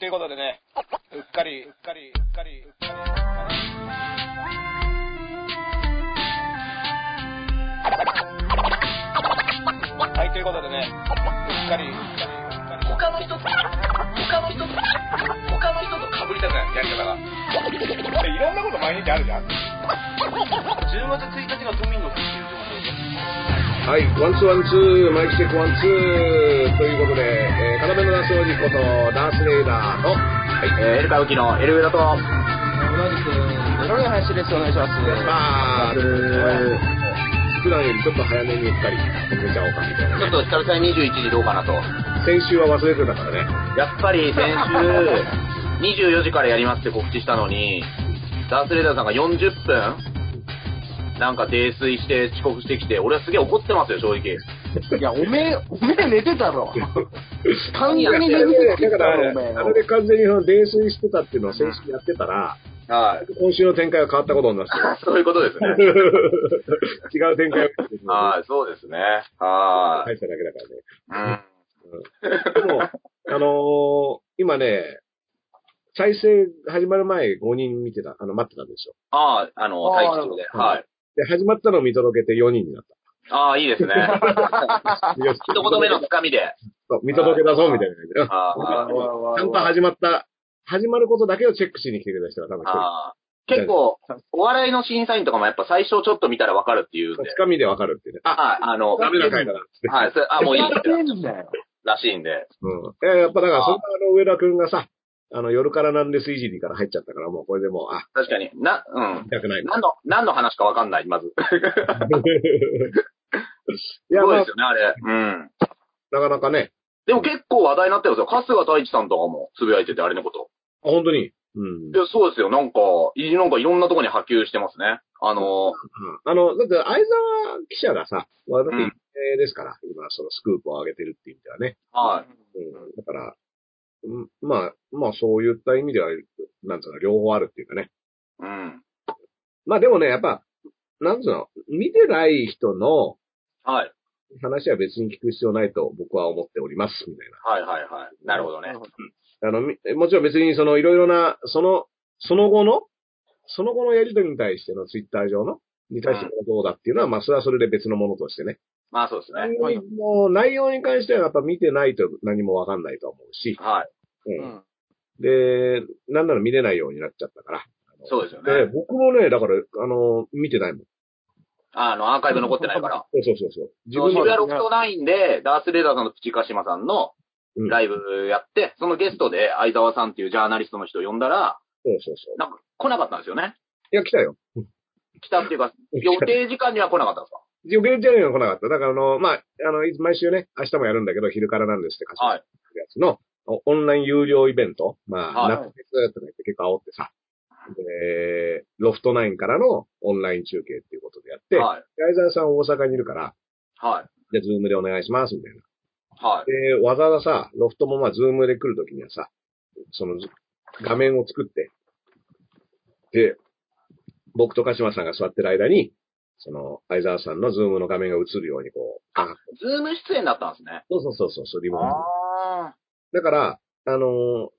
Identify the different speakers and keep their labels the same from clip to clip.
Speaker 1: ということでね、うっかり、うっかり、うっかり、うっかり。はい、ということでね、うっかり、うっかり、うっかり。
Speaker 2: 他の人と、他の人と、他の人と被りたくない、やり方が。
Speaker 1: いろんなこと毎日あるじゃん。
Speaker 2: 10月1日が都民の日っていう情報です。
Speaker 3: はい、ワンツーワンツー、マイクチェックワンツーということで、えー、要のダース王子ことダースレーダーと、はい、えー、エルカウキのエルウェダと、お願いします。普段よりちょっと早めにうっかり始めちゃおうかみたいな、
Speaker 4: ちょっと久々に21時どうかなと。
Speaker 3: 先週は忘れてたからね。
Speaker 4: やっぱり先週、24時からやりますって告知したのに、ダースレーダーさんが40分、なんか泥酔して遅刻してきて、俺はすげえ怒ってますよ、正直。
Speaker 5: いや、おめえ、おめえ寝てたろ。完に
Speaker 4: 全
Speaker 3: いや
Speaker 5: 寝てた
Speaker 3: だから、
Speaker 5: ろ、おめえ。
Speaker 3: あれで完全にその泥酔してたっていうのは正式にやってたら、
Speaker 4: はい。
Speaker 3: 今週の展開は変わったことになってる
Speaker 4: そういうことですね。
Speaker 3: 違う展開を見てる
Speaker 4: はい、そうですね。は
Speaker 3: 返しただけだからね。
Speaker 4: い。
Speaker 3: でも、 あのー今ね、再生始まる前5人見てた、あの、待ってたんですよ。
Speaker 4: ああ、あの、
Speaker 5: ああ
Speaker 4: 待機中で。はい。
Speaker 3: で、始まったのを見届けて4人になっ
Speaker 4: ああ、いいです ね。
Speaker 3: た。よし
Speaker 4: 一言目のつかみで。
Speaker 3: そう見届けだぞ、みたいな感じでうん。
Speaker 4: ああ、
Speaker 3: ちゃんと始まった、始まることだけをチェックしに来てくれた人が多分一
Speaker 4: ああ。結構、お笑いの審査員とかもやっぱ最初ちょっと見たらわかるっていうん
Speaker 3: 人。
Speaker 4: で。
Speaker 3: つかみでわかるっていうね。あ、
Speaker 4: はい、あの、
Speaker 3: ダメな回だな。
Speaker 4: はい、それ、あ、もういい
Speaker 5: やってんだよ。
Speaker 4: らしいんで。
Speaker 3: うん。いや、やっぱだから、
Speaker 4: あ
Speaker 3: そんなあの、上田くんがさ、あの、夜からなんですいじりから入っちゃったから、もうこれでもう、あ、
Speaker 4: 確かに。な、うん
Speaker 3: 見。たくない な。
Speaker 4: 何の、何の話かわかんない、まず。
Speaker 3: い
Speaker 4: す
Speaker 3: や、
Speaker 4: ごい
Speaker 3: まあ
Speaker 4: です、よね、あれ。うん。
Speaker 3: なかなかね、
Speaker 4: でも結構話題になってるんですよ。春日太一さんとかもつぶやいてて、あれのこと。
Speaker 3: あ本当に。うん
Speaker 4: い。や、そうですよ。なんか、いなんかいろんなところに波及してますね。あの、
Speaker 3: あの、だって、相沢記者がさ、まあ、だって
Speaker 4: うん、
Speaker 3: えーですから、今、そのスクープを上げてるっていう意味ではね。
Speaker 4: はい。
Speaker 3: うん。だから、うんまあ、まあ、そういった意味では、なんつうの、両方あるっていうかね。
Speaker 4: うん。
Speaker 3: まあ、でもね、やっぱ、なんつうの、見てない人の
Speaker 4: はい。
Speaker 3: 話は別に聞く必要ないと僕は思っております、みたい
Speaker 4: はいはいはい。なるほどね。
Speaker 3: な。あの、みもちろん別に、その、いろいろな、その、その後の、その後のやりとりに対してのツイッター上の、に対してどうだっていうのは、まあ、それはそれで別のものとしてね。
Speaker 4: まあそうですね。
Speaker 5: はい
Speaker 3: もう内容に関してはやっぱ見てないと何もわかんないと思うし、
Speaker 4: はい。
Speaker 3: う
Speaker 5: うんん
Speaker 3: で、なんなら見れないようになっちゃったから。
Speaker 4: そうですよ
Speaker 3: で、
Speaker 4: ね。
Speaker 3: 僕もね、だから、あの、見てないもん。
Speaker 4: あの、アーカイブ残ってないから。
Speaker 3: そうそうそうそう。自
Speaker 4: 渋
Speaker 3: 分
Speaker 4: 谷
Speaker 3: で、
Speaker 4: ロフト9で、ダース・レーダーさんのプチカシマさんの
Speaker 3: うん
Speaker 4: ライブやって、そのゲストで相沢さんっていうジャーナリストの人を呼んだら、
Speaker 3: そうそうそう。
Speaker 4: なんか来なかったんですよね。
Speaker 3: いや、来たよ。
Speaker 4: 来たっていうか、予定時間には来なかったんです
Speaker 3: 予定じゃないのが来なかった。だから、あの、まあ、あの、い毎週ね、明日もやるんだけど、昼からなんですって歌詞
Speaker 4: かはい。
Speaker 3: やつの、おオンライン有料イベント、まあ、
Speaker 4: はい
Speaker 3: 夏フェスだったら結構煽ってさ、で、ロフト9からのオンライン中継っていうことでやって、
Speaker 4: はい。
Speaker 3: 相沢さん大阪にいるから、
Speaker 4: はい。
Speaker 3: で、ズームでお願いします、みたいな。
Speaker 4: はい。
Speaker 3: で、わざわざさ、ロフトもまあ、ズームで来るときにはさ、その、ず画面を作って、で、僕と鹿島さんが座ってる間に、その、相沢さんのズームの画面が映るようにこう、あ、
Speaker 4: ズーム出演だったんですね。
Speaker 3: そうそうそうそうそう、リモート。
Speaker 4: あ
Speaker 3: だから、あの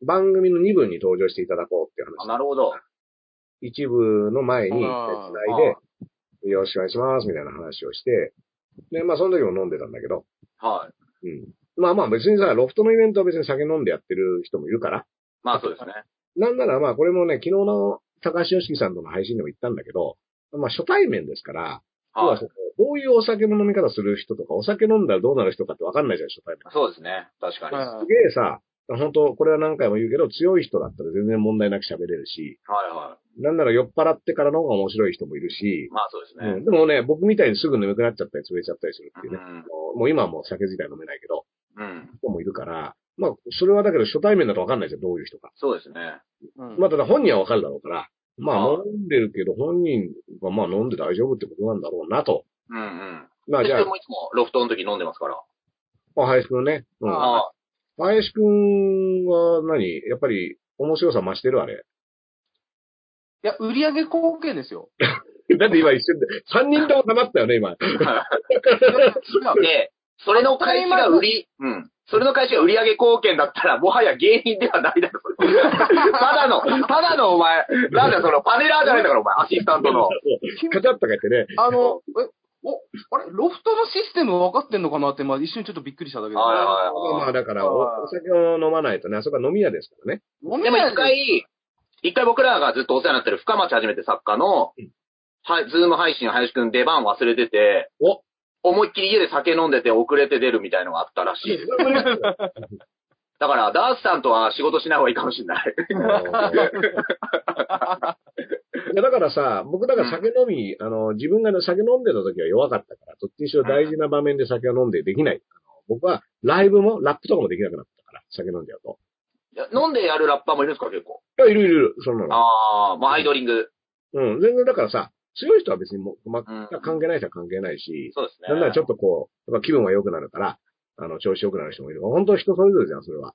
Speaker 3: ー番組の2部に登場していただこうっていう
Speaker 4: あ。
Speaker 3: 話。
Speaker 4: なるほど。
Speaker 3: 一部の前に、つ
Speaker 5: あー
Speaker 3: ないで、よろしくお願いします、みたいな話をして、で、まあ、その時も飲んでたんだけど、
Speaker 4: はい。
Speaker 3: うん。まあまあ、別にさ、ロフトのイベントは別に酒飲んでやってる人もいるから、
Speaker 4: まあそうですね。
Speaker 3: なんならまあ、これもね、昨日の高橋良樹さんとの配信でも言ったんだけど、まあ、初対面ですから、要
Speaker 4: は
Speaker 3: はいそ。のどういうお酒の飲み方する人とか、お酒飲んだらどうなる人かってわかんないじゃん、初対面。
Speaker 4: そうですね。確かに。はい
Speaker 3: すげえさ、本当これは何回も言うけど、強い人だったら全然問題なく喋れるし、
Speaker 4: は
Speaker 3: なんなら酔っ払ってからの方が面白い人もいるし
Speaker 4: い。、まあそうです
Speaker 3: う
Speaker 4: ね
Speaker 3: ん。でもね、僕みたいにすぐ眠くなっちゃったり潰れちゃったりするっていう
Speaker 4: う
Speaker 3: ね。
Speaker 4: ん。
Speaker 3: もう今はもう酒自体飲めないけど、
Speaker 4: うん。
Speaker 3: 人もいるから、まあ、それはだけど初対面だとわかんないじゃん、どういう人か。
Speaker 4: そうですね。
Speaker 5: うん
Speaker 3: まあ、ただ本人はわかるだろうから、まあ
Speaker 4: ああ
Speaker 3: 飲んでるけど、本人がまあ飲んで大丈夫ってことなんだろうなと。
Speaker 4: うんうん。
Speaker 3: まあじゃ
Speaker 4: 私もいつもロフトの時飲んでますから。
Speaker 3: あ、あ林くんね。うん。
Speaker 4: ああ。
Speaker 3: 林くんは何やっぱり面白さ増してるあれ。
Speaker 5: いや、売上貢献ですよ。
Speaker 3: だって今一瞬で、3人とも黙ったよね、今。
Speaker 5: いや違う
Speaker 4: で、それの開始が売り。うん。それの会社が売上貢献だったら、もはや芸人ではないだろ、それ ただの、ただのお前、なんだよその、パネラーじゃないんだから、お前、アシスタントの。
Speaker 3: カチャッとか言ってね、
Speaker 5: あの、え、お、あれ、ロフトのシステム分かってんのかなって、まあ、一瞬ちょっとびっくりしただけで。
Speaker 4: はい
Speaker 3: ま
Speaker 4: はいは
Speaker 3: あ
Speaker 4: い。
Speaker 3: だからお、お酒を飲まないとね、あそこは飲み屋ですからね。
Speaker 5: 飲み
Speaker 4: でも
Speaker 5: 屋
Speaker 4: 一回、一回僕らがずっとお世話になってる深町はじめて作家の、はい、ズーム配信、林くん出番忘れてて、
Speaker 3: お
Speaker 4: 思いっきり家で酒飲んでて遅れて出るみたいのがあったらしいです。だから、ダースさんとは仕事しない方がいいかもしれない。
Speaker 3: あの いやだからさ、僕だから酒飲み、あの、自分がね酒飲んでた時は弱かったから、どっちにしろ大事な場面で酒を飲んでできない。あの僕はライブもラップとかもできなくなったから、酒飲んじゃうと。
Speaker 4: いや 飲んでやるラッパーもいるんですか、結構。
Speaker 3: いや、いるいるいる、そんなの。
Speaker 4: ああ、まあ、アイドリング。
Speaker 3: うん、全然だからさ、強い人は別にもう、ま
Speaker 4: うん、
Speaker 3: 関係ない人は関係ないし、
Speaker 4: そうですね。
Speaker 3: なんならちょっとこう、やっぱ気分は良くなるから、あの、調子良くなる人もいる。本当人それぞれじゃん、それは。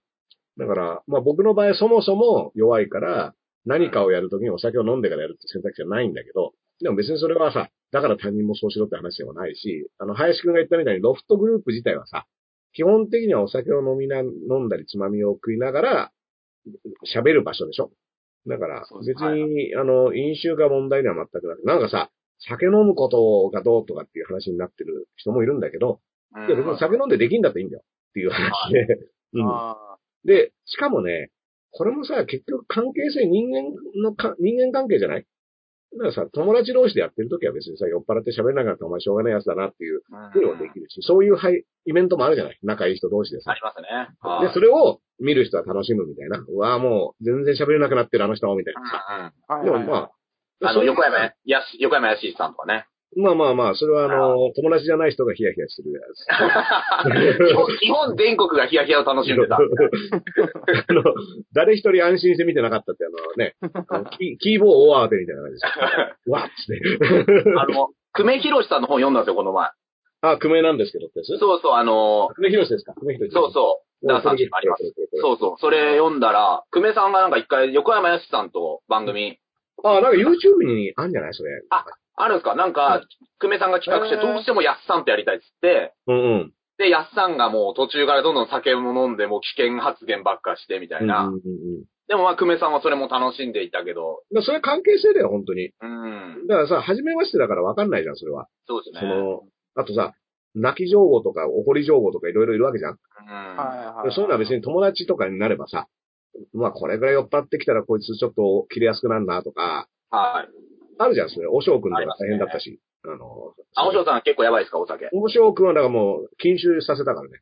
Speaker 3: だから、まあ僕の場合そもそも弱いから、何かをやるときにお酒を飲んでからやるって選択肢はないんだけど、でも別にそれはさ、だから他人もそうしろって話でもないし、あの、林くんが言ったみたいにロフトグループ自体はさ、基本的にはお酒を飲みな、飲んだりつまみを食いながら、喋る場所でしょだから
Speaker 4: そう、で
Speaker 3: 別
Speaker 4: すは
Speaker 3: に、あの、飲酒が問題では全くなく、なんかさ、酒飲むことがどうとかっていう話になってる人もいるんだけど、
Speaker 4: うん
Speaker 3: いや、別に酒飲んでできんだっていいんだよっていう話で。うん
Speaker 5: あ
Speaker 3: で、しかもね、これもさ、結局関係性、人間のか、人間関係じゃないだからさ、友達同士でやってるときは別にさ、酔っ払って喋れなかったらお前しょうがないやつだなっていう
Speaker 4: うん
Speaker 3: ふうにもできるし、そういうはいイベントもあるじゃない仲いい人同士でさ
Speaker 4: あ。りますね。
Speaker 3: で、それを見る人は楽しむみたいな。うわぁ、もう全然喋れなくなってるあの人は、みたいな。
Speaker 4: うんうん
Speaker 5: あ。はい
Speaker 3: で
Speaker 5: は
Speaker 3: も
Speaker 5: い
Speaker 3: まあ、そ
Speaker 4: あの、
Speaker 3: ういう
Speaker 4: 横山や、やし、横山やしさんとか ね。
Speaker 3: まあまあまあ、それはあの、友達じゃない人がヒヤヒヤするやつ。
Speaker 4: 基本基本全国がヒヤヒヤを楽しんでた。
Speaker 3: あの、誰一人安心して見てなかったって、あのね、 あのキーキーボード大慌てみたいな感じでした。わっつって。
Speaker 4: あの、久米宏さんの本読んだんですよ、この前。
Speaker 3: あ、久米なんですけどってやつ
Speaker 4: そうそう、あの、
Speaker 3: 久米広ですか久米広
Speaker 4: そうそう、ダーさんあります。
Speaker 3: う。
Speaker 4: そうそう、それ読んだら、久米さんがなんか一回、横山やしさんと番組、
Speaker 3: あ、なんか YouTube にあんじゃないそれ。
Speaker 4: ああるんですかなんか、久米さんが企画して、
Speaker 5: へー
Speaker 4: どうしてもやっさんとやりたいっつって、
Speaker 3: うんうん。
Speaker 4: で、やっさんがもう途中からどんどん酒も飲んで、もう危険発言ばっかして、みた
Speaker 3: うん
Speaker 4: い
Speaker 3: うん
Speaker 4: な。
Speaker 3: うんうん
Speaker 4: でもまあ、久米さんはそれも楽しんでいたけど、
Speaker 3: だからそれ関係性だよ、本当に。
Speaker 4: うん、
Speaker 3: だからさ、初めましてだからわかんないじゃん、それは。
Speaker 4: そうですね
Speaker 3: そ。の、あとさ、泣き情報とか怒り情報とかいろいろいるわけじゃん
Speaker 4: うん
Speaker 5: はいはい
Speaker 3: でそういうのは別に友達とかになればさ、まあこれぐらい酔っ払ってきたらこいつちょっと切れやすくなるなとか、
Speaker 4: はい。
Speaker 3: あるじゃん、それ。おしょうくんと
Speaker 4: あ
Speaker 3: か
Speaker 4: ります
Speaker 3: 大
Speaker 4: ね
Speaker 3: 変だったし。あの、
Speaker 4: あ、おしょうさん結構やばいですか、お酒。
Speaker 3: おしょうくんはだからもう禁酒させたからね。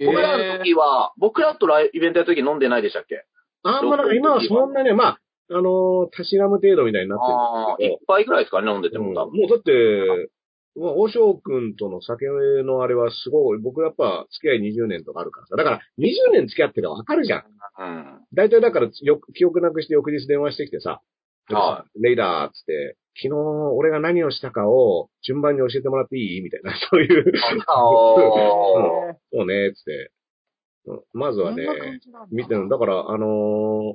Speaker 5: え
Speaker 4: 僕らの時は、僕らとライイベントやる時飲んでないでしたっけ
Speaker 3: あんまなんか今はそんなね、まあ、あの、たしなむ程度みたいにな
Speaker 4: ああ
Speaker 3: っ
Speaker 4: ー、
Speaker 3: てるん
Speaker 4: 一杯ぐらいですかね、飲んで
Speaker 3: ですけ
Speaker 4: て
Speaker 3: ど、うん
Speaker 4: も多分。
Speaker 3: もうだって、まあ、おしょうくんとの酒のあれはすごい、僕やっぱ付き合い20年とかあるからさ。だから20年付き合ってるのわかるじゃん。
Speaker 4: うん。
Speaker 3: 大体だからよ、記憶なくして翌日電話してきてさ、
Speaker 4: は
Speaker 3: レイダーっつって、昨日俺が何をしたかを順番に教えてもらっていいみたいな、 そういう、
Speaker 4: ああ、
Speaker 3: そうね、つって。うんまずはね、見て
Speaker 5: る。
Speaker 3: るだから、あの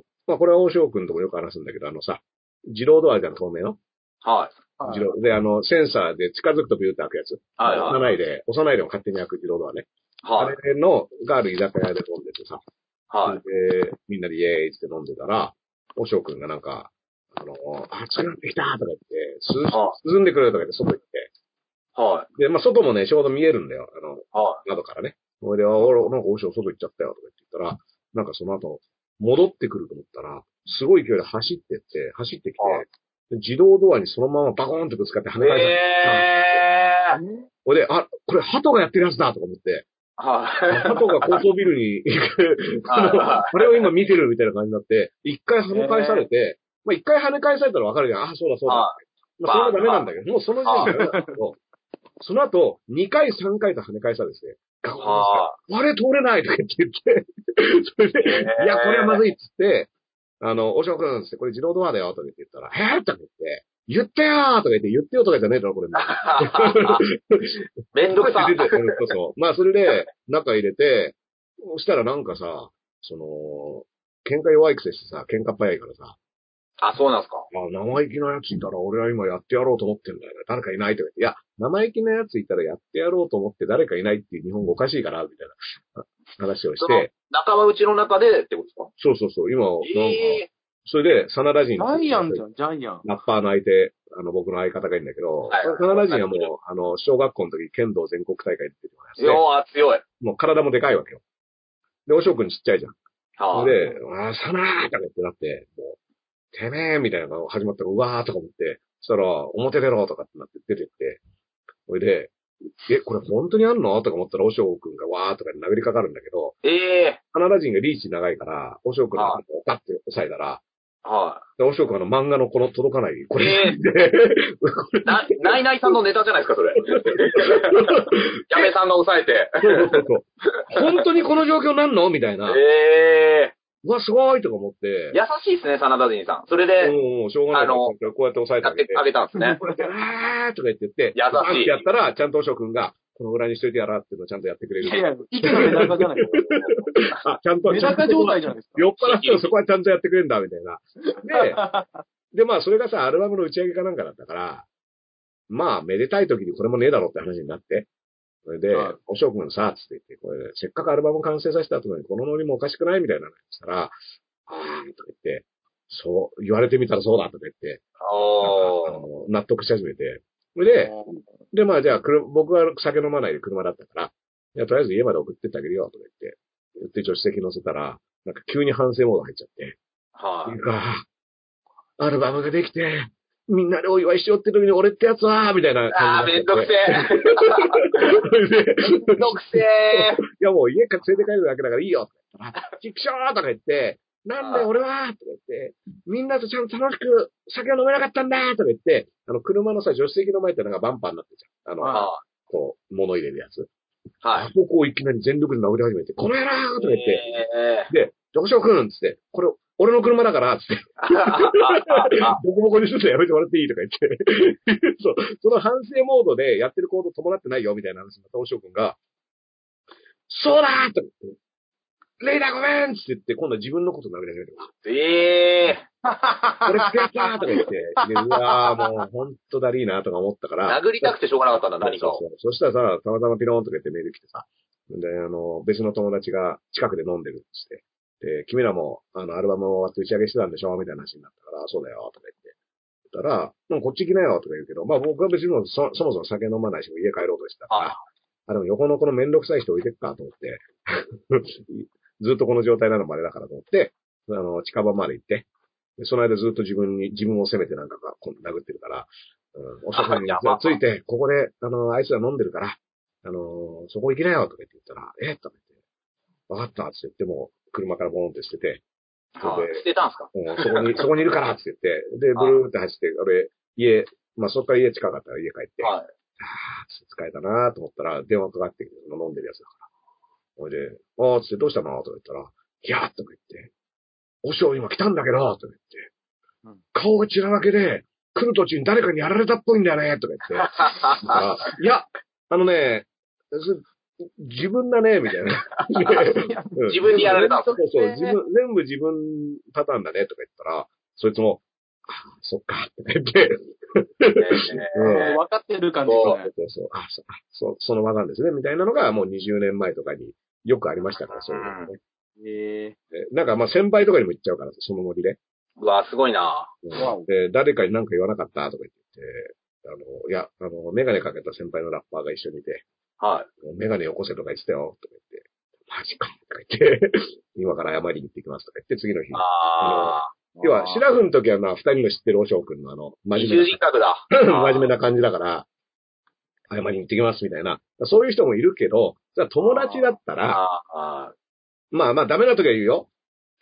Speaker 3: ーまあ、これは大塩くんともよく話すんだけど、あのさ、自動ドアじゃん、透明の。
Speaker 4: はい。
Speaker 5: はい
Speaker 3: 自動。で、あの、センサーで近づくとビューって開くやつ。
Speaker 4: はい
Speaker 3: 押
Speaker 4: は
Speaker 3: さ
Speaker 4: い。
Speaker 3: ないで、押さないでも勝手に開く自動ドアね。あ
Speaker 4: はい。
Speaker 3: れの、がある居酒屋で飲んでてさ、
Speaker 4: はい。
Speaker 3: で、みんなでイエーイって飲んでたら、おしょうくんがなんか、あの、あ、暑くなってきたとか言って、
Speaker 4: あ
Speaker 3: 涼涼んでくれるとか言って外行って。
Speaker 4: はい。
Speaker 3: で、まあ、外もね、ちょうど見えるんだよ。あの、
Speaker 4: は
Speaker 3: 窓からね。それで、あ、俺、なんかおしょう外行っちゃったよとか言ってたら、なんかその後、戻ってくると思ったら、すごい勢いで走ってって、走ってきて
Speaker 4: は、
Speaker 3: で自動ドアにそのままバコーンってぶつかって跳ね
Speaker 4: い。
Speaker 3: 返されて、
Speaker 4: えー。
Speaker 3: ほいで、あ、これ鳩がやってるやつだとか思って、
Speaker 4: はい。
Speaker 3: 鳩が高層ビルに行く、
Speaker 4: は
Speaker 3: あれを今見てるみたいな感じになって、一回跳ね返されて、まあ一回跳ね返されたらわかるじゃん。あ、そうだそうだ。
Speaker 4: は
Speaker 3: まあそれはダメなんだけど、もうその時点でダメなんだけど、その後、二回三回と跳ね返されてですね、ガコン
Speaker 4: は
Speaker 3: あれ通れないとか言って、それで、いや、これはまずいっつって、あの、おしょくんっつって、これ自動ドアだよとか言って言ったら、へーとか言って、言ってよーとか言って、言ってよとかじゃねえだ ろ、これ。
Speaker 4: めんど くさ。
Speaker 3: 出てたそうそうまあ、それで、中入れて、そしたらなんかさ、その、喧嘩弱いくせしてさ、喧嘩早いからさ、
Speaker 4: あ、そうなんすか。
Speaker 3: あ、生意気なやついたら俺は今やってやろうと思ってんだよ。誰かいないとか言って。いや、生意気なやついたらやってやろうと思って誰かいないっていう日本語おかしいから、みたいなあ話をし
Speaker 4: その
Speaker 3: て。
Speaker 4: 仲間内の中でってこと
Speaker 3: そうそうそう、今、なん
Speaker 4: です
Speaker 3: か
Speaker 4: かええ
Speaker 3: それで、サナラジン。
Speaker 5: ジャイアンじゃん、ジャイアン。
Speaker 3: ラッパーの相手、あの、僕の相方がいるんだけど、
Speaker 4: はいはい
Speaker 3: サナラジンはもう、あの、小学校の時、剣道全国大会に出てもらっ
Speaker 4: ー。
Speaker 3: て、
Speaker 4: 強いあ、強い。
Speaker 3: もう体もでかいわけよ。で、おしょうくんちっちゃいじゃん。
Speaker 4: はあ、
Speaker 3: で、あー、サナーとか言ってなって、もう、てめえみたいなのが始まったから、うわーとか思って、そしたら、表出ろとかってなって出てって、それで、え、これ本当にあんのとか思ったら、おしょうくんがわーとかに殴りかかるんだけど、
Speaker 4: ええ
Speaker 3: カナダ人がリーチ長いから、おしょうくんがガッて押さえたら、
Speaker 4: は
Speaker 3: で、おしょうくんの漫画のこの届かない、これ、
Speaker 4: えい、な、ないないさんのネタじゃないですか、それ。やめさんが抑えて。
Speaker 3: そうそうそうそう。本当にこの状況なんのみたいな。
Speaker 4: ええ
Speaker 3: うわ、すごいとか思って。
Speaker 4: 優しいですね、真田人さん。それで、
Speaker 3: もう、しょうがないから。
Speaker 4: あの
Speaker 3: こうやって押さえて
Speaker 4: や
Speaker 3: あ
Speaker 4: っ
Speaker 3: げ
Speaker 4: て
Speaker 3: て。
Speaker 4: あげたんです ね。
Speaker 3: あーとか言ってって。
Speaker 4: 優しい
Speaker 3: バンってやったら、ちゃんとおしょうくんが、このぐらいにしといてやらっていうのをちゃんとやってくれ
Speaker 5: いやい
Speaker 3: る。
Speaker 5: や、息のメダカじゃない。
Speaker 3: あ、ちゃんと。
Speaker 5: メダカ状態じゃないですか。
Speaker 3: 酔っ払ってもそこはちゃんとやってくれるんだ、みたいな。で、で、まあ、それがさ、アルバムの打ち上げかなんかだったから、まあ、めでたい時にこれもねえだろって話になって。それで
Speaker 5: はい、
Speaker 3: おしょうくんさ、つって言って、これ、せっかくアルバム完成させた後にこのノリもおかしくないみたいなのにしたら、あーとか言って、そう、言われてみたらそうだとか言って、
Speaker 4: お
Speaker 3: あ
Speaker 4: ー。
Speaker 3: の納得し始めて。それで、で、まあじゃあ、車僕は酒飲まないで車だったから、いや、とりあえず家まで送ってってあげるよ、とか言って。言って、助手席乗せたら、なんか急に反省モード入っちゃって。
Speaker 4: はい
Speaker 3: いか、アルバムができて、みんなでお祝いしようって時に俺ってやつは、みたいな感
Speaker 4: あー、
Speaker 3: じ
Speaker 4: め
Speaker 3: に
Speaker 4: んど
Speaker 3: なっ
Speaker 4: くせ
Speaker 3: ち
Speaker 4: え。
Speaker 3: ゃって。
Speaker 4: めんどくせえ。
Speaker 3: いや、もう家から連れて帰るだけだからいいよ。チクショーとか言って、なんで俺はとか言って、みんなとちゃんと楽しく酒を飲めなかったんだとか言って、あの、車のさ、助手席の前ってのがバンパーになってるじゃん。あの、
Speaker 5: はい
Speaker 4: は
Speaker 3: こう、物入れるやつ。
Speaker 4: い。
Speaker 3: あ
Speaker 4: はい。
Speaker 3: そこをいきなり全力で殴り始めて、この野郎とか言って、
Speaker 4: え
Speaker 3: で、どうしようくんつって、これ、俺の車だから、つって、
Speaker 4: ー
Speaker 3: ボコボコにするのやめてもらっていいとか言って、そう、その反省モードでやってる行動伴ってないよ、みたいな話になったおしょうくんが、そうだーとか言って、レイダーごめんって言って、今度は自分のこと殴り始めて、
Speaker 4: ええ
Speaker 3: 俺悔やったーとか言って、でうわーもうほんとだりーなとか思ったから、
Speaker 4: 殴りたくてしょうがなかったんだ、何かを。
Speaker 3: そうそうそうそしたらさ、たまたまピローンとか言ってメール来てさ、で、あの、別の友達が近くで飲んでるっつって、で、君らも、あの、アルバムを終わって打ち上げしてたんでしょみたいな話になったから、そうだよ、とか言って。たら、もうこっち来なよ、とか言うけど、まあ僕は別にもうそそもそも酒飲まないし、家帰ろうとしてたから、あ、でも横のこのめんどくさい人置いてっか、と思って、 ずっとこの状態なのもあれだからと思って、あの、近場まで行って、でその間ずっと自分に、自分を責めてなんかがこう殴ってるから、うん、おしゃさんに
Speaker 4: あやば
Speaker 3: ついて、ここで、あの、あいつら飲んでるから、あの、そこ行きなよ、とか言って言ったら、えとか言って、わかった、って言って、もう車からボーンって捨てて、
Speaker 4: はい捨てたんすか
Speaker 3: もうそこ に、そこにいるから、って言って、で、ブルーって走って、俺、家、まあ、そっから家近かったから家帰って、
Speaker 4: はい。
Speaker 3: 疲れたなと思ったら、電話かかってきて、飲んでるやつだから。ほいで、あーつってどうしたのとか言ったら、いやーとか言って、おしょう今来たんだけど、とか
Speaker 5: う
Speaker 3: 言っ
Speaker 5: ん
Speaker 3: て、顔が血だらけで、来る途中に誰かにやられたっぽいんだよね、とか 言って、だからいや、あのね、す自分だね、みたいな。 うん
Speaker 4: 自分にやられたんです
Speaker 3: そうそう、自分、全部自分パターンだね、とか言ったら、そいつも、あーそっか、とか言って、うん
Speaker 5: 分かってる感じ
Speaker 3: そう
Speaker 5: で
Speaker 3: そうそう。あ、そあそその場なんですね。みたいなのがもう20年前とかによくありましたから、そういうのね。
Speaker 5: すね。え
Speaker 3: えなんかまあ先輩とかにも言っちゃうから、そのノリで。
Speaker 4: うわ、すごいな。
Speaker 3: うん
Speaker 5: わお
Speaker 3: で誰かに何か言わなかったとか言って、あの、いや、あの、メガネかけた先輩のラッパーが一緒にいて、
Speaker 4: はい。
Speaker 3: メガネよこせとか言ってたよ、とか言って、マジか、とか言って、 今から謝りに行ってきますとか言って、次の日。
Speaker 4: あ
Speaker 3: 要は、シラフの時はまあ二人の知ってるおしょうくんのあの、
Speaker 4: ー。
Speaker 3: 真
Speaker 4: 二
Speaker 3: 面目
Speaker 4: 重
Speaker 3: な
Speaker 4: 人格 だ。
Speaker 3: 真面目な感じだから、謝りに行ってきますみたいな。そういう人もいるけど、じゃあ友達だったら、
Speaker 4: あーあ
Speaker 3: まあまあダメな時は言うよ。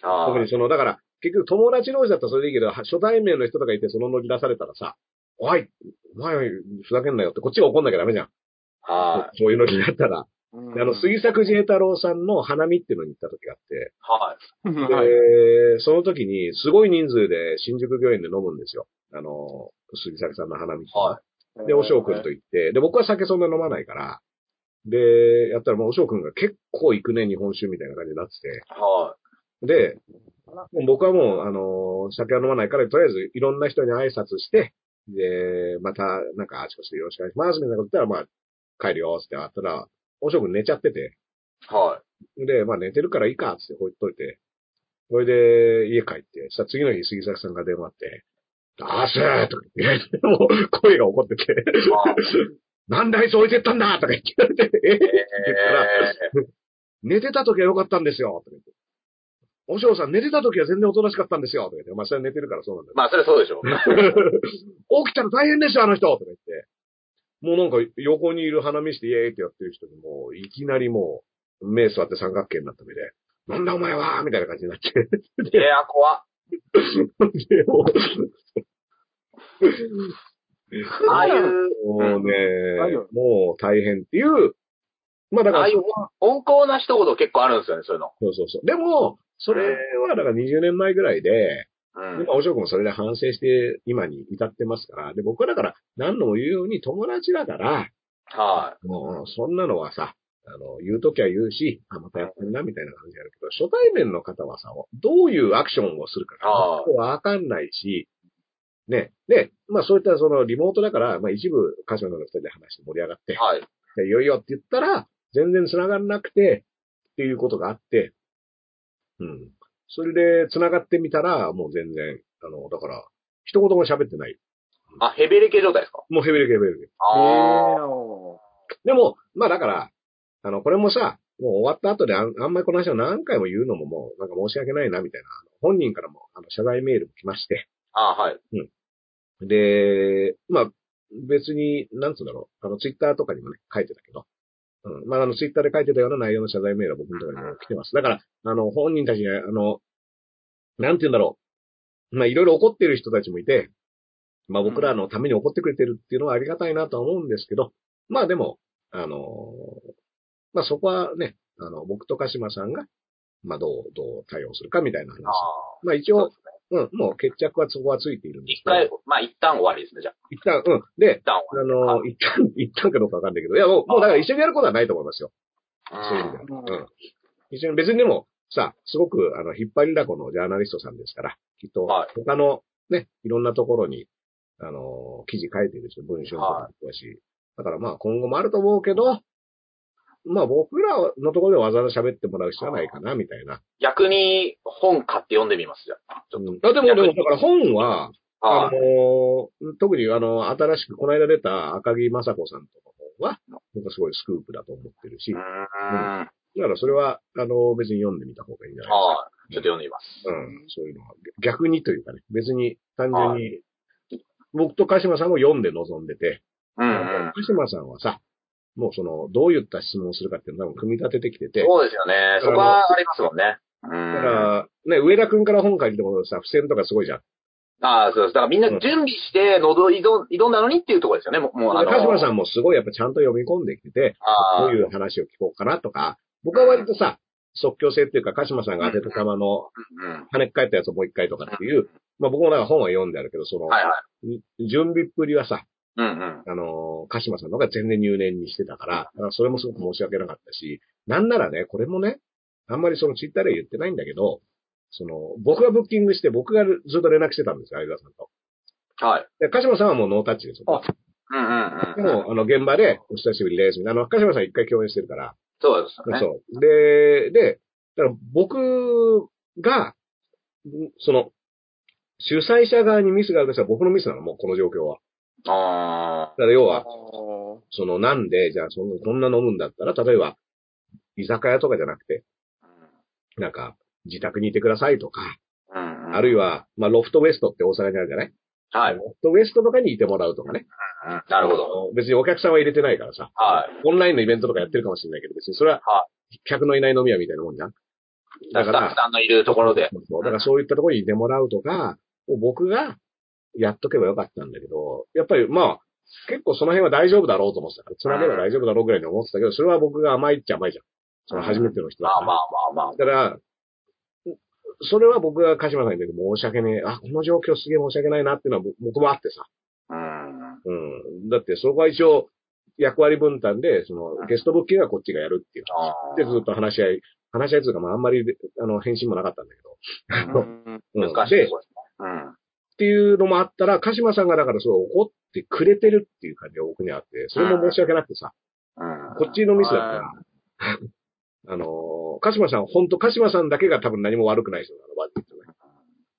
Speaker 4: ー。あ
Speaker 3: 特
Speaker 4: ー
Speaker 3: にその、だから、結局友達同士だったらそれでいいけど、は初対面の人とかいてその乗り出されたらさ、おい、お前ふざけんなよって、こっちが怒んなきゃダメじゃん。
Speaker 4: はい。
Speaker 3: そういうのになったら。
Speaker 5: ー
Speaker 3: であの、杉作自衛太郎さんの花見っていうのに行った時があって、
Speaker 4: はい。
Speaker 3: で
Speaker 5: はい。
Speaker 3: その時にすごい人数で新宿御苑で飲むんですよ。あの、杉作さんの花見って。
Speaker 4: は
Speaker 3: で、おしょうくんと行って、で、僕は酒そんな飲まないから、で、やったらもうおしょうくんが結構行くね、日本酒みたいな感じになってて、
Speaker 4: は
Speaker 3: で、あもう僕はもう、あのー酒は飲まないから、とりあえずいろんな人に挨拶して、で、また、なんか、あちこちでよろしくお願いします、みたいなこと言ったら、まあ、帰るよ、つってあったら、おしょくん寝ちゃってて、
Speaker 4: は
Speaker 3: で、まあ寝てるからいいか、つってほっといて、それで、家帰って、さ、次の日、杉崎さんが電話あって、出せとか言って、もう、声が怒ってて、
Speaker 4: い。まあ、
Speaker 3: なんであいつ置いてったんだとか言って言われて、え
Speaker 4: え
Speaker 3: 寝てた時は良かったんですよとか言って。おしょうさん、寝てた時は全然おとなしかったんですよとか言って。まあ、それは寝てるからそうなんだ
Speaker 4: ー、まあ、それはそうでしょう。
Speaker 3: けど。起きたら大変ですよ、あの人とか言って。もうなんか、横にいる花見して、イエーイってやってる人にもう、いきなりもう、目座って三角形になった目で、なんだお前はみたいな感じになって。
Speaker 4: いや、怖っ。
Speaker 3: でも
Speaker 4: ああいう、
Speaker 3: もう
Speaker 5: ある
Speaker 3: ね
Speaker 5: よ、
Speaker 3: もう大変っていう、まあだか
Speaker 4: あ
Speaker 3: ら
Speaker 4: あい、う温厚な一言結構あるんですよね、そういうの。
Speaker 3: そうそうそう。でも、それはだから20年前ぐらいで、
Speaker 4: うん
Speaker 3: で、。まあ、おしょうくんもそれで反省して、今に至ってますから、で、僕はだから、何度も言うように友達だから、
Speaker 4: は
Speaker 3: もう、そんなのはさ、あの、言うときは言うし、あ、またやってんな、みたいな感じやるけど、初対面の方はさ、どういうアクションをするか
Speaker 4: あ
Speaker 3: が、わかんないし、ね。で、まあそういったそのリモートだから、まあ一部、歌手の二人で話して盛り上がって
Speaker 4: い。、はい。
Speaker 3: でいよいよって言ったら、全然繋がんなくて、っていうことがあって、うん。それで繋がってみたら、もう全然、あの、だから、一言も喋ってない。
Speaker 4: あ、ヘベレケ状態ですか
Speaker 3: もうヘビレケヘビレケ。
Speaker 4: ああ。
Speaker 3: でも、まあだから、あの、これもさ、もう終わった後であんあんまりこの話を何回も言うのももう、なんか申し訳ないな、みたいな。本人からも、あの、謝罪メールも来まして。
Speaker 4: あーはい。
Speaker 3: で、まあ、別に、なんつうんだろう。あの、ツイッターとかにもね、書いてたけど。うん。まあ、あの、ツイッターで書いてたような内容の謝罪メールは僕のところにも来てます。だから、あの、本人たちに、あの、なんて言うんだろう。まあ、いろいろ怒ってる人たちもいて、まあ、僕らのために怒ってくれてるっていうのはありがたいなとは思うんですけど、まあ、でも、あの、まあ、そこはね、あの、僕と鹿島さんが、まあ、どう、どう対応するかみたいな話
Speaker 4: あ。
Speaker 3: まあ、一
Speaker 4: ーそう
Speaker 3: 応
Speaker 4: で、すね。
Speaker 3: うん、もう決着はそこはついているんです
Speaker 4: 一
Speaker 3: けど
Speaker 4: 回、まあ、一旦終わりですね、じゃあ。
Speaker 3: 一旦、うん。で
Speaker 4: 一、旦
Speaker 3: あの、一 旦、一旦かどうかわかんないけど、いや、もう、もうだから一緒にやることはないと思いますよ。
Speaker 4: 終
Speaker 3: そういう意
Speaker 4: わ
Speaker 3: 味では。
Speaker 5: う
Speaker 3: うんん。一緒に、別にでも、さ、すごく、あの、引っ張りだこのジャーナリストさんですから、きっと
Speaker 4: はい、
Speaker 3: 他の、ね、いろんなところに、あの、記事書いてるし、文章とかもだし、だからまあ、今後もあると思うけど、まあ、僕らのところでわざわざ喋ってもらう必要はないかな、みたいな。
Speaker 4: 逆に本買って読んでみます、じゃあ。ちょっ
Speaker 3: うんあ、でも、でも、だから本は、
Speaker 4: と。
Speaker 3: あ
Speaker 4: はい。
Speaker 3: のー特にあの、新しく、この間出た赤木雅子さんとかは、僕はすごいスクープだと思ってるし、
Speaker 4: うー
Speaker 3: だ
Speaker 4: ん。はい。
Speaker 3: からそれは、あの、別に読んでみた方がいいんじゃない
Speaker 4: ちょっと読んでみます。
Speaker 3: ですか。うん、そういうのは。逆にというかね、別に単純に、僕と鹿島さんも読んで望んでて、
Speaker 4: うんう
Speaker 3: 鹿
Speaker 4: ん。
Speaker 3: 島さんはさ、もうその、どういった質問をするかっていうのを多分組み立ててきてて、
Speaker 4: そうですよね。そこはありますもんね。
Speaker 3: だ
Speaker 4: う
Speaker 3: か
Speaker 4: ん。
Speaker 3: ら、ね、上田くんから本書いてることでさ、付箋とかすごいじゃん。
Speaker 4: ああ、そうです。だからみんな準備して、喉挑ん挑んだのにっていうところですよね。もうもう、あの。
Speaker 3: 鹿島さんもすごいやっぱちゃんと読み込んできてて、
Speaker 4: あ
Speaker 3: ど
Speaker 4: あ
Speaker 3: ういう話を聞こうかなとか、僕は割とさ、即興性っていうか、鹿島さんが当てた球の
Speaker 4: うん。
Speaker 3: 跳ねっ返ったやつをもう一回とかっていう、まあ僕もなんか本は読んであるけど、その、
Speaker 4: はいはい。
Speaker 3: 準備っぷりはさ、
Speaker 4: うんうん。
Speaker 3: あのー、鹿島さんの方が全然入念にしてたから、だからそれもすごく申し訳なかったし、なんならね、これもね、あんまりそのツイッターでは言ってないんだけど、その、僕がブッキングして、僕がずっと連絡してたんですよ、相沢さんと。
Speaker 4: はい。
Speaker 3: で、鹿島さんはもうノータッチですよ。
Speaker 4: うん
Speaker 3: で
Speaker 4: うんうん。
Speaker 3: も、あの、現場で、お久しぶりです。みたいなあの、鹿島さん一回共演してるから、
Speaker 4: そうですよね。
Speaker 3: そう。で、で、だから僕が、んその、主催者側にミスがあるとしたら僕のミスなの、もうこの状況は。
Speaker 4: ああ。
Speaker 3: だから要は、
Speaker 5: あ
Speaker 3: そのなんで、じゃあそのこんな飲むんだったら、例えば、居酒屋とかじゃなくて、なんか、自宅にいてくださいとか、
Speaker 4: うんうん。
Speaker 3: あるい
Speaker 4: は。
Speaker 3: は、まあ、ロフトウエストって大阪にあるじゃない
Speaker 4: はい。
Speaker 3: ロフトウエストとかにいてもらうとかね。
Speaker 4: うんなるほど。
Speaker 3: あの別にお客さんは入れてないからさ。
Speaker 4: は
Speaker 3: オンラインのイベントとかやってるかもしれないけど、別にそれは
Speaker 4: は、
Speaker 3: 客のいない飲み屋みたいなもんじゃん。
Speaker 4: い。
Speaker 3: だ
Speaker 4: だ
Speaker 3: か
Speaker 4: からら、スタッフ、さんのいるところで。
Speaker 3: そうそうだからそういったところにいてもらうとか、を僕がやっとけばよかったんだけど、やっぱりまあ、結構その辺は大丈夫だろうと思ってたから、つなげば大丈夫だろうぐらいに思ってたけど、それは僕が甘いっちゃ甘いじゃん。その初めての人だ
Speaker 4: ま
Speaker 3: か
Speaker 4: あ
Speaker 3: ら。
Speaker 4: まあまあまあ。
Speaker 3: だから、それは僕が鹿島さんに言って申し訳ねえ。あ、この状況すげえ申し訳ないなっていうのは僕もあってさ。
Speaker 4: うん。
Speaker 3: うん。だってそこは一応役割分担で、そのゲストブッキングはこっちがやるっていう。
Speaker 4: ああ
Speaker 3: で、ずっと話し合い、話し合いというか、まあ、あんまり、あの、返信もなかったんだけど、
Speaker 5: うん
Speaker 3: うん
Speaker 4: 難し
Speaker 3: で
Speaker 4: い
Speaker 3: っ
Speaker 4: これ。うん。
Speaker 3: ていうのもあったら、鹿島さんがだからそう怒ってくれてるっていう感じが僕にはあって、それも申し訳なくてさ、
Speaker 4: うん。
Speaker 3: こっちのミスだから
Speaker 5: は、
Speaker 3: あのー、鹿島さん、本当鹿島さんだけが多分何も悪くない人なの、バッて言ってね。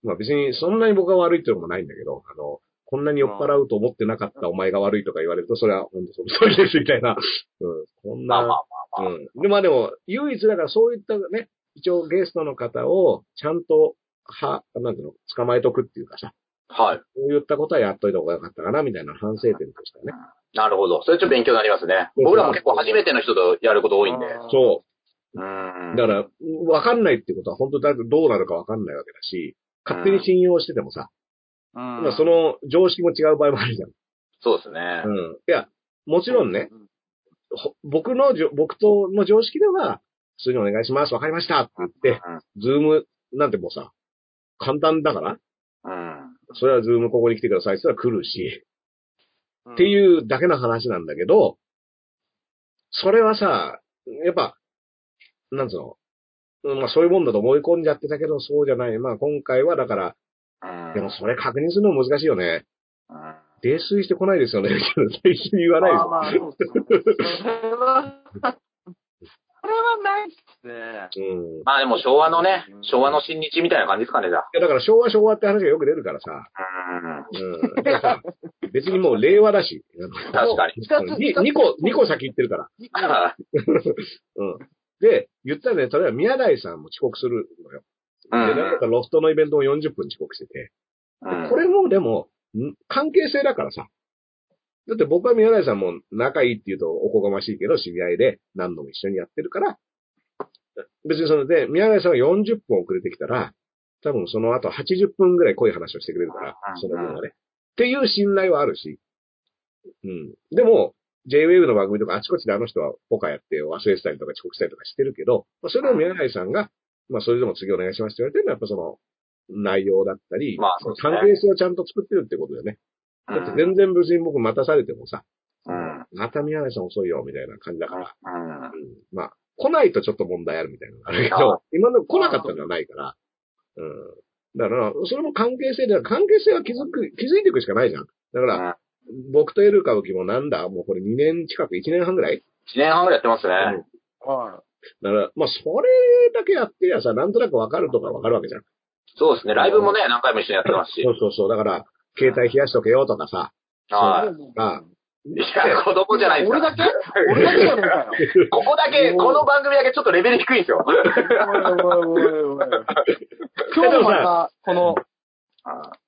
Speaker 3: まあ別にそんなに僕が悪いっていうのもないんだけど、あの、こんなに酔っ払うと思ってなかったお前が悪いとか言われると、それは本当その通りですみたいな。 うん。こん
Speaker 4: まあま
Speaker 3: な、
Speaker 4: あまあまあ
Speaker 3: うん。で、まあでも、唯一だからそういったね、一応ゲストの方をちゃんと、は、なんていうの、捕まえとくっていうかさ、
Speaker 4: はい。
Speaker 3: そういったことはやっといた方がよかったかな、みたいな反省点としてはね。
Speaker 4: なるほど。それちょっと勉強になりますね。
Speaker 3: うん
Speaker 4: 僕らも結構初めての人とやること多いんで。
Speaker 5: あー
Speaker 3: そう。
Speaker 4: うん。
Speaker 3: だから、わかんないってことは本当だどうなるかわかんないわけだし、勝手に信用しててもさ、
Speaker 5: うん
Speaker 3: まあその常識も違う場合もあるじゃん。
Speaker 4: そうですね
Speaker 3: う。ん。いや、もちろんね、。ほ僕のじょ、僕との常識では、普通にお願いします、わかりましたって言って、ズームなんてもうさ、簡単だから、
Speaker 4: うん。うん。
Speaker 3: それはズームここに来てくださいって言ったら来るし、
Speaker 5: っ
Speaker 3: って
Speaker 5: う
Speaker 3: いうだけの話なんだけど、それはさ、やっぱ、なんつうの、うんまあそういうもんだと思い込んじゃってたけど、そうじゃない。まあ今回はだから、
Speaker 4: うん
Speaker 3: でもそれ確認するのも難しいよね。
Speaker 4: うん
Speaker 3: 泥酔してこないですよね。最初に言わないで
Speaker 5: まあまあ、そうですね。それは、それはないっすね。
Speaker 3: すよ。うん。い
Speaker 4: まあでも昭和のね、昭和の新日みたいな感じですかね、じゃあ。
Speaker 3: やだから昭和昭和って話がよく出るからさ。
Speaker 4: うん。
Speaker 3: うん。だからさ別にもう令和だし。
Speaker 4: 確 かに。
Speaker 5: 二つ
Speaker 3: に。2個、二個先行ってるから。うん。で、言ったらね、例えば宮台さんも遅刻するのよ。
Speaker 4: う
Speaker 3: で、
Speaker 4: ん
Speaker 3: なんかロフトのイベントも40分遅刻してて。
Speaker 4: うん
Speaker 3: これもでも、ん関係性だからさ。だって僕は宮台さんも仲いいって言うとおこがましいけど、知り合いで何度も一緒にやってるから、別にそれで、宮台さんが40分遅れてきたら、多分その後80分ぐらい濃い話をしてくれるから
Speaker 4: う、ん
Speaker 3: その分はね。っていう信頼はあるし。うん。でも、JWAVE の番組とかあちこちであの人はポカやって忘れてたりとか遅刻したりとかしてるけど、まあ、それでも宮台さんが、まあそれでも次お願いしますって言われてるのはやっぱその内容だったり、
Speaker 4: まあそうですね
Speaker 3: 関係性をちゃんと作ってるってことだよね。だって全然別に僕待たされてもさ、
Speaker 4: うん。
Speaker 3: また宮根さん遅いよみたいな感じだから、
Speaker 4: う
Speaker 3: う
Speaker 4: ん。
Speaker 3: んまあ来ないとちょっと問題あるみたいなのがあるけ
Speaker 4: あ
Speaker 3: ど、今の来なかったのはないから、うん。だから、それも関係性で、関係性は気づく、気づいていくしかないじゃん。だから、僕とエル歌舞伎もなんだもうこれ2年近く、1年半ぐらい
Speaker 4: 1年半ぐらいやってますね。
Speaker 5: は
Speaker 3: だから、まあ、それだけやってりゃさ、なんとなくわかるとかわかるわけじゃん。
Speaker 4: そうですね。ライブもね、何回も一緒にやってますし
Speaker 3: そ。うそうそう。だから、携帯冷やしとけよとかさ。
Speaker 5: い。
Speaker 4: はい。
Speaker 3: あ
Speaker 4: いや、子供じゃないですか。
Speaker 5: 俺だけ俺だけじゃねえかよ。
Speaker 4: ここだけ、この番組だけちょっとレベル低いんで すよ。
Speaker 5: おいおいおいおい。今日もまた、この、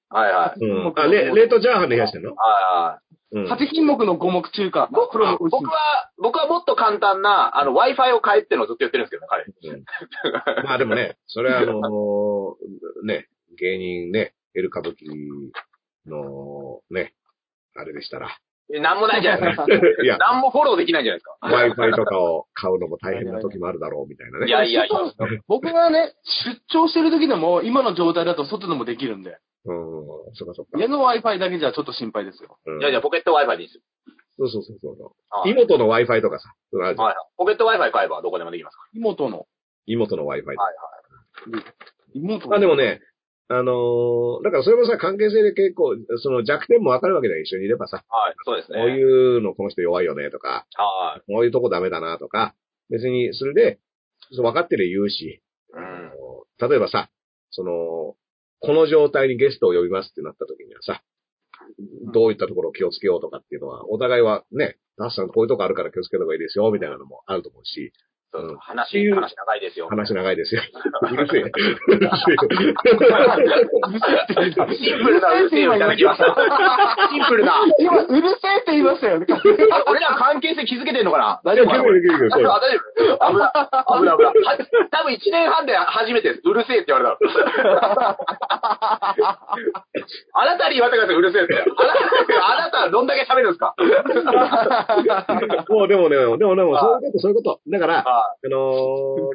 Speaker 4: はいはい。
Speaker 3: うん。あ、れ冷凍チャーハンで冷やしてんの
Speaker 4: は
Speaker 3: うん。
Speaker 5: 8品目の五目中華。
Speaker 4: いはい。
Speaker 5: これも美味しい
Speaker 4: 僕。は、僕はもっと簡単な、あの、Wi-Fi を変えってのをずっと言ってるんですけどね、彼。
Speaker 3: うんまあでもね、それはあの ーね、芸人ね、エル歌舞伎のね、あれでした ら、
Speaker 4: えなんもないじゃないですか。
Speaker 3: いや、
Speaker 4: なんもフォローできないじゃないですか。
Speaker 3: Wi-Fi とかを買うのも大変な時もあるだろうみたいなね。
Speaker 4: いやいやいや。
Speaker 5: 僕がね、出張してる時でも、今の状態だと外でもできるんで、
Speaker 3: うん、そっかそっか。
Speaker 5: 家の Wi-Fi だけじゃちょっと心配ですよ。
Speaker 3: うん
Speaker 4: いやいや、ポケット Wi-Fi でいいですよ。
Speaker 3: そうそうそうそう。
Speaker 4: はい
Speaker 3: 妹の Wi-Fi とかさ、そういうのあるじゃん
Speaker 4: はいはい。ポケット Wi-Fi 買えばどこでもできますか
Speaker 5: 妹の。
Speaker 3: 妹の Wi-Fi
Speaker 4: ら。はい
Speaker 5: 妹の。
Speaker 3: まあでもね、あのーだからそれもさ、関係性で結構、その弱点もわかるわけだよ、一緒にいればさ。
Speaker 4: はい。はい、そうです
Speaker 3: こ
Speaker 4: ね。
Speaker 3: ういうのこの人弱いよね、とか。
Speaker 4: はい。
Speaker 3: こういうとこダメだなとか、別にそれで、そう分かってる言うし、
Speaker 4: うん。
Speaker 3: あの例えばさ、その、この状態にゲストを呼びますってなった時にはさ、どういったところを気をつけようとかっていうのは、お互いはね、ダッシュさんこういうとこあるから気をつけた方がいいですよ、みたいなのもあると思うし、
Speaker 4: そうそう
Speaker 3: うん
Speaker 4: 話、
Speaker 3: いう
Speaker 4: 話長いですよ。
Speaker 3: 話長いですよ。うるせえ。うる
Speaker 5: うるせえって言った。
Speaker 4: シンプルなうるせえよみたいなの来ました。 シンプルな。あ
Speaker 5: 今、うるせえって言いましたよね。
Speaker 4: 俺ら関係性気づけてんのかな大
Speaker 3: せえ。い
Speaker 4: 丈
Speaker 3: や
Speaker 4: 夫かなこれ
Speaker 3: できるできるできる
Speaker 4: あ
Speaker 3: そ
Speaker 4: 大
Speaker 3: う
Speaker 4: 丈夫危ない。危ない危ない。は多分1年半で初めてです。うるせえって言われたの。 あなたに言われたからうるせえって。あなた、あなたどんだけ喋るんですか
Speaker 3: もうでもね、でもでも、そういうこと、そういうこと。だから、あ
Speaker 4: は
Speaker 3: のー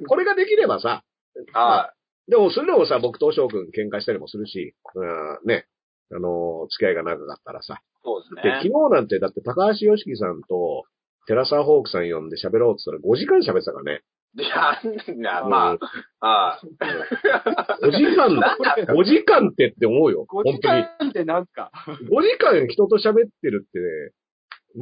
Speaker 3: これができればさ、
Speaker 4: い。は
Speaker 3: でも、それでもさ、僕と翔くん喧嘩したりもするし、うん、ね、あのー、付き合いが長かったらさ。
Speaker 4: い。そうで
Speaker 3: です
Speaker 4: ね。
Speaker 3: 昨日なんて、だって高橋良樹さんと、テラサホークさん呼んで喋ろうって言ったら5時間喋ってたからね。
Speaker 4: いや、いやまあ、ああ。
Speaker 3: 5時間、5時 間ってって思うよ。本
Speaker 5: 5時
Speaker 3: 当に。
Speaker 5: 間ってなんすか
Speaker 3: 5時間人と喋ってるってね、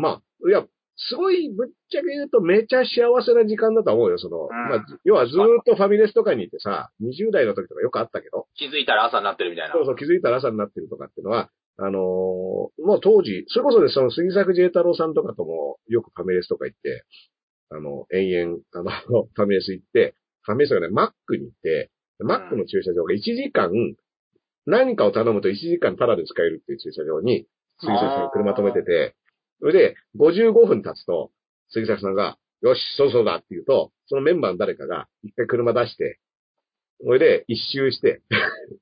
Speaker 3: まあ、いや、すごい、ぶっちゃけ言うとめちゃ幸せな時間だと思うよ、その。
Speaker 4: ん
Speaker 3: まあ、要はずーっとファミレスとかにいてさ、20代の時とかよくあったけど、
Speaker 4: 気づいたら朝になってるみたいな。
Speaker 3: そうそう、気づいたら朝になってるとかっていうのは、あのーもう当時、それこそね、その杉作 J 太郎さんとかとも、よくファミレスとか行って、あの、延々、あの、 ファミレス行って、ファミレスがね、マックに行って、マックの駐車場が1時間、何かを頼むと1時間タダで使えるっていう駐車場に、杉作さんが車止めてて、それで、55分経つと、杉作さんが、よし、そうそうだって言うと、そのメンバーの誰かが、一回車出して、それで、一周して、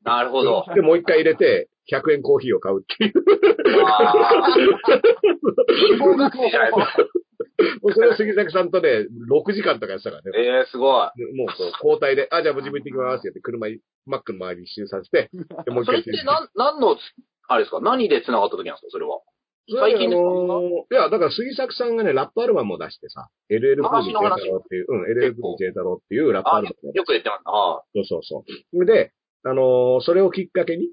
Speaker 4: なるほど。
Speaker 3: で、もう一回入れて、100円コーヒーを買う っていう。
Speaker 4: あー
Speaker 5: 高額
Speaker 4: じゃないです
Speaker 3: もうそれを杉崎さんとね、6時間とかやってたからね。
Speaker 4: ええすごい。
Speaker 3: もうそう交代で、あ、じゃあもう自分行ってきますって言って、車に、マックの周り一周させて、でもう一
Speaker 4: それ
Speaker 3: 回
Speaker 4: って何、何のつ、あれですか何で繋がった時なんですかそれは。最近ですか
Speaker 3: あのーいや、だから杉作さんがね、ラップアルバムを出してさ、LL
Speaker 4: あ
Speaker 3: 風に J 太郎っていう、うん、LL
Speaker 4: 結構
Speaker 3: 風に J 太郎っていうラップア
Speaker 4: あ
Speaker 3: ルバムを
Speaker 4: よく言ってます。あ
Speaker 3: そうそうそう。で、あのーそれをきっかけに、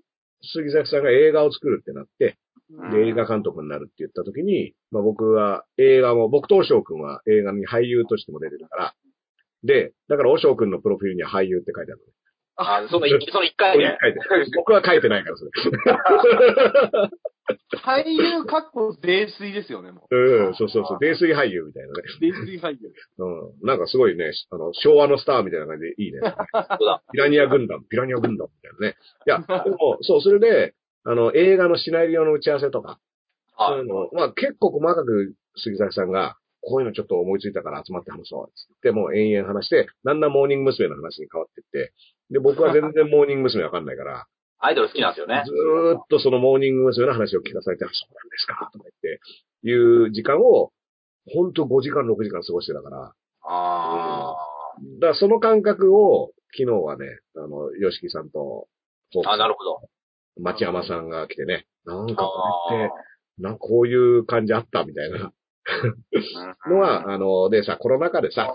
Speaker 3: 杉崎さんが映画を作るってなって、
Speaker 4: あ。
Speaker 3: で、映画監督になるって言った時に、まあ僕は映画も、僕とおしょうくんは映画に俳優としても出てるから、で、だからおしょうくんのプロフィールには俳優って書いてあるのね。
Speaker 4: あその一、その一回で。
Speaker 3: 書いてある僕は書いてないから、それ。
Speaker 5: 俳優かっこ泥酔ですよね、も
Speaker 3: うん、そうそうそう、泥酔俳優みたいなね。
Speaker 5: う。泥酔俳優。
Speaker 3: うん。なんかすごいね、あの、昭和のスターみたいな感じでいいね。
Speaker 4: そうだ。
Speaker 3: ピラニア軍団、ピラニア軍団みたいなね。いや、でも、そう、それで、あの、映画のシナリオの打ち合わせとか、そう。
Speaker 4: はいいう
Speaker 3: のを、まあ結構細かく杉崎さんが、こういうのちょっと思いついたから集まって話そう。つって、もう延々話して、だんだんモーニング娘。の話に変わってって、で、僕は全然モーニング娘。わかんないから、
Speaker 4: アイドル好きなんですよね
Speaker 3: ず。ーっとそのモーニング娘。の話を聞かされて、あそうなんですか、とか言って、いう時間を、ほんと5時間、6時間過ごしてたから、
Speaker 4: あ
Speaker 3: だからその感覚を、昨日はね、あの、吉木さんと、
Speaker 4: あ。あなるほど。
Speaker 3: 町山さんが来てね、なんかこ
Speaker 4: あ
Speaker 3: れって、なんかこういう感じあったみたいな。
Speaker 4: あ。
Speaker 3: の
Speaker 4: うん、
Speaker 3: は、あの、でさ、コロナ禍でさ、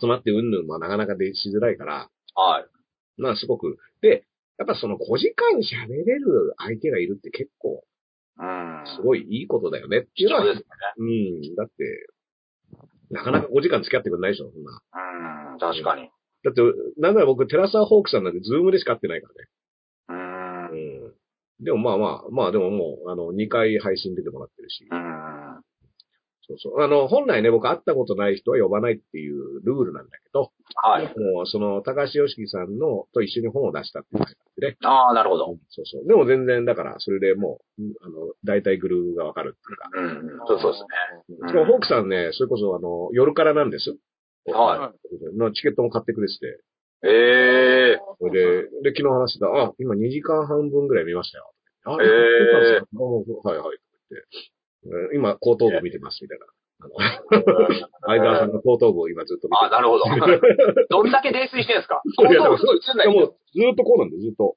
Speaker 3: 集まってうんぬんもなかなかでしづらいから、
Speaker 4: はい。
Speaker 3: まあすごく、で、やっぱその5時間喋れる相手がいるって結構、
Speaker 4: うん。
Speaker 3: すごいいいことだよねってい
Speaker 4: 貴
Speaker 3: うのは、
Speaker 4: 重ですね。
Speaker 3: うん、だって、なかなか5時間付き合ってくれないでしょ、そんな。
Speaker 4: うん。確かに。
Speaker 3: だって、なんなら僕、テラサーホークさんなんてズームでしか会ってないから
Speaker 4: うん。う
Speaker 3: ね。うん。でもまあまあ、まあでももう、あの、2回配信出てもらってるし、
Speaker 4: ん。
Speaker 3: そうそう。あの、本来ね、僕会ったことない人は呼ばないっていうルールなんだけど、
Speaker 4: はい。
Speaker 3: もう、その、高橋良樹さんの、と一緒に本を出したっていう感じでね。
Speaker 4: ああ、なるほど。
Speaker 3: そうそう。でも全然、だから、それでもう、うんあの、大体グループがわかるっていうか。
Speaker 4: うん。そうそうですね。うん
Speaker 3: しかも、ホークさんね、それこそ、あの、夜からなんですよ。
Speaker 4: は
Speaker 3: のチケットも買ってくれてて。
Speaker 4: い。ええ
Speaker 3: それで、で、昨日話してた、あ、今2時間半分ぐらい見ましたよ。あ、
Speaker 4: えー
Speaker 3: えはいはい。って今、後頭部見てます、みたいな。あの、相沢さんの後頭部を今ずっと見
Speaker 4: ああ、
Speaker 3: て
Speaker 4: なる ほど。どんだけ泥酔してんすか
Speaker 3: いや
Speaker 4: 相当すごい映んないい
Speaker 3: や
Speaker 4: んで
Speaker 3: も
Speaker 4: す
Speaker 3: う、ずーっとこうなんで、ずっと。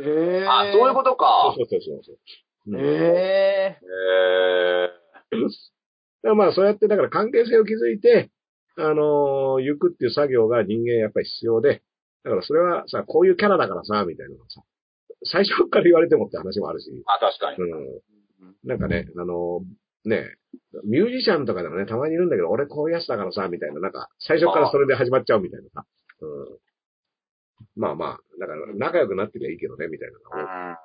Speaker 5: えー。
Speaker 4: あそういうこと
Speaker 3: そ
Speaker 4: か
Speaker 3: う。そうそうそう。うん
Speaker 5: え
Speaker 4: え
Speaker 3: だからまあ、そうやって、だから関係性を築いて、あのー行くっていう作業が人間やっぱり必要で、だからそれはさ、こういうキャラだからさ、みたいなのがさ、最初から言われてもって話もあるし、
Speaker 4: ー。あ、確かに。
Speaker 3: うん。なんかね、あのーね、ミュージシャンとかでもね、たまにいるんだけど、俺こういうやつだからさ、みたいな、なんか、最初からそれで始まっちゃうみたいなさ、うん。まあまあ、だから仲良くなってりゃいいけどね、みたいなの。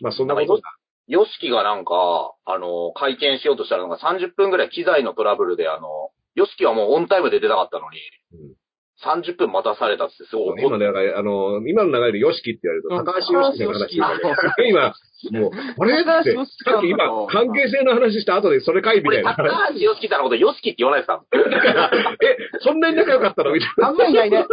Speaker 3: まあそんなことだ。
Speaker 4: ヨシキがなんか、あの、会見しようとしたらなんか30分ぐらい機材のトラブルで、あの、ヨシキはもうオンタイムで出たかったのに、30分待たされたってすごい怒
Speaker 3: 今
Speaker 4: っ
Speaker 3: のだから、あのー今の流れでヨシキって言われると、高橋ヨシキの話になるで 今、もう、あれだって、
Speaker 5: 高橋良樹
Speaker 3: さっき今、関係性の話した後でそれかいみた
Speaker 4: 俺、
Speaker 3: いな。
Speaker 4: 高橋ヨシキさんのことヨシキって言わないでた
Speaker 3: え、そんなに仲良かったのみたい
Speaker 5: ー。あんまりいないね。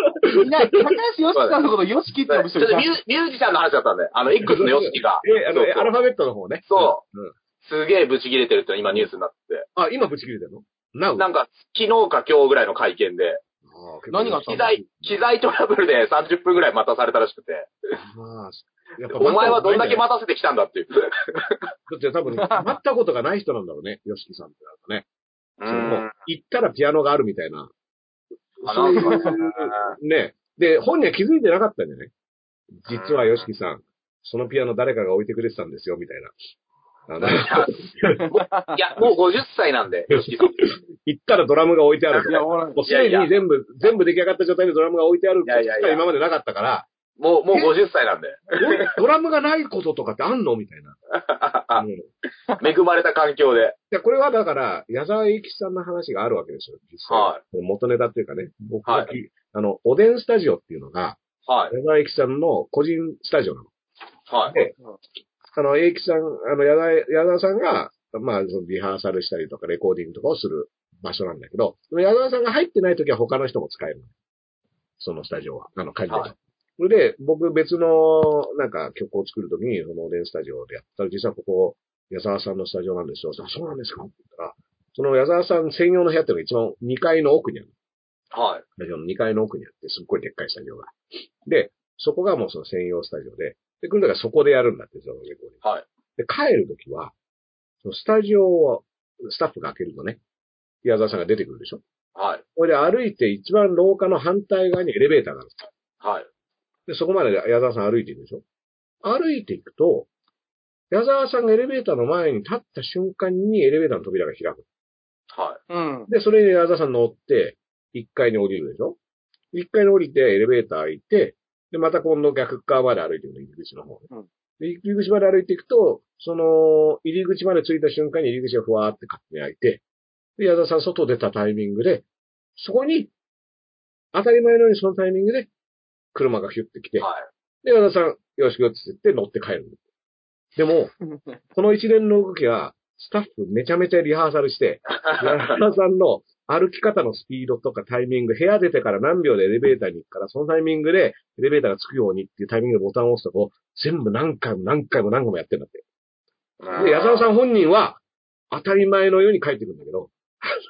Speaker 5: いない。高橋良樹さんのこと、良樹って
Speaker 4: ちょ
Speaker 5: 呼ぶ
Speaker 4: っと
Speaker 5: 人
Speaker 4: ミ
Speaker 5: いた。
Speaker 4: ューミュージシャンの話だったんで、あの、X のヨシキが。
Speaker 3: な。え、あの、え
Speaker 4: そうそう
Speaker 3: アルファベットの方ね。。
Speaker 4: そう
Speaker 3: ん、
Speaker 4: すげえブチ切れてるっての今ニュースになってて。
Speaker 3: あ、今ブチ切れてるのなう。
Speaker 4: なんか、昨日か今日ぐらいの会見で、
Speaker 3: あー
Speaker 5: 何があった
Speaker 4: 機材、機材トラブルで30分ぐらい待たされたらしくて、
Speaker 3: まあやっぱ
Speaker 4: お前はどんだけ
Speaker 3: 待
Speaker 4: 待たせてきたんだっていう。
Speaker 3: った ことないんだよだって多分、待ったことがない人なんだろうね。ヨシキさんってなんかね。
Speaker 4: う
Speaker 3: その
Speaker 4: ん。
Speaker 3: 行ったらピアノがあるみたいな。
Speaker 4: あ
Speaker 3: そうい
Speaker 4: なん
Speaker 3: う
Speaker 4: かね、
Speaker 3: ね。で、本人は気づいてなかったんじゃない実は、ヨシキさん、そのピアノ誰かが置いてくれてたんですよ、みたいな。あの、
Speaker 4: いや、もう50歳なんで、吉木さん。
Speaker 3: 行ったらドラムが置いてあると
Speaker 5: い
Speaker 3: か
Speaker 5: や、。ほら、
Speaker 3: もうすでに全部、全部出来上がった状態でドラムが置いてあること
Speaker 4: い
Speaker 3: し
Speaker 4: や
Speaker 3: か
Speaker 4: いやいや
Speaker 3: 今までなかった から、
Speaker 4: もう、もう50歳 なんで。
Speaker 3: ドラムがないこととかってあんのみたいな。うんい
Speaker 4: 恵まれた環境で。
Speaker 3: や、これはだから、矢沢永吉さんの話があるわけですよ、実際。
Speaker 4: は
Speaker 3: 元ネタっていうかね、僕
Speaker 4: は
Speaker 3: が、あの、おでんスタジオっていうのが、
Speaker 4: はい。
Speaker 3: 矢沢永吉さんの個人スタジオなの。
Speaker 4: はい。
Speaker 3: あの、永吉さん、あの、矢沢、矢沢さんが、まあ、そのリハーサルしたりとか、レコーディングとかをする場所なんだけど、その矢沢さんが入ってない時は他の人も使えるの。そのスタジオは、あの、会議
Speaker 4: は
Speaker 3: で。それで、僕別の、なんか曲を作るときに、そのおでんスタジオでやったら、実はここ、矢沢さんのスタジオなんですよ。あそうなんですかって言ったら、その矢沢さん専用の部屋っていうのが一番2階の奥にある。
Speaker 4: はい。
Speaker 3: スタジオの2階の奥にあって、すっごいでっかいスタジオが。で、そこがもうその専用スタジオで、で、来るだからそこでやるんだって、そのレコーディング
Speaker 4: はい。
Speaker 3: で、帰るときは、そのスタジオを、スタッフが開けるとね、矢沢さんが出てくるでしょ。
Speaker 4: はい。
Speaker 3: これで歩いて一番廊下の反対側にエレベーターがあるんです
Speaker 4: はい。
Speaker 3: で、そこまで矢沢さん歩いていくでしょ。歩いていくと、矢沢さんがエレベーターの前に立った瞬間にエレベーターの扉が開く。
Speaker 4: は
Speaker 5: うん。
Speaker 3: で、それに矢沢さん乗って、1階に降りるでしょ ?1 階に降りて、エレベーター行って、で、また今度逆側まで歩いてくる、入り口の方ね
Speaker 5: うん
Speaker 3: で、入り口まで歩いていくと、その、入り口まで着いた瞬間に入り口がふわーって勝手に開いて、で、矢沢さん外出たタイミングで、そこに、当たり前のようにそのタイミングで、車がヒュッて来
Speaker 4: い。
Speaker 3: て、
Speaker 4: はい。
Speaker 3: で、矢田さん、よろしくよって言って乗って帰るんですでも、この一連の動きは、スタッフめちゃめちゃリハーサルして、 矢田さんの歩き方のスピードとかタイミング、部屋出てから何秒でエレベーターに行くから、そのタイミングでエレベーターがつくようにっていうタイミングでボタンを押すとこう、全部何回も何回も何回もやってんだって。で、矢沢さん本人は、当たり前のように帰ってくるんだけど、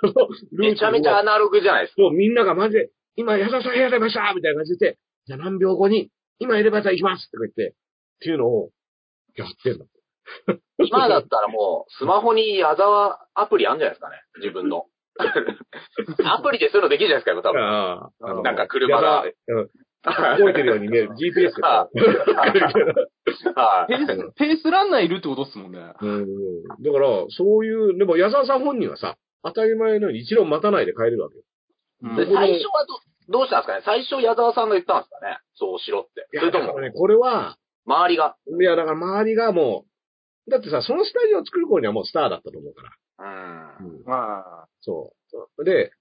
Speaker 3: そのルー
Speaker 4: めちゃめちゃアナログじゃないです
Speaker 3: もうみんながマジで、今、矢沢さん部屋出ましたみたいな感じで、じゃあ何秒後に、今エレベーター行きますとか言って、っていうのを、やってんだ。
Speaker 4: か。今だったらもう、スマホに矢沢アプリあんじゃないですかね。自 分の。アプリでそういうのできるじゃないですか、今多分。
Speaker 3: ああの
Speaker 4: なんか車が
Speaker 3: 矢沢うん動いてるように見える。GPS でこう。
Speaker 4: は
Speaker 5: ペ
Speaker 4: い。
Speaker 5: ース、ペースランナーいるってことっすもんね。
Speaker 3: うんだから、そういう、でも矢沢さん本人はさ、当たり前のように一論待たないで帰れるわけよ。
Speaker 5: うん
Speaker 4: で最初はど、どうしたんですかね最初矢沢さんが言ったんですかねそうしろって。それと
Speaker 3: いやだ
Speaker 4: も
Speaker 3: から、ね、これは、
Speaker 4: 周りが。
Speaker 3: いや、だから周りがもう、だってさ、そのスタジオを作る頃にはもうスターだったと思うから。
Speaker 4: うん。
Speaker 5: まあ、
Speaker 3: そう。で、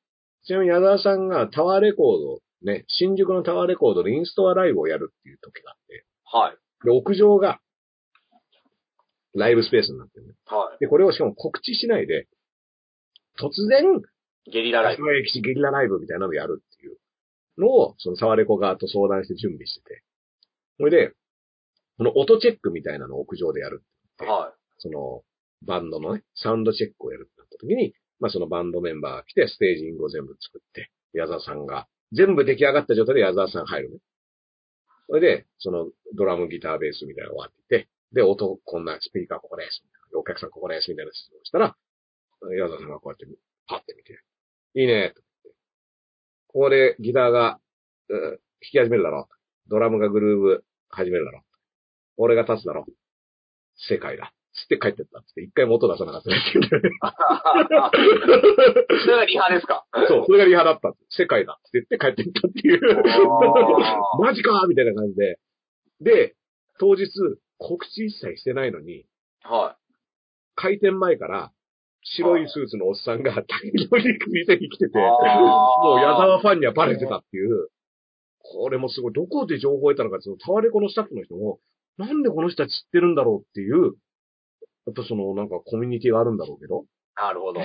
Speaker 3: ちなみに矢沢さんがタワーレコード、ね、新宿のタワーレコードでインストアライブをやるっていう時があって、
Speaker 4: はい。
Speaker 3: で、屋上がライブスペースになってるね。
Speaker 4: は
Speaker 3: で、これをしかも告知しないで、突然、
Speaker 4: い。ゲリラライブ。
Speaker 3: 安永吉ゲリラライブみたいなのをやるっていうのを、そのタワーレコ側と相談して準備してて、それで、この音チェックみたいなのを屋上でやる。
Speaker 4: は
Speaker 3: その、バンドのね、サウンドチェックをやるってなった時に、まあそのバンドメンバーが来て、ステージングを全部作って、矢沢さんが、全部出来上がった状態で矢沢さん入るね。それで、そのドラム、ギター、ベースみたいなのが終わってて、で、音、こんなスピーカーここです、みたいなお客さんここです、みたいな質問をしたら、矢沢さんがこうやって、パッて見て、いいね、とここでギターが、うん弾き始めるだろう。ドラムがグルーブ始めるだろう。俺が立つだろう。世界だ。つって帰ってったっつって、一回も音出さなかったらしいんだよね
Speaker 4: い。それがリハですか
Speaker 3: そう、それがリハだった。世界だ。って言って帰ってったっていう。
Speaker 4: あ
Speaker 3: マジかーみたいな感じで。で、当日、告知一切してないのに、
Speaker 4: ーは
Speaker 3: 開店前から、白いスーツのおっさんが、大量に店に来てて、
Speaker 4: い。
Speaker 3: もう矢
Speaker 4: あ
Speaker 3: 沢ファンにはバレてたっていう。これもすごい。どこで情報を得たのかっていうと、タワレコのスタッフの人も、なんでこの人たち知ってるんだろうっていう、やっぱその、なんかコミュニティがあるんだろうけど。
Speaker 4: ー。なるほど。